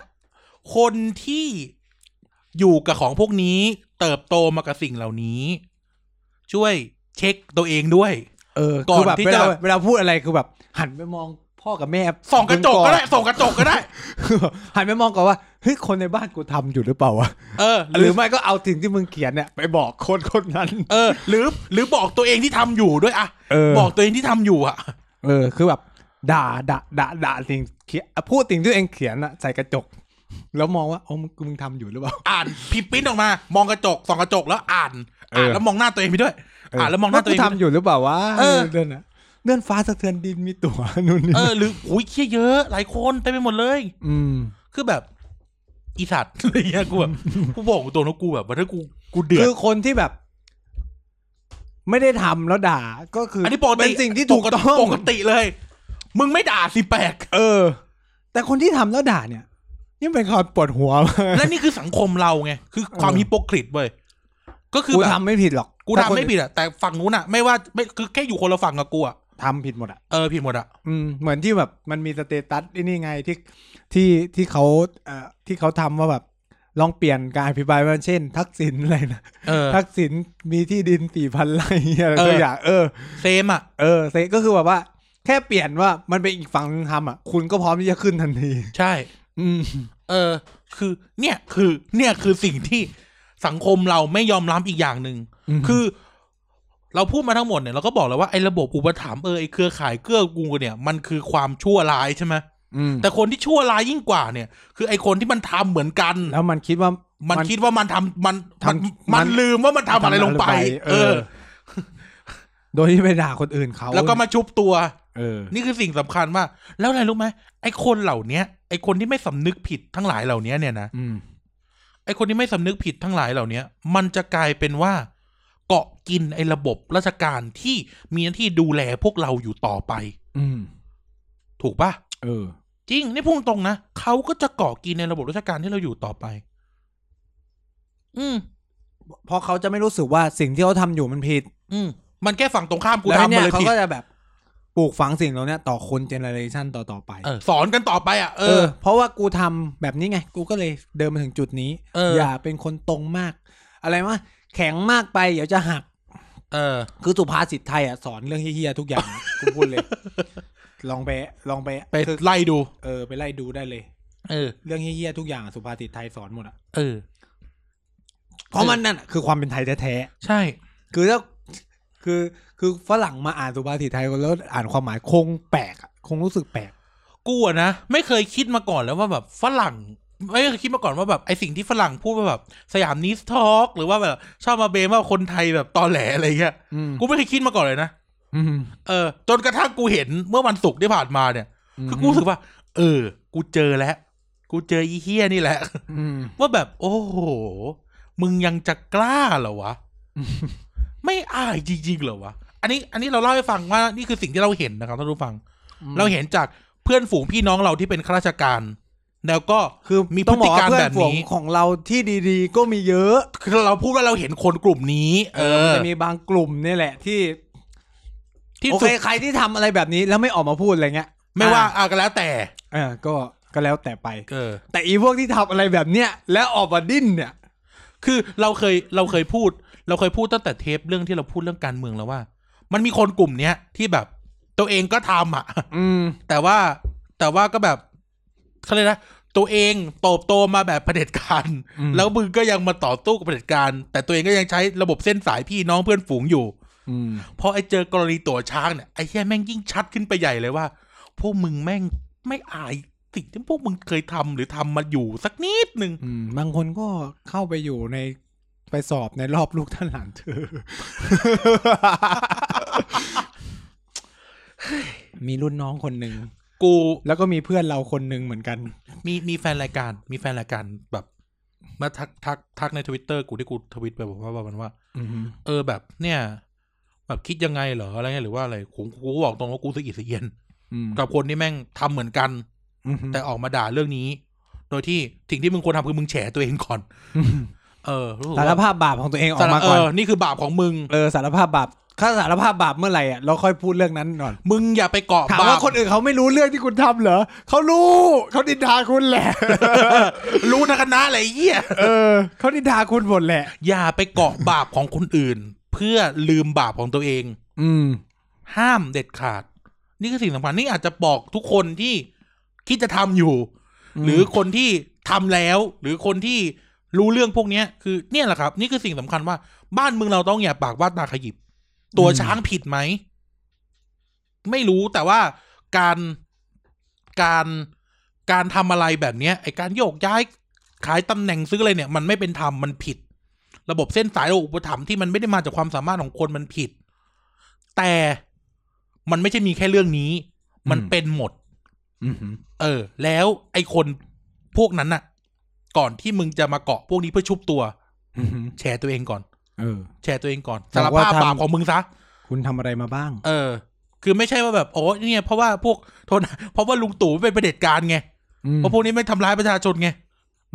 Speaker 2: คนที่อยู่กับของพวกนี้ เติบโตมากับสิ่งเหล่านี้ ช่วยเช็คตัวเองด้วย
Speaker 1: เออ
Speaker 2: ก่อน
Speaker 1: คืแบบ
Speaker 2: ที่
Speaker 1: เว
Speaker 2: จะ
Speaker 1: ลาเวลาพูดอะไรคือแบบ หันไปมองพ่อกับแม่
Speaker 2: ส่องกระจกก็ได้
Speaker 1: มึอน
Speaker 2: ส่องกระจกก็ได้
Speaker 1: คือแบบ หันไปมองก่อนว่าเฮ้ยคนในบ้านกูทำอยู่หรือเปล่าวะ
Speaker 2: เออ ห
Speaker 1: ห
Speaker 2: รื
Speaker 1: รือ อไม่ก็เอาสิ่งที่มึงเขียนเนี่ยไปบอกคนคนนั้น
Speaker 2: เออ หรือหรือบอกตัวเองที่ทำอยู่ด้วยอะ
Speaker 1: เออ
Speaker 2: บอกตัวเองที่ทำอยู่อะ
Speaker 1: เออ คือแบบด่าด่าด่าด่าสิ่งเขียนพูดสิ่งที่ตัวเองเขียนอะใส่กระจก แล้วมองว่าอ๋อมึงมึงทำอยู่หรือเปล่า
Speaker 2: อ่านพิมพ์ปริ้นออกมา มองกระจกส่องกระจกแล้วอ่าน อ่าน
Speaker 1: เออ
Speaker 2: แล้วมองหน้าตัวเองไปด้วย อ่านแล้วมองหน้าตัวเอง
Speaker 1: กูทำอยู่หรือเปล่าวะ
Speaker 2: เออ
Speaker 1: เดือนน่ะเลื่อนฟ้าสะเทือนดินมีตั๋ว นู่นนี่
Speaker 2: เออหรือหุยเครียดเยอะ หลายคนเต็มไปหมดเลย
Speaker 1: อืม
Speaker 2: คือแบบ อีสัตว์ อะไรเงี้ยกูแบบกูบอกตัวนะกูแบบว่าถ้ากูกูเดือด
Speaker 1: คือคนที่แบบ ไม่ได้ทำแล้วด่าก็คืออั
Speaker 2: อันนี้ปกติ
Speaker 1: เป็นสิ่งที่ถูกต้อง
Speaker 2: ปกติเลย มึงไม่ด่าสิแปลก
Speaker 1: เออ แต่คนที่ทำแล้วด่าเนี่ยนี่เป็นความปวดหัวมาก
Speaker 2: และนี่คือสังคมเราไง คือความฮิปโปคริตเว้ย ก็คือ
Speaker 1: กู
Speaker 2: แบบ
Speaker 1: ทำไม่ผิดหรอก
Speaker 2: กู
Speaker 1: ถ้าค
Speaker 2: ทำ
Speaker 1: น
Speaker 2: ไม่ผิดอะแต่ฝั่งนู้นอะไม่ว่าไม่คือแค่อยู่คนละฝั่งกับกูอะ
Speaker 1: ทำผิดหมดอ่ะ
Speaker 2: เออผิดหมดอะ
Speaker 1: อืมเหมือนที่แบบมันมีสเตตัสไอ้นี่ไงที่ที่ที่เขาเอ่อที่เขาทำว่าแบบ ลองเปลี่ยนการอภิปรายว่าเช่น ทักษิณอะไรนะ
Speaker 2: เออ
Speaker 1: ทักษิณมีที่ดินสี่พันไร่อะไร
Speaker 2: เออ
Speaker 1: ตัวอย่างเออ
Speaker 2: เซมอะ
Speaker 1: เออเซก็คือแบบว่า แค่เปลี่ยนว่ามันเป็นอีกฝั่งหนึ่งทำอ่ะ คุณก็พร้อมที่จะขึ้นทันที
Speaker 2: ใช่
Speaker 1: อืม
Speaker 2: เออ คือ เนี่ยคือ เนี่ยคือสิ่งที่สังคมเราไม่ยอมรับอีกอย่างหนึ่ง
Speaker 1: อืม
Speaker 2: คือ เราพูดมาทั้งหมดเนี่ยเราก็บอกแล้วว่าไอ้ระบบอุปถัมภ์เออไอ้เครือข่ายเกื้อกูลเนี่ยมันคือความชั่วร้ายใช่ไหม
Speaker 1: อืม
Speaker 2: แต่คนที่ชั่วร้ายยิ่งกว่าเนี่ย คือไอ้คนที่มันทำเหมือนกัน
Speaker 1: แล้วมันคิดว่า
Speaker 2: มันคิดว่ามันทำมันมัน
Speaker 1: ทำ
Speaker 2: มันลืมว่ามันทำอะไรลงไป
Speaker 1: ทำอะไรลงไป
Speaker 2: เอ
Speaker 1: เอ
Speaker 2: อ
Speaker 1: อ โดยที่ไปด่าคนอื่นเขา
Speaker 2: แล้วก็มาชุบตัว
Speaker 1: เออ
Speaker 2: นี่คือสิ่งสำคัญมาก แล้วอะไรรู้ไหมไอ้คนเหล่าเนี้ยไอ้คนที่ไม่สำนึกผิดทั้งหลายเหล่าเนี้ยเนี่ยนะ
Speaker 1: อืม
Speaker 2: ไอ้คนที่ไม่สำนึกผิดทั้งหลายเหล่าเนี้ย มันจะกลายเป็นว่า เกาะกินไอ้ระบบราชการที่มีหน้าที่ดูแลพวกเราอยู่ต่อไป
Speaker 1: อืม
Speaker 2: ถูกปะ
Speaker 1: เออ
Speaker 2: จริงนี่พุ่งตรงนะเขาก็จะเกาะกินในระบบราชการที่เราอยู่ต่อไป อืม
Speaker 1: เพราะเขาจะไม่รู้สึกว่าสิ่งที่เขาทำอยู่มันผิด
Speaker 2: อืม มันแค่ฝั่งตรงข้ามกู
Speaker 1: แล้ว
Speaker 2: ทำ
Speaker 1: เนี่
Speaker 2: มาย เลย
Speaker 1: เขา
Speaker 2: ผิด
Speaker 1: ก็จะแบบปลูกฝังสิ่งเหล่าเนี้ยต่อคนเจเนอเรชันต่อต่อๆไป
Speaker 2: เออสอนกันต่อไปอ่ะเออ
Speaker 1: เพราะว่ากูทำแบบนี้ไง กูก็เลยเดินมาถึงจุดนี้
Speaker 2: เอออ
Speaker 1: ย่าเป็นคนตรงมาก อะไรวะแข็งมากไปเดี๋ยวจะหัก
Speaker 2: เออ
Speaker 1: คือสุภาษิตไทยอ่ะสอนเรื่องเฮี้ยๆทุกอย่างนะกูพูดเลย ลองไปลองไป
Speaker 2: ไปไล่ดู
Speaker 1: เออไปไล่ดูได้เลย
Speaker 2: เออ
Speaker 1: เรื่องเฮี้ยๆทุกอย่างอะสุภาษิตไทยสอนหมดอ่ะ
Speaker 2: เออ
Speaker 1: เพราะมันนั่นอะคือความเป็นไทยแท้
Speaker 2: ใช่
Speaker 1: ๆคือถ้าคือคือฝรั่งมาอ่านสุภาษิตไทยแล้วอ่านความหมายคงแปลกอะคงรู้สึกแปลก
Speaker 2: กูอะนะไม่เคยคิดมาก่อนแล้วว่าแบบฝรั่ง ไม่เคยคิดมาก่อนว่าแบบไอสิ่งที่ฝรั่งพูดว่าแบบ สยามนิสทอกหรือว่าแบบชอบมาเบมว่าคนไทยแบบตอแหลอะไรเงี้ย
Speaker 1: อืม
Speaker 2: กูไม่เคยคิดมาก่อนเลยนะ
Speaker 1: อืม
Speaker 2: เออจนกระทั่งกูเห็นเมื่อวันศุกร์ที่ผ่านมาเนี่ย คือกูรู้สึกว่า เออ กูเจอแล้ว กูเจออีเฮียนี่แหละ
Speaker 1: อืม
Speaker 2: ว่าแบบ โอ้โห มึงยังจะกล้าเหรอวะ ไม่อายจริงๆเหรอวะ อันนี้ อันนี้เราเล่าให้ฟังว่านี่คือสิ่งที่เราเห็นนะครับท่านผู้ฟัง
Speaker 1: อืม
Speaker 2: เราเห็นจากเพื่อนฝูงพี่น้องเราที่เป็นข้าราชการ แล้วก็
Speaker 1: คือ
Speaker 2: มีพ
Speaker 1: ต้
Speaker 2: ฤ
Speaker 1: องบ
Speaker 2: ติ
Speaker 1: อก
Speaker 2: กรร
Speaker 1: ว่าม เพื่อ
Speaker 2: แบ
Speaker 1: น
Speaker 2: บ
Speaker 1: ฝูง
Speaker 2: นี้
Speaker 1: ของเราที่ดีๆ ก็มีเยอะ
Speaker 2: คือเราพูดว่าเราเห็นคนกลุ่มนี้ เออ
Speaker 1: จะมีบางกลุ่มเนี่ยแหละที่
Speaker 2: ที่
Speaker 1: โอ
Speaker 2: สุ
Speaker 1: เค
Speaker 2: ด
Speaker 1: ใครที่ทำอะไรแบบนี้แล้วไม่ออกมาพูดอะไรเงี้ย
Speaker 2: ไม่ว่าอ่ะก็แล้วแต่
Speaker 1: เออก็ก็แล้วแต่ไป
Speaker 2: เออ
Speaker 1: แต่อีพวกที่ทำอะไรแบบเนี้ยแล้วออกมาดิ้นเนี่ย
Speaker 2: คือเราเคยเราเคยพูด เราเคยพูดตั้งแต่เทปเรื่องที่เราพูดเรื่องการเมืองแล้วว่า มันมีคนกลุ่มเนี้ยที่แบบ ตัวเองก็ทำอ่ะ
Speaker 1: อืม
Speaker 2: แต่ว่าแต่ว่าก็แบบเขาเรียกนะตัวเองโตบโตมาแบบเผด็จการ
Speaker 1: อืม
Speaker 2: แล้วมึงก็ยังมาต่อสู้กับเผด็จการ แต่ตัวเองก็ยังใช้ระบบเส้นสายพี่น้องเพื่อนฝูงอยู่
Speaker 1: อืม
Speaker 2: พอไอ้เจอกรณีตัวช้างเนี่ยไอ้เหี้ยแม่งยิ่งชัดขึ้นไปใหญ่เลยว่า พวกมึงแม่งไม่อายสิ่งที่พวกมึงเคยทำหรือทำมาอยู่สักนิดหนึ่ง
Speaker 1: อืม บางคนก็เข้าไปอยู่ในไปสอบในรอบลูกท่านหลานเธอ มีรุ่นน้องคนหนึ่ง
Speaker 2: กู
Speaker 1: แล้วก็มีเพื่อนเราคนหนึ่งเหมือนกัน
Speaker 2: มีมีแฟนรายการ มีแฟนรายการแบบมาทักทักทักในทวิตเตอร์กูที่กูทวิตไปบอกว่าประมาณว่า
Speaker 1: อืม
Speaker 2: เออแบบเนี่ย แบบคิดยังไงเหรออะไรเงี้ยหรือว่าอะไรผมกูก็บอกตรงว่ากูสะอิดสะเอียน
Speaker 1: อืม
Speaker 2: กับคนที่แม่งทำเหมือนกัน
Speaker 1: อืม
Speaker 2: แต่ออกมาด่าเรื่องนี้ โดยที่สิ่งที่มึงควรทำคือมึงแฉตัวเองก่อน
Speaker 1: อืม
Speaker 2: เออรู้สึก
Speaker 1: สา
Speaker 2: ว่
Speaker 1: รภาพบาปของตัวเองออ
Speaker 2: สาก ร
Speaker 1: มา
Speaker 2: เอ
Speaker 1: ก่อน
Speaker 2: อนี่คือบาปของมึง
Speaker 1: เออสารภาพบาปถ้าสารภาพบาปเมื่อไหร่อ่ะเราค่อยพูดเรื่องนั้นก่อน
Speaker 2: มึงอย่าไปเกาะ
Speaker 1: ถาม
Speaker 2: บา
Speaker 1: ว่า
Speaker 2: ป
Speaker 1: คนอื่นเขาไม่รู้เรื่องที่คุณทำเหรอ เขารู้ เขาดินทาคุณแหละ
Speaker 2: รู้นะคณะอะไรเหี้ย
Speaker 1: เออ เขาดินทาคุณหมดแหละ
Speaker 2: อย่าไปเกาะบาปของคนอื่น เพื่อลืมบาปของตัวเอง
Speaker 1: อืม
Speaker 2: ห้ามเด็ดขาด นี่คือสิ่งสำคัญนี่อาจจะบอกทุกคนที่คิดจะทำอยู่
Speaker 1: อืม
Speaker 2: หรือคนที่ทำแล้ว หรือคนที่รู้เรื่องพวกเนี้ย คือเนี่ยแหละครับ นี่คือสิ่งสำคัญว่า บ้านเมืองเราต้องอย่าปากว่าดตาขยิบ ตัวช้างผิดไหม ไม่รู้แต่ว่าการการการทำอะไรแบบเนี้ยไอการโยกย้ายขายตำแหน่งซื้ออะไรเนี่ย มันไม่เป็นธรรมมันผิด ระบบเส้นสายระบบอุปถัมภ์ที่มันไม่ได้มาจากความสามารถของคนมันผิด แต่มันไม่ใช่มีแค่เรื่องนี้ มัน
Speaker 1: อืม
Speaker 2: เป็นหมด
Speaker 1: อือหือ
Speaker 2: เออ แล้วไอ้คนพวกนั้นน่ะ ก่อนที่มึงจะมาเกาะพวกนี้เพื่อชุบตัว
Speaker 1: อือหือ
Speaker 2: แชร์ตัวเองก่อน
Speaker 1: เออ
Speaker 2: แชร์ตัวเองก่อน
Speaker 1: บ
Speaker 2: สาร
Speaker 1: อกว่า
Speaker 2: ภาพ
Speaker 1: ทำ
Speaker 2: บาปของมึงซะ
Speaker 1: คุณทำอะไรมาบ้าง
Speaker 2: เออ คือไม่ใช่ว่าแบบโอ้เนี่ยเพราะว่าพวกโทษนะเพราะว่าลุงตู่เป็นประเผด็จการไง เพราะพวกนี้ไม่ทำร้ายประชาชนไง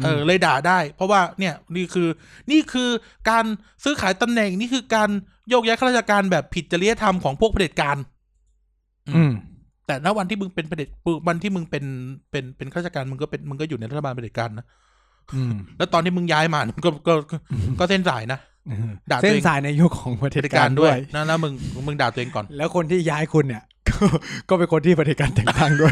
Speaker 2: เออ
Speaker 1: อืม
Speaker 2: เลยด่าได้ เพราะว่าเนี่ยนี่คือ นี่คือการซื้อขายตำแหน่งนี่คือการโยกย้ายข้าราชการแบบผิดจริยธรรมของพวกเผด็จการ
Speaker 1: อืม
Speaker 2: แต่ณวันที่มึงเป็นเผด็จวันที่มึงเป็นเป็นเป็นข้าราชการมึงก็เป็นมึงก็อยู่ในรัฐบาลเผด็จการนะ
Speaker 1: อืม
Speaker 2: แล้วตอนที่มึงย้ายมาเนี่ยมึงก็ ก็ก็ก็เส้นสายนะ ด่าตัวเอง
Speaker 1: เส้นสายในยุคของประเทศ
Speaker 2: เผด็จ
Speaker 1: กา
Speaker 2: การ ร
Speaker 1: ด้
Speaker 2: ด้
Speaker 1: ว
Speaker 2: วย ยนะแล้วมึงมึงด่าตัวเองก่อน
Speaker 1: แล้วคนที่ย้ายคุณเนี่ย ก็ก็เป็นคนที่ประเทศการแต่งตั้งด้วย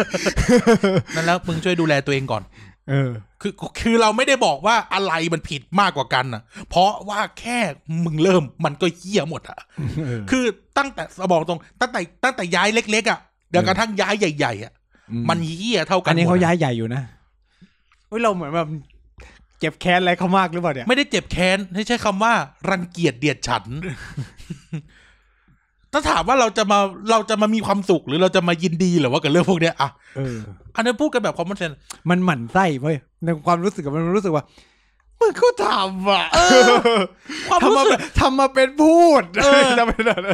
Speaker 2: นั่นแล้วมึงช่วยดูแลตัวเองก่อน
Speaker 1: เออ
Speaker 2: คือคือเราไม่ได้บอกว่าอะไรมันผิดมากกว่ากันนะเพราะว่าแค่มึงเริ่มมันก็เหี้ยหมดอะ
Speaker 1: เออ
Speaker 2: คือตั้งแต่บอกตรงตั้งแต่ตั้งแต่ย้ายเล็ก ๆอะเดี๋ยวกระทั่งย้ายใหญ่ๆอะมันเหี้ยเท่ากั
Speaker 1: อั
Speaker 2: น
Speaker 1: นนี้เขา
Speaker 2: หมดะ
Speaker 1: ย้ายใหญ่อยู่นะเฮ้ยเราเหมือนแบบเจ็บแค้นอะไรเขามากหรือเปล่าเนี่ย
Speaker 2: ไม่ได้เจ็บแค้นให้ใช้คำว่ารังเกียจเดียดฉัน ถ้าถามว่าเราจะมาเราจะมามีความสุขหรือเราจะมายินดีเหรือว่ากับเรื่องพวกเนี้ยอะ
Speaker 1: เออ
Speaker 2: อันนี้พูดกันแบบคอมมอนเซน
Speaker 1: มันหมั่นไส้เว้ย ในความรู้สึกอะมันรู้สึกว่ามึงก็ทำอ่ะ
Speaker 2: ความ
Speaker 1: ทำ
Speaker 2: รู้
Speaker 1: มา
Speaker 2: สึ
Speaker 1: เป็
Speaker 2: ก
Speaker 1: นทำมาเป็นพูด
Speaker 2: เออ
Speaker 1: ทำมาเป็นอะไร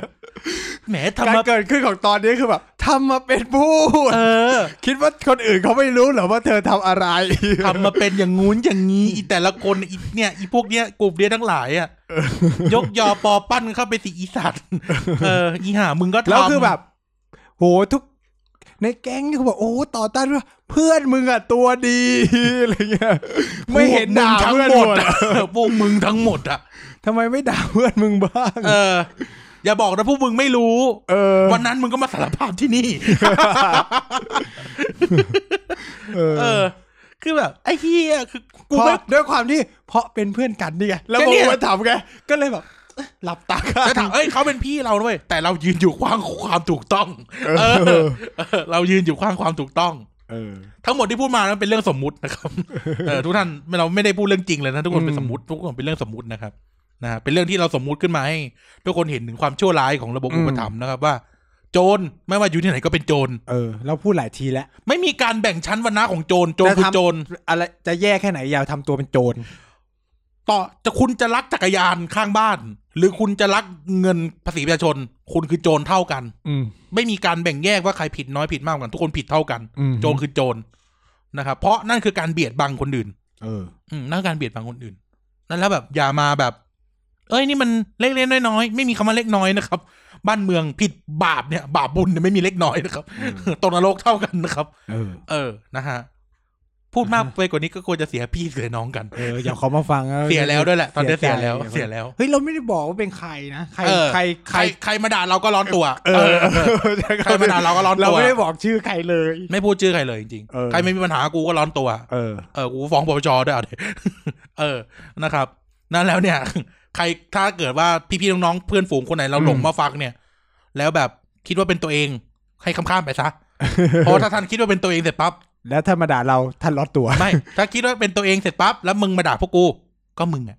Speaker 2: แหม
Speaker 1: กา
Speaker 2: ทำ
Speaker 1: ร
Speaker 2: มา
Speaker 1: เกิดขึ้นของตอนนี้คือแบบทำมาเป็นพูด
Speaker 2: เออ
Speaker 1: คิดว่าคนอื่นเขาไม่รู้เหรอว่าเธอทำอะไร
Speaker 2: ทำมาเป็นอย่างงู้นอย่างนี้อีแต่ละคนอีเนี่ยอีพวกเนี้ยกลุ่มเนี้ยทั้งหลายอ่ะยกยอปอปั้นเข้าไปสิอีสัตว์เอออีห่ามึงก็ทำ
Speaker 1: แล้วคือแบบ โหทุก ในแก๊งก็บอกโอ้ต่อต้านว่าเพื่อนมึงอะตัวดี อะไรเงี้ยไม่เห็นด่า
Speaker 2: พวก
Speaker 1: เพื่
Speaker 2: มึ
Speaker 1: อง น
Speaker 2: ทั้งห
Speaker 1: ห
Speaker 2: ม
Speaker 1: มดอะ
Speaker 2: ดอะพวกมึงทั้งหมดอ่ะ
Speaker 1: ทำไมไม่ด่าเพื่อนมึงบ้าง
Speaker 2: เออ อย่าบอกนะพวกมึงไม่รู้
Speaker 1: เออ
Speaker 2: วันนั้นมึงก็มาสารภาพที่นี่
Speaker 1: เอ
Speaker 2: เอ
Speaker 1: อ
Speaker 2: อ คือแบบไอ้เฮียคือกู
Speaker 1: เพราะ
Speaker 2: ไม่
Speaker 1: ด้วยความที่เพราะเป็นเพื่อนกันนี่ไงแล้ว
Speaker 2: ก็
Speaker 1: มึ
Speaker 2: เนี่
Speaker 1: ง
Speaker 2: ย
Speaker 1: มาถามไงก็เลยแบบหลับตากัน
Speaker 2: จะถามเอ้ยเขาเป็นพี่เราด้วยแต่เรายืนอยู่ขว้างความถูกต้อง เออเออ เรายืนอยู่ขว้างความถูกต้อง
Speaker 1: เออ
Speaker 2: ทั้งหมดที่พูดมานั้นเป็นเรื่องสมมุตินะครับ เออทุกท่านเราไม่ได้พูดเรื่องจริงเลยนะ ทุกคนเป็น
Speaker 1: อืม
Speaker 2: สมมติทุกคนเป็นเรื่องสมมตินะครับนะฮะเป็นเรื่องที่เราสมมุติขึ้นมาให้ทุกคนเห็นถึงความชั่วร้ายของระบบอุปถัมภ์นะครับ ว่า โจรไม่ว่าอยู่ที่ไหนก็เป็นโจร
Speaker 1: เออ เราพูดหลายทีแล้ว
Speaker 2: ไม่มีการแบ่งชั้นวรรณะของโจรโจรคือโจร
Speaker 1: อะไรจะแย่แค่ไหนอย่าทำตัวเป็นโจร
Speaker 2: ต่อจะคุณจะรักจักรยานข้างบ้าน หรือคุณจะรักเงินภาษีประชาชน คุณคือโจรเท่ากัน
Speaker 1: อืม
Speaker 2: ไม่มีการแบ่งแยกว่าใครผิดน้อยผิดมากกว่ากันทุกคนผิดเท่ากัน
Speaker 1: อืม
Speaker 2: โจรคือโจรนะครับ เพราะนั่นคือการเบียดบังคนอื่น
Speaker 1: เออ
Speaker 2: อืมนั่นการเบียดบังคนอื่น นั่นแล้วแบบอย่ามาแบบ เอ้ยนี่มันเล็กเล็กน้อยน้อยๆไม่มีคำว่าเล็กน้อยนะครับ บ้านเมืองผิดบาปเนี่ย บาปบุญเนี่ยไม่มีเล็กน้อยนะครับตกนรกเท่ากันนะครับ
Speaker 1: เออ
Speaker 2: เออนะฮะพูดมากไปกว่านี้ก็ควรจะเสียพี่เสียน้องกัน
Speaker 1: เอออย่าเขามาฟังนะ
Speaker 2: เสียแล้วด้วยแหละ ตอนนี้
Speaker 1: เสี
Speaker 2: เสี
Speaker 1: ย
Speaker 2: ย
Speaker 1: ใจ
Speaker 2: แล้ว
Speaker 1: ครับ
Speaker 2: เสียแล้ว
Speaker 1: เฮ้ยเราไม่ได้บอกว่าเป็นใครนะใคร
Speaker 2: เออ
Speaker 1: ใคร
Speaker 2: ใครใครมาด่าเราก็ร้อนตัว
Speaker 1: เออ
Speaker 2: เออใครมาด่าเราก็ร้อน
Speaker 1: เรา
Speaker 2: ตัว
Speaker 1: ไม่ได้บอกชื่อใครเลย
Speaker 2: ไม่พูดชื่อใครเลยจริง
Speaker 1: เออ
Speaker 2: ๆใครไม่มีปัญหากูก็ร้อนตัว
Speaker 1: เออ
Speaker 2: เออกูฟ้องปปชด้วยเอาดิ เออนะครับ นั่นแล้วเนี่ย ใครถ้าเกิดว่าพี่ๆน้องๆเพื่อนฝูงคนไหนเรา
Speaker 1: อืม
Speaker 2: หลงมาฟังเนี่ย แล้วแบบคิดว่าเป็นตัวเองให้ข้ามๆไปซะ เพราะถ้าท่านคิดว่าเป็นตัวเองเสร็จปั๊บ
Speaker 1: แล้วถ้ามาด่าเราท่านลดตัว
Speaker 2: ไม่ ถ้าคิดว่าเป็นตัวเองเสร็จปั๊บแล้วมึงมาด่าพวกกู ก็มึงอ่ะ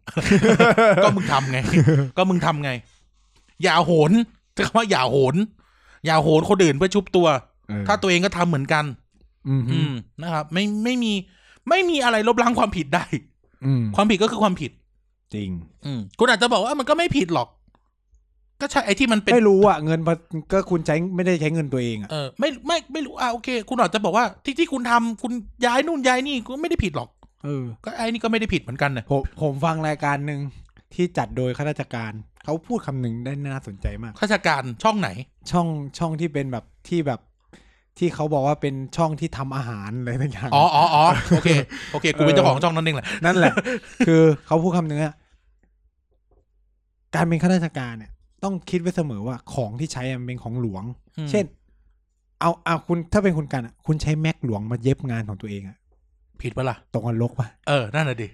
Speaker 2: ก็มึงทำไง ก็มึงทำไง อย่าโหนใช้คำว่าอย่าโหน อย่าโหนคนอื่นเพื่อชุบตัว
Speaker 1: เออ
Speaker 2: ถ้าตัวเองก็ทำเหมือนกัน
Speaker 1: อืม
Speaker 2: อืมนะครับ ไม่ไม่มีไม่มีอะไรลบล้างความผิดได้
Speaker 1: อืม
Speaker 2: ความผิดก็คือความผิด
Speaker 1: จริง
Speaker 2: อืมคุณอาจจะบอกว่ามันก็ไม่ผิดหรอก ก็ใช่ไอ้ที่มันเป็น
Speaker 1: ไม่รู้อ่ะเงินมันก็คุณใช้ไม่ได้ใช้เงินตัวเองอ่ะ
Speaker 2: เออไม่ไม่ไม่รู้อ่ะโอเค คุณอาจจะบอกว่าที่ที่คุณทำคุณย้ายนู่นย้ายนี่ก็ไม่ได้ผิดหรอก
Speaker 1: เออ
Speaker 2: ก็ไอ้นี่ก็ไม่ได้ผิดเหมือนกันนะ
Speaker 1: ผมผมฟังรายการหนึ่งที่จัดโดยข้าราชการ เขาพูดคำหนึ่งได้น่าสนใจมาก
Speaker 2: ข้าราชการช่องไหน
Speaker 1: ช่องช่องที่เป็นแบบที่แบบ ที่เขาบอกว่าเป็นช่องที่ทำอาหารอะไรต่าง
Speaker 2: อ๋ออ๋ออ๋อโอเคโอเค กูเป็นเจ้าของช่องนั่นเองแหละ
Speaker 1: นั่นแหละ คือเขาพูดคำหนึ่งอะการเป็นข้าราชการเนี่ย ต้องคิดไว้เสมอว่าของที่ใช้อะมันเป็นของหลวง
Speaker 2: อืม
Speaker 1: เช่น เอาเอาคุณถ้าเป็นคุณกันอะคุณใช้แม็กหลวงมาเย็บงานของตัวเองอะ
Speaker 2: ผิดปะล่ะ
Speaker 1: ตกนรกปะ
Speaker 2: เออนั่นน่ะดิ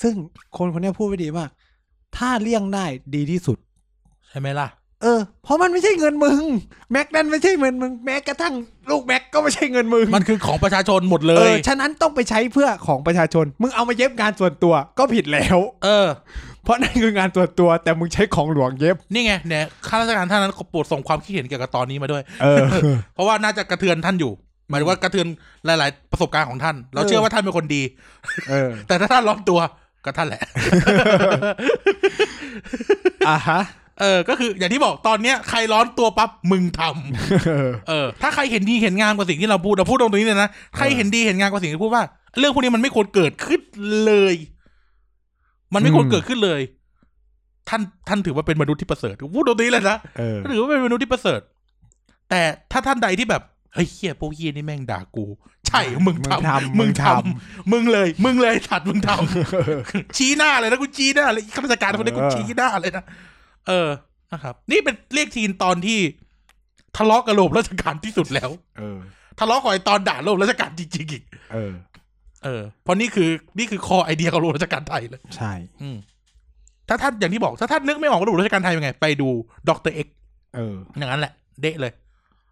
Speaker 1: ซึ่งคนคนเนี้ยพูดไว้ดีมากถ้าเลี่ยงได้ดีที่สุด
Speaker 2: ใช่ไหมล่ะ
Speaker 1: เออ เพราะมันไม่ใช่เงินมึง แม็กนั่นไม่ใช่เงินมึงแม้กระทั่งลูกแม็กก็ไม่ใช่เงินมึง
Speaker 2: มันคือของประชาชนหมดเล
Speaker 1: เอย อฉะนั้นต้องไปใช้เพื่อของประชาชน มึงเอามาเย็บงานส่วนตัวก็ผิดแล้ว
Speaker 2: เออ
Speaker 1: เพราะนั่นคืองานตรวจตัว แต่มึงใช้ของหลวงเย็บ
Speaker 2: นี่ไงเนี่ยข้าราชการท่านนั้นโปรดส่งความคิดเห็นเกี่ยวกับตอนนี้มาด้วย
Speaker 1: เออ
Speaker 2: เพราะว่าน่าจะกระเทือนท่านอยู่ หมายถึงว่ากระเทือนหลาย ๆ ประสบการณ์ของท่าน เราเชื่อว่าท่านเป็นคนดี
Speaker 1: เออ
Speaker 2: แต่ถ้าท่านร้อนตัวก็ท่านแหละ
Speaker 1: อ่ะฮะ
Speaker 2: เออ ก็คืออย่างที่บอกตอนเนี้ยใครร้อนตัวปั๊บมึงทำ
Speaker 1: เออ
Speaker 2: เออ ถ้าใครเห็นดีเห็นงามกว่าสิ่งที่เราพูดเราพูดตรงนี้เลยนะ ใครเห็นดีเห็นงามกว่าสิ่งที่พูดว่า เรื่องพวกนี้มันไม่ควรเกิดขึ้นเลย มันไม่ควรเกิดขึ้นเลย ท่านท่านถือว่าเป็นมนุษย์ที่ประเสริฐพูดตรงนี้เลยนะ
Speaker 1: เออ
Speaker 2: หรือว่าเป็นมนุษย์ที่ประเสริฐ แต่ถ้าท่านใดที่แบบเฮ้ยเฮียพวกเฮียนี่แม่งด่ากู ใช่ มึงทำ
Speaker 1: มึ
Speaker 2: มึง
Speaker 1: ง
Speaker 2: ท
Speaker 1: ทำ
Speaker 2: ำมึงเลย มึงเลยถัดมึงทำชี้หน้าเลยนะกูชี้หน้าเลยข้าราชการคนนี้กูชี้หน้าเลยนะเออนะครับ นี่เป็นเรียกทีนตอนที่ ทะเลาะกับโลบราชการที่สุดแล้ว
Speaker 1: เออ
Speaker 2: ทะเลาะกับไอตอนด่าโลบราชการจริงๆอีก
Speaker 1: เออ
Speaker 2: เออเพราะนี่คือนี่คือคอไอเดียของโลบราชการไทยเลย
Speaker 1: ใช่
Speaker 2: อืมถ้าท่านอย่างที่บอก ถ้าท่านนึกไม่ออกว่าโลบราชการไทยเป็นไง ไปดูด็อกเตอร์เอ็ก
Speaker 1: เออ
Speaker 2: อย่างนั้นแหละ เดะเลย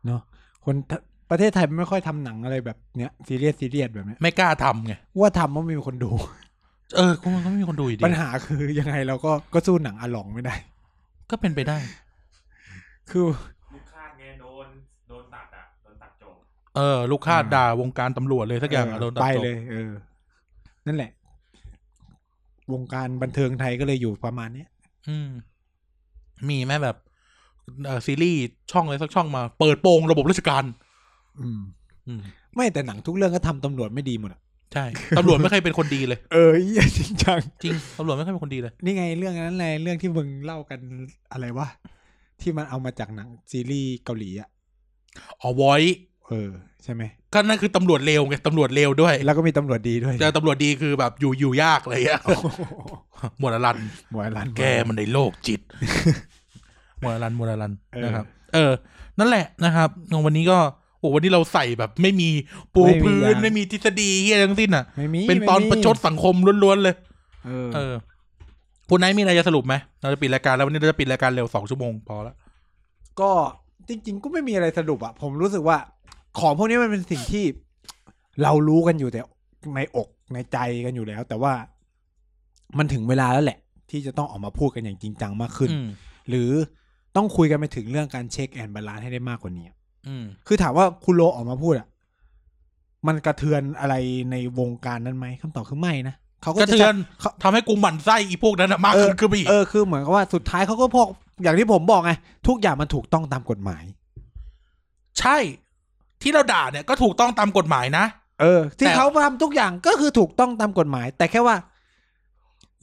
Speaker 1: เนาะคนทะประเทศไทยมันไม่ค่อยทำหนังอะไรแบบเนี้ยซีเรียสซีเรียสแบบเนี้ย
Speaker 2: ไม่กล้าทำไง
Speaker 1: ว่าทำมันไม่มีคนดู
Speaker 2: เออก็ก็ไม่มีคนดูอยู่ดี
Speaker 1: ปัญหาคือยังไงเราก็ก็สู้หนังอะหลองไม่ได้
Speaker 2: ก็เป็นไปได้
Speaker 1: คือ
Speaker 3: ลูกคาดไงโดนโดนตัดอ่ะโดนตัดจบ
Speaker 2: เออ ลูกค้า
Speaker 1: อ่า
Speaker 2: ด่าวงการตำรวจเลยสักอย่างอะโดนตัด
Speaker 1: ไป
Speaker 2: จบ
Speaker 1: เลย เออ นั่นแหละ วงการบันเทิงไทยก็เลยอยู่ประมาณเนี้ย
Speaker 2: อืม มีไหมแบบเอ่อซีรีส์ช่องอะไรสักช่องมา เปิดโปงระบบราชการ
Speaker 1: อืม
Speaker 2: อืม
Speaker 1: ไม่แต่หนังทุกเรื่องก็ทำตำรวจไม่ดีหมดอะ
Speaker 2: ใช่ ตำรวจไม่เคยเป็นคนดีเลย
Speaker 1: เออเหี้ย จริงจัง
Speaker 2: จริง ตำรวจไม่เคยเป็นคนดีเลย
Speaker 1: นี่ไงเรื่องนั้นเลยเรื่องที่มึงเล่ากันอะไรวะที่มันเอามาจากหนังซีรีส์เกาหลีอ่ะ
Speaker 2: อ๋อไวอย
Speaker 1: เออ ใช่ไหม
Speaker 2: ก็นั่นคือตำรวจเลวไง ตำรวจเลว ด้วย
Speaker 1: แล้วก็มีตำรวจดีด้วย
Speaker 2: เจอตำรวจดีคือแบบอยู่อยู่ยากอะไรอย่างเงี้ย
Speaker 1: โอ้โห
Speaker 2: หมวดอรัน
Speaker 1: หมวยรัน
Speaker 2: แกมันในโลกจิต มวลรันมวลรัน
Speaker 1: เออ
Speaker 2: นะครับ เออ นั่นแหละนะครับของวันนี้ก็โอ้วันนี้เราใส่แบบไม่มีปู
Speaker 1: ไม่มี
Speaker 2: พื้น
Speaker 1: ยาง
Speaker 2: ไม่มีทฤษฎีเฮียอะไรทั้งสิ้นอ่ะ
Speaker 1: ไม่มี
Speaker 2: เป็นตอน
Speaker 1: ไม่มี
Speaker 2: ประชดสังคมล้วนๆเลย
Speaker 1: เออ
Speaker 2: เออคุณไนท์มีอะไรจะสรุปไหมเราจะปิดรายการแล้ววันนี้เราจะปิดรายการเร็วสองชั่วโมงพอละ
Speaker 1: ก็จริง ๆ ก็ไม่มีอะไรสรุปอ่ะ ผมรู้สึกว่า ของพวกนี้มันเป็นสิ่งที่ เรารู้กันอยู่แต่ในอกในใจกันอยู่แล้ว แต่ว่า มันถึงเวลาแล้วแหละ ที่จะต้องออกมาพูดกันอย่างจริงจังมากขึ้น
Speaker 2: อืม
Speaker 1: หรือต้องคุยกันไปถึงเรื่องการเช็คแอนบาลานให้ได้มากกว่านี้
Speaker 2: อืม
Speaker 1: คือถามว่าคุณโลออกมาพูดอ่ะ มันกระเทือนอะไรในวงการนั้นไหมคำตอบคือไม่นะเขา
Speaker 2: ก
Speaker 1: ก็
Speaker 2: ระเทือน
Speaker 1: จะเขา
Speaker 2: ทำให้กูหมั่นไส้อีพวกนั้นอะมากขึ้นขึ้นไปอีก
Speaker 1: เออคือเหมือนกับว่าสุดท้ายเขาก็พอกอย่างที่ผมบอกไงทุกอย่างมันถูกต้องตามกฎหมาย
Speaker 2: ใช่ ที่เราด่าเนี่ยก็ถูกต้องตามกฎหมายนะ
Speaker 1: เออ ที่
Speaker 2: แต่
Speaker 1: เขาทำทุกอย่างก็คือถูกต้องตามกฎหมาย แต่แค่ว่า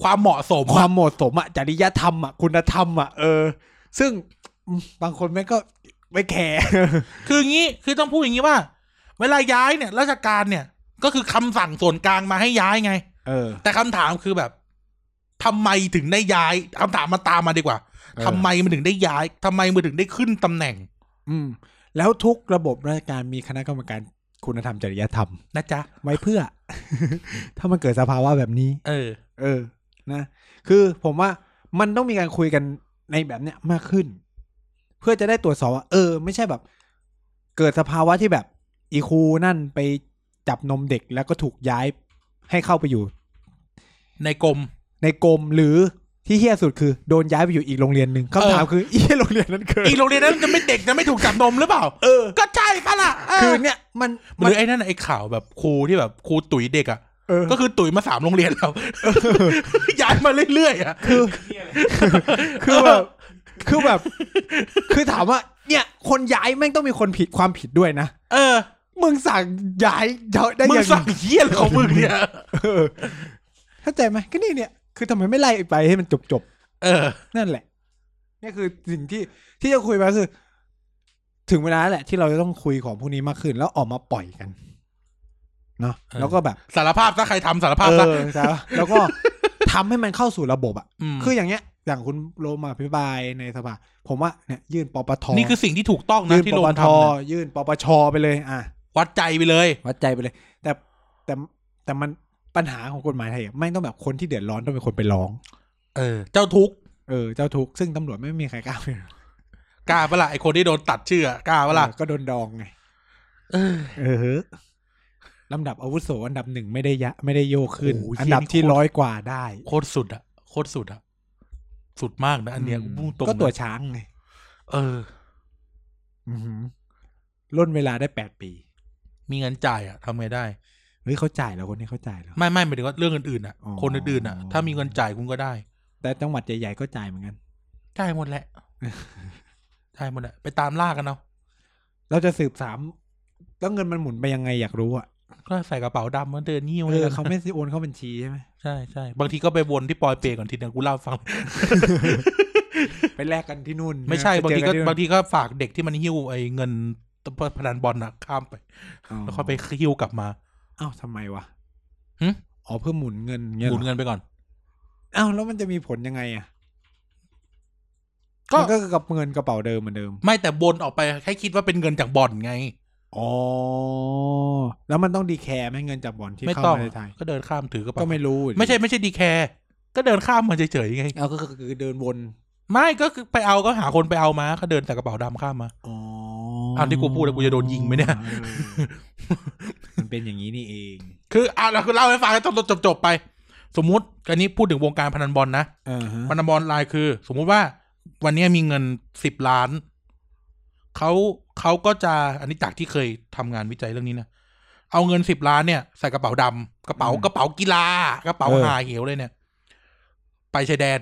Speaker 2: ความเหมาะสม
Speaker 1: ควา
Speaker 2: อะ
Speaker 1: มเหมาะสมอะจริยธรรมอะคุณธรรมอะเออ ซึ่งอืมบางคนแม่งก็ไม่แคร์
Speaker 2: คืออย่างงี้คือต้องพูดอย่างงี้ว่า เวลาย้ายเนี่ย ราชการเนี่ย ก็คือคำสั่งส่วนกลางมาให้ย้ายไง
Speaker 1: เออ
Speaker 2: แต่คำถามคือแบบทำไมถึงได้ย้ายคำถามมาตามมาดีกว่า
Speaker 1: เออ
Speaker 2: ทำไมมันถึงได้ย้ายทำไมมันถึงได้ขึ้นตำแหน่ง
Speaker 1: อืม แล้วทุกระบบราชการมีคณะกรรมการคุณธรรมจริยธรรม
Speaker 2: นะจ๊ะ
Speaker 1: ไว้เพื่อ ถ้ามันเกิดสภาวะแบบนี้
Speaker 2: เออ
Speaker 1: เออ นะ คือผมว่ามันต้องมีการคุยกันในแบบเนี้ยมากขึ้น เพื่อจะได้ตรวจสอบว่าเออ ไม่ใช่แบบ เกิดสภาวะที่แบบอีครูนั่นไปจับนมเด็กแล้วก็ถูกย้ายให้เข้าไปอยู่
Speaker 2: ในกรม
Speaker 1: ในกรมหรือที่เฮี้ยสุดคือโดนย้ายไปอยู่อีกโรงเรียนหนึ่งคำถามคือ อีโรงเรียนนั้นเกิด
Speaker 2: อีกโรงเรียนนั้นจะไม่เด็กจะไม่ถูกจับนมหรือเปล่า
Speaker 1: เออ
Speaker 2: ก็ใช่ปะล่ะเออ
Speaker 1: คือเนี่ยมัน
Speaker 2: หรือไอ้นั่นน่ะไอ้ข่าวแบบครูที่แบบครูตุ๋ยเด็กอ่ะ
Speaker 1: เออ
Speaker 2: ก็คือตุ๋ยมาสามโรงเรียนแล้ว ย้ายมาเรื่อยๆอ่ะ
Speaker 1: คือ
Speaker 3: เที่ยอะไร
Speaker 1: คือแบบคือแบบ คือถามว่า เนี่ย คนย้ายแม่งต้องมีคนผิดความผิดด้วยนะ
Speaker 2: เออ
Speaker 1: มึงสั่งย้ายได้
Speaker 2: มึง
Speaker 1: ยัง
Speaker 2: สั่งเยี่ยอะไรของมึงเนี่ย
Speaker 1: เออเข้าใจไหมก็นี่เนี่ย คือทำไมไม่ไล่ไปให้มันจบจบ
Speaker 2: เออ
Speaker 1: ๆนั่นแหละนี่คือสิ่งที่ที่จะคุยมาคือ ถึงเวลาแล้วแหละ ที่เราจะต้องคุยของพวกนี้มากขึ้น แล้วออกมาปล่อยกันเนาะแล้วก็แบบ
Speaker 2: สารภาพซะใครทำสารภาพ
Speaker 1: เอ
Speaker 2: ซะ
Speaker 1: อใช่ปะแล้วก็ทำให้มันเข้าสู่ระบบอะ
Speaker 2: ม
Speaker 1: คืออย่างเงี้ย อย่างคุณโรมาพิบายในสภาผมว่าเนี่ยยื่นปปท
Speaker 2: นี่คือสิ่งที่ถูกต้องนะ
Speaker 1: ยื่น
Speaker 2: ที่
Speaker 1: ป
Speaker 2: โร
Speaker 1: ป
Speaker 2: ง
Speaker 1: ท
Speaker 2: ทำเนี่ย
Speaker 1: ยื่นปปชไปเลย อ่ะ
Speaker 2: วัดใจไปเลย
Speaker 1: วัดใจไปเลย แต่แต่แต่มันปัญหาของกฎหมายไทยอ่ะไม่งต้องแบบคนที่เดือดร้อนต้องเป็นคนไปร้อง
Speaker 2: เออ เจ้าทุกข์
Speaker 1: เออเจ้าทุกข์ซึ่งตำรวจไม่มีใครกล้าไป
Speaker 2: กล้าปะล่ะไอคนที่โดนตัดชื่ออะกล้าปะล่ะ
Speaker 1: ออก็โดนดองไง
Speaker 2: เออ
Speaker 1: เออลำดับอาวุโสอันดับหนึ่งไม่ได้ยะ ไม่ได้โยกขึ้น
Speaker 2: โอ้โหเหี้ย
Speaker 1: อันดับที่
Speaker 2: นี่โคตร
Speaker 1: ร้อยกว่าได้
Speaker 2: โคตรสุดอะโคตรสุดอะ สุดมากนะอันเนี้ย
Speaker 1: อืม
Speaker 2: พูดตรง
Speaker 1: ก็ตัว
Speaker 2: นะ
Speaker 1: ช้างไง
Speaker 2: เออ
Speaker 1: อื้อหือล่นเวลาได้แปดปี
Speaker 2: มีเงินจ่ายอะทำไงได้
Speaker 1: เฮ้ยเขาจ่ายแล้วคนนี้เขาจ่ายแล้ว
Speaker 2: ไม่ไม่หมายถึงว่าเรื่องอื่นๆอะ
Speaker 1: อ๋อ
Speaker 2: คนอื่นๆอะถ้ามีเงินจ่ายคุณก็ได้
Speaker 1: แต่จังหวัดใหญ่ๆก็จ่ายเหมือนกัน
Speaker 2: จ่ายหมด แหละจ่ายหมดแหละไปตามล่ากันเอา
Speaker 1: เราจะสืบสามแล้วเงินมันหมุนไปยังไงอยากรู้อ่ะ
Speaker 2: ก็ใส่กระเป๋าดำเหมือนเดินนิ้ว
Speaker 1: เอ
Speaker 2: เล
Speaker 1: อ
Speaker 2: ยกัน
Speaker 1: เขาไม่ได้โอนเข้าบัญชีใช่ไหม
Speaker 2: ใช่ใช่บางทีก็ไปวนที่ปอยเปก่อนทีนึงกูเล่าให้ฟัง
Speaker 1: ไปแลกกันที่นู่น
Speaker 2: ไม่ใช่
Speaker 1: ป
Speaker 2: บาง
Speaker 1: เจ
Speaker 2: ที
Speaker 1: อ
Speaker 2: ก็
Speaker 1: นนู่น
Speaker 2: บางทีก็ฝากเด็กที่มันหิ้วไอ้เงินพนันบอลน่ะข้ามไป
Speaker 1: อ๋อ
Speaker 2: แล้วค่อยไปหิ้วกลับมา
Speaker 1: อ้าวทำไมวะ
Speaker 2: หึ
Speaker 1: อ๋อเพื่อหมุนเงิน
Speaker 2: ห
Speaker 1: เงี้ย
Speaker 2: มุน
Speaker 1: รอ
Speaker 2: เงินไปก่อน
Speaker 1: อ้าวแล้วมันจะมีผลยังไงอ่ะ
Speaker 2: ก็
Speaker 1: มันก็กับเงินกระเป๋าเดิมเหมือนเดิม
Speaker 2: ไม่แต่วนออกไปให้คิดว่าเป็นเงินจากบอลไง
Speaker 1: อ๋อแล้วมันต้องดีแคร์ไหมเงินจากบ่อนที่
Speaker 2: ไม่
Speaker 1: เข้า
Speaker 2: ต้อง
Speaker 1: มาในไทย
Speaker 2: ก็เดินข้ามถือกระเป๋า
Speaker 1: ก็ไม่รู้ดิ
Speaker 2: ไม่ใช่ไม่ใช่ดีแคร์ก็เดินข้ามมาเฉยๆไง
Speaker 1: เอาก็คือคือเดินวน
Speaker 2: ไม่ก็คือไปเอาก็หาคนไปเอามาก็เดินแต่กระเป๋าดำข้ามมา
Speaker 1: อ๋อ
Speaker 2: อ้าวที่กูพูดแล้วกูจะโดนยิงไหมเนี่ย
Speaker 1: ออมันเป็นอย่างนี้นี่เอง
Speaker 2: คืออ่ะเราคือเล่าให้ฟังให้จบจบจบไป สมมุติอันนี้พูดถึงวงการพนันบอลนะ
Speaker 1: อ่าฮะ
Speaker 2: พนันบอลไลน์คือ สมมุติว่าวันนี้มีเงินสิบล้านเขาเขาก็จะอันนี้จากที่เคยทำงานวิจัยเรื่องนี้นะเอาเงินสิบล้านเนี่ยใส่กระเป๋าดำกระเป๋ากระเป๋ากีฬากระเป๋าหาเหวเลยเนี่ย ไปชายแดน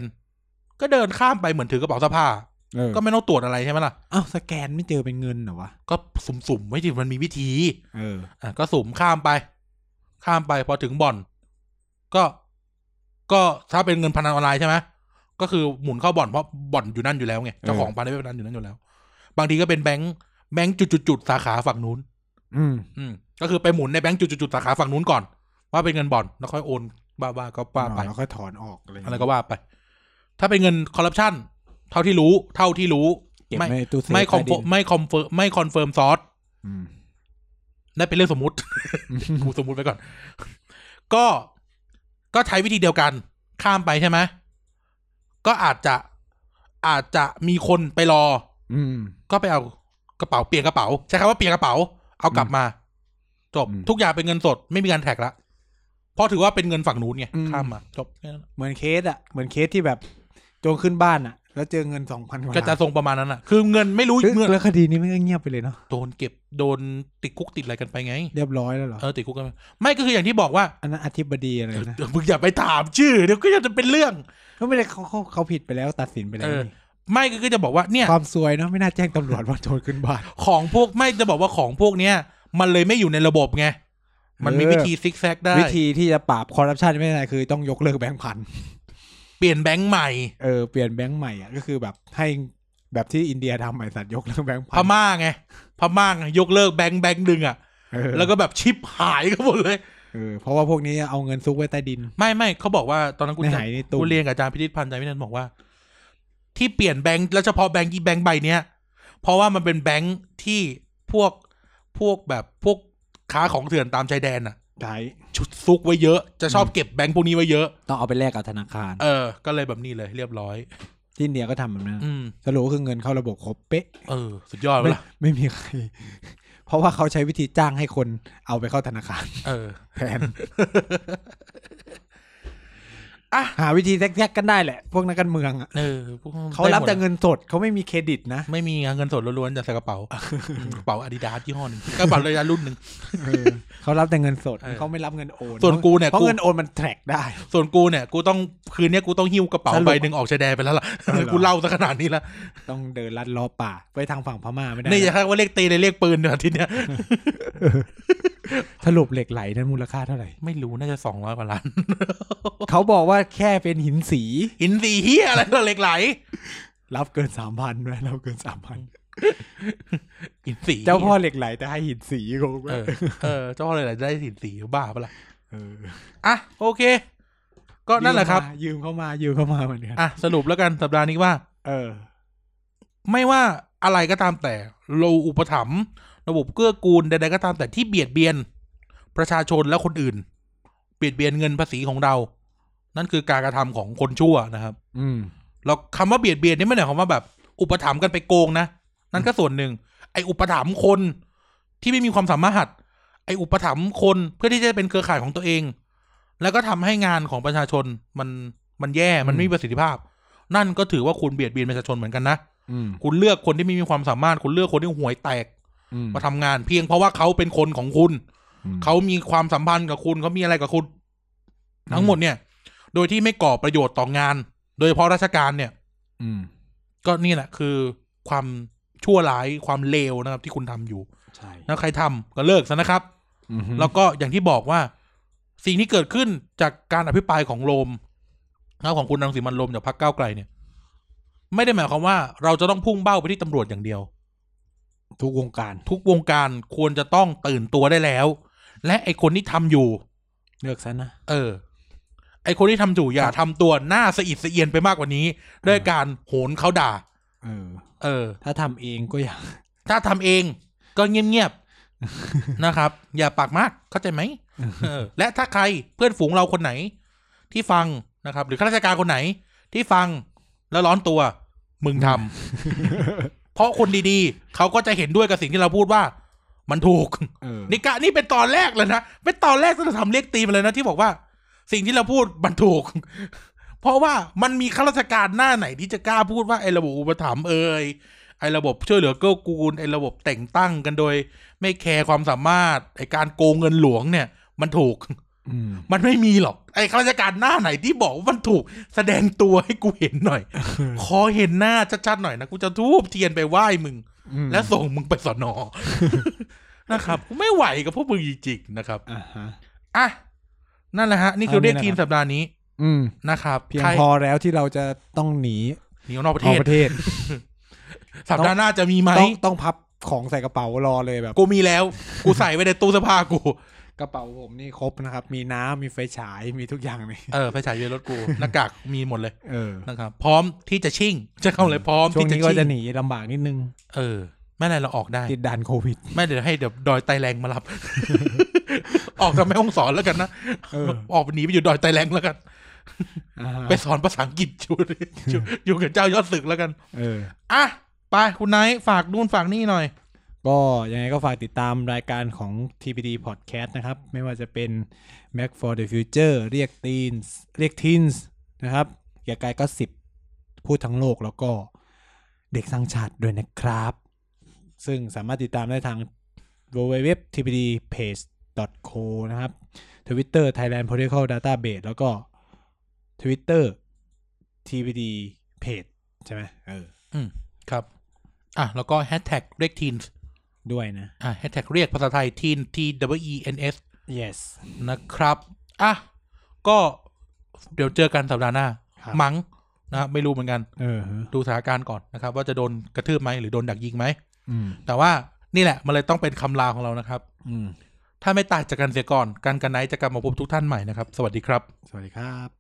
Speaker 2: ก็เดินข้ามไปเหมือนถือกระเป๋าเสื้อผ้า
Speaker 1: เออ
Speaker 2: ก็ไม่ต้องตรวจอะไรใช่ไหมล่ะ
Speaker 1: อ้าวสแกนไม่เจอเป็นเงินเหรอวะ
Speaker 2: ก็สุ่มๆไม่จริงมันมีวิธี
Speaker 1: เออ
Speaker 2: อ่ะก็สุ่มข้ามไป ข้ามไปพอถึงบ่อน ก็ก็ถ้าเป็นเงินพนันออนไลน์ใช่ไหมก็คือหมุนเข้าบ่อนเพราะบ่อนอยู่นั่นอยู่แล้วไงเจ้าของพนันเว็บพนันอยู่นั่นอยู่แล้ว บางทีก็เป็นแบงค์แบงค์จุดๆๆสาขาฝั่งนู้น
Speaker 1: อืม
Speaker 2: อืมก็คือไปหมุนในแบงค์จุดๆๆสาขาฝั่งนู้นก่อน ว่าเป็นเงินบ่อนแล้วค่อยโอนบ้าๆก็ว่าไป
Speaker 1: อ่แล้วก็ถอนออกอะไรอย่าง
Speaker 2: อะไร
Speaker 1: เงี้ย
Speaker 2: ก็ว่าไป ถ้าเป็นเงินคอร์รัปชันเท่าที่รู้ เท่าที่รู้
Speaker 1: เก็บ
Speaker 2: ไม่
Speaker 1: ไม่ตู้เซฟ
Speaker 2: ไม่คอม
Speaker 1: ใต้
Speaker 2: เฟิ
Speaker 1: ดิ
Speaker 2: ร์ม
Speaker 1: น
Speaker 2: ไม่คอมเฟิร์มไม่คอนเฟิร์มซอส
Speaker 1: อืม
Speaker 2: นั่นเป็นเรื่องสมมุติ กูสมมุติไปก่อน ก็ก็ใช้วิธีเดียวกัน ข้ามไปใช่ไหมก็อาจจะอาจจะมีคนไปรอ
Speaker 1: อืม
Speaker 2: ก็ไปเอากระเป๋าเปลี่ยนกระเป๋า ใช้คำว่าเปลี่ยนกระเป๋า เอากลับมา จบ
Speaker 1: อืม
Speaker 2: ทุกอย่างเป็นเงินสดไม่มีการแท็กละเพราะถือว่าเป็นเงินฝั่งนู้นไง
Speaker 1: อืม
Speaker 2: ข้ามมาจบแค่นั้น
Speaker 1: เหมือนเคสอ่ะ เหมือนเคสที่แบบโจรขึ้นบ้านอ่ะ แล้วเจอเงินสองพันกว่า
Speaker 2: ก็จะ
Speaker 1: ล้าน
Speaker 2: ทรงประมาณนั้นอ่ะ คือเงินไม่รู้
Speaker 1: ซึ่ง
Speaker 2: เงิน
Speaker 1: แล้วคดีนี้มันก็เงียบไปเลยเนาะ
Speaker 2: โดนเก็บโดนติดคุกติดอะไรกันไปไง
Speaker 1: เรียบร้อยแล้วเหรอ
Speaker 2: เออติดคุกกันไปไม่ก็คืออย่างที่บอกว่า
Speaker 1: อันนั้นอธิบดีอะไรนะ
Speaker 2: มึงอย่าไปถามชื่อเดี๋ยวก็จะเป็นเรื่อง
Speaker 1: ก็ไม่ได้เขาเขาเขาผิดไปแล้วตัดสินไปแล้ว
Speaker 2: เออ
Speaker 1: นี่
Speaker 2: ไม่ก็คือจะบอกว่าเนี่ย
Speaker 1: ความซวยเนาะไม่น่าแจ้งตำรวจ ว่าโจรขึ้นบ้าน
Speaker 2: ของพวกไม่จะบอกว่าของพวกเนี้ย มันเลยไม่อยู่ในระบบไง มันมี
Speaker 1: เออ
Speaker 2: วิธีซิกแซกได้
Speaker 1: วิธีที่จะปราบคอร์รัปชันไม่ได้คือต้องยกเลิกแบงค์พัน
Speaker 2: เปลี่ยนแบงค์ใหม่
Speaker 1: เออเปลี่ยนแบงค์ใหม่อ่ะก็คือแบบให้แบบที่อินเดียทำไอ้สัตว์ยกเลิกแบงค์
Speaker 2: พ
Speaker 1: พัน
Speaker 2: ม่าไงพม่าไงยกเลิกแบงค์แบงค์หนึ่งอ่ะ
Speaker 1: เออ
Speaker 2: แล้วก็แบบชิปหายกันหมดเลย
Speaker 1: เออเพราะว่าพวกนี้เอาเงินซุกไว้ใต้ดิน
Speaker 2: ไม่ไม่เขาบอกว่าตอนนั้นกู
Speaker 1: ไม่
Speaker 2: จะ
Speaker 1: หายในตู้
Speaker 2: กูเรียนกับอาจารย์พิธิตพันธ์อาจารย์พิธิตพันธ์บอกว่า ที่เปลี่ยนแบงค์แล้วเฉพาะแบงค์ที่แบงค์ใบเนี้ยเพราะว่ามันเป็นแบงค์ที่พวกพวกแบบพวกค้าของเถื่อนตามชายแดนอ่ะ
Speaker 1: ใช่
Speaker 2: ชุดซุกไว้เยอะจะชอบเก็บแบงค์พวกนี้ไว้เยอะ
Speaker 1: ต้องเอาไปแลกกับธนาคาร
Speaker 2: เออก็เลยแบบนี้เลยเรียบร้อย
Speaker 1: ที่อินเดียก็ทำแบบนั้น
Speaker 2: อืม
Speaker 1: สรุปก็คือเงินเข้าระบบครบเป๊ะ
Speaker 2: เออ สุดยอด
Speaker 1: ไม่
Speaker 2: เวละ
Speaker 1: ไม่มีใคร เพราะว่าเขาใช้วิธีจ้างให้คนเอาไปเข้าธนาคาร
Speaker 2: เออ
Speaker 1: แทน
Speaker 2: อ่ะ
Speaker 1: หาวิธีแทรกๆกันได้แหละ พวกนักการเมืองอะ
Speaker 2: เออพวก
Speaker 1: เขารับแต่
Speaker 2: ได้หมด
Speaker 1: เงินสดเขาไม่มีเครดิตนะ
Speaker 2: ไม่มีเงินสดล้วนๆจากใส่กระเป๋า กระเป๋าอาดิดาสยี่ห้อหนึ่งกระเป๋าเลยรุ่นหนึ่ง
Speaker 1: เออเขารับแต่เงินสด
Speaker 2: เออ
Speaker 1: เขาไม่รับเงินโอน
Speaker 2: ส่วนกูเนี่ย
Speaker 1: เพราะ
Speaker 2: กู
Speaker 1: เงินโอนมันแทร็กได้
Speaker 2: ส่วนกูเนี่ย กูต้องคืนเนี้ยกูต้องหิ้วกระเป๋า
Speaker 1: สรุป
Speaker 2: ใบหนึ่งออกชายแดนไปแล้วล่ะ
Speaker 1: เออเหรอ
Speaker 2: กูเล่าซะขนาดนี้แล้ว
Speaker 1: ต้องเดินลัดล้อป่า ไปทางฝั่งพม่าไม่ได้
Speaker 2: นี่อย่า
Speaker 1: นะ
Speaker 2: แค่ว่าเลขตีเลยเลขปืนเดี๋ยวทีเนี้ย
Speaker 1: สรุปเหล็กไหลนั้นมูลค่าเท่าไหร่
Speaker 2: ไม่รู้น่าจะสองร้อยกว่าล้าน
Speaker 1: เขาบอกว่าแค่เป็นหินสี
Speaker 2: หินสีเฮียอะไรล่ะเหล็กไหล
Speaker 1: รับเกินสามพันไหมรับเกินสามพัน
Speaker 2: หินสี
Speaker 1: เจ้าพ่อเหล็กไหลแต่ให้หินสีกูเว้
Speaker 2: เอย อเออเจ้าพ่อเลยไหลได้หินสีบ้าปะล่ะ
Speaker 1: เออ
Speaker 2: อ่ะโอเค ก็นั่นแหละครับ
Speaker 1: ยืมเข้ามายืมเข้ามาเหมือนกัน
Speaker 2: อ่ะสรุปแล้วกันสัปดาห์นี้ว่า
Speaker 1: เออ
Speaker 2: ไม่ว่าอะไรก็ตามแต่เราอุปถัมภ์ระบบเกื้อกูลใดๆก็ตามแต่ที่เบียดเบียน ประชาชนและคนอื่น เบียดเบียนเงินภาษีของเรา นั่นคือการกระทำของคนชั่วนะครับ
Speaker 1: อืม
Speaker 2: เราคำว่าเบียดเบียนนี่ไม่ได้หมายความว่าแบบ อุปถัมภ์กันไปโกงนะนั่นก็ส่วนหนึ่ง ไอ้อุปถัมภ์คนที่ไม่มีความสามารถ ไอ้อุปถัมภ์คนเพื่อที่จะเป็นเครือข่ายของตัวเอง แล้วก็ทำให้งานของประชาชนมันมันแย่มันไม่มีประสิทธิภาพ นั่นก็ถือว่าคุณเบียดเบียนประชาชนเหมือนกันนะ
Speaker 1: อืม
Speaker 2: คุณเลือกคนที่ไม่มีความสามารถ คุณเลือกคนที่ห่วยแตก
Speaker 1: อืม
Speaker 2: มาทำงาน เพียงเพราะว่าเขาเป็นคนของคุณ
Speaker 1: อืม
Speaker 2: เขามีความสัมพันธ์กับคุณเขามีอะไรกับคุณ ทั้งหมดเนี่ย โดยที่ไม่ก่อประโยชน์ต่องาน โดยเฉพาะราชการเนี่ย
Speaker 1: อืม
Speaker 2: ก็นี่แหละคือความชั่วร้ายความเลวนะครับ ที่คุณทำอยู่
Speaker 1: ใช่
Speaker 2: แล้วใครทำก็เลิกซะนะครับ
Speaker 1: อือฮึ
Speaker 2: แล้วก็อย่างที่บอกว่า สิ่งที่เกิดขึ้นจากการอภิปรายของโรมนะของคุณรังสีมันต์โรมจากพรรคก้าวไกลเนี่ย ไม่ได้หมายความว่าเราจะต้องพุ่งเป้าไปที่ตำรวจอย่างเดียว
Speaker 1: ทุกวงการ
Speaker 2: ทุกวงการควรจะต้องตื่นตัวได้แล้ว และไอคนที่ทำอยู่
Speaker 1: เลือกซะนะ
Speaker 2: เออ ไอคนที่ทำอยู่อย่าทำตัวหน้าสะอิดสะเอียนไปมากกว่านี้ ด้วยการโหนเขาด่า
Speaker 1: เออ
Speaker 2: เออ
Speaker 1: ถ้าทำเองก็อย่าง
Speaker 2: ถ้าทำเองก็เงียบๆ นะครับ อย่าปากมากเข้าใจไหมเออ และถ้าใครเพื่อนฝูงเราคนไหน ที่ฟังนะครับ หรือข้าราชการคนไหน ที่ฟังแล้วร้อนตัว มึงทำเพราะคนดีๆ เขาก็จะเห็นด้วยกับสิ่งที่เราพูดว่า มันถูก
Speaker 1: เออ
Speaker 2: นี่กะนี่เป็นตอนแรกเลยนะ เป็นตอนแรกที่เราทำเรียกตีมเลยนะที่บอกว่า สิ่งที่เราพูดมันถูก เพราะว่ามันมีข้าราชการหน้าไหนที่จะกล้าพูดว่าไอ้ระบบอุปถัมภ์เอ่ยไอ้ระบบช่วยเหลือเกื้อกูลไอ้ระบบแต่งตั้งกันโดย ไม่แคร์ความสามารถไอ้การโกงเงินหลวงเนี่ย มันถูก
Speaker 1: อืม
Speaker 2: มันไม่มีหรอก ไอ้ข้าราชการหน้าไหนที่บอกว่ามันถูก แสดงตัวให้กูเห็นหน่อย ขอเห็นหน้าชัดๆหน่อยนะกูจะทูบเทียนไปไหว้มึง
Speaker 1: อืม
Speaker 2: และส่งมึงไปสอนอ นะครับกูไม่ไหวกับพวกมึงจริงๆนะครับ
Speaker 1: อ่าฮะ
Speaker 2: อ่ะ นั่นแหละฮะ นี่คือ
Speaker 1: เอานี่
Speaker 2: เรียก
Speaker 1: นะครับ
Speaker 2: ทีมสัปดาห์นี้
Speaker 1: อืม
Speaker 2: นะครับ
Speaker 1: เพียง
Speaker 2: ใคร
Speaker 1: พอแล้วที่เราจะต้องหนี
Speaker 2: หนีออกนอกประ
Speaker 1: อ
Speaker 2: เท
Speaker 1: อก
Speaker 2: ศ
Speaker 1: ประเทศ
Speaker 2: สัปดาห์หน้าจะมีไหม
Speaker 1: ต้องต้องพับของใส่กระเป๋ารอเลยแบบ
Speaker 2: กูมีแล้ว กูใส่ไว้ในตู้เสื้อผ้ากู
Speaker 1: กระเป๋าผมนี่ครบนะครับ มีน้ำมีไฟฉายมีทุกอย่างเลย
Speaker 2: เออไฟฉายอยู่ในรถ กู หน้ากากมีหมดเลย
Speaker 1: เออ
Speaker 2: นะครับ พร้อมที่จะชิ่ง จะเข้าเลยพร้อม
Speaker 1: ช่ว
Speaker 2: ที่
Speaker 1: งนี้
Speaker 2: จะ
Speaker 1: ก็
Speaker 2: ชิ่
Speaker 1: จะ
Speaker 2: ง
Speaker 1: หนีลำบากนิดนึง
Speaker 2: เออ ไม่เป็นไรเราออกได้
Speaker 1: ติดด่านโควิด
Speaker 2: ไม่เดี๋ยวให้เดี๋ยวดอยไตแรงมา รับ ออกจากแม่ห้องสอนแล้วกันนะ
Speaker 1: เออ
Speaker 2: ออกหนีไปอยู่ดอยไตแรงแล้วกัน
Speaker 1: อ่าฮะ
Speaker 2: ไปสอนภาษาอังกฤษ อยู่อยู่อยู่กับเจ้ายอดศึกแล้วกัน
Speaker 1: เออ
Speaker 2: อ่ะ ไปคุณไนท์ฝากนู่นฝากนี่หน่อย
Speaker 1: ก็ยังไงก็ฝากติดตามรายการของ TPD Podcast นะครับ ไม่ว่าจะเป็น Mac for the Future เรียก Teens เรียก Teens นะครับเกียร์กายก็ 10 พูดทั้งโลกแล้วก็เด็กสร้างชาติด้วยนะครับ ซึ่งสามารถติดตามได้ทาง www tpd page co นะครับ Twitter Thailand Political Database แล้วก็ Twitter tpd page ใช่ไหมเออ
Speaker 2: อืม ครับ อ่ะ แล้วก็แฮชแท็กเรียกทีน
Speaker 1: ด้วยนะ
Speaker 2: อ่ะแฮชแท็กเรียกภาษาไทยทีน T W E N S
Speaker 1: yes
Speaker 2: นะครับ อ่ะ ก็เดี๋ยวเจอกันสัปดาห์หน้า
Speaker 1: ครับ
Speaker 2: มัง้งนะครับไม่รู้เหมือนกัน
Speaker 1: เออฮะ
Speaker 2: ดูสถานการณ์ก่อนนะครับ ว่าจะโดนกระทืบไหมหรือโดนดักยิงไหม
Speaker 1: อืม
Speaker 2: แต่ว่านี่แหละ มันเลยต้องเป็นคำลาของเรานะครับ
Speaker 1: อืม
Speaker 2: ถ้าไม่ตายจากกันเสียก่อน การกันไนท์จะกลับมาพบทุกท่านใหม่นะครับ สวัสดีครับ
Speaker 1: สวัสดีครับ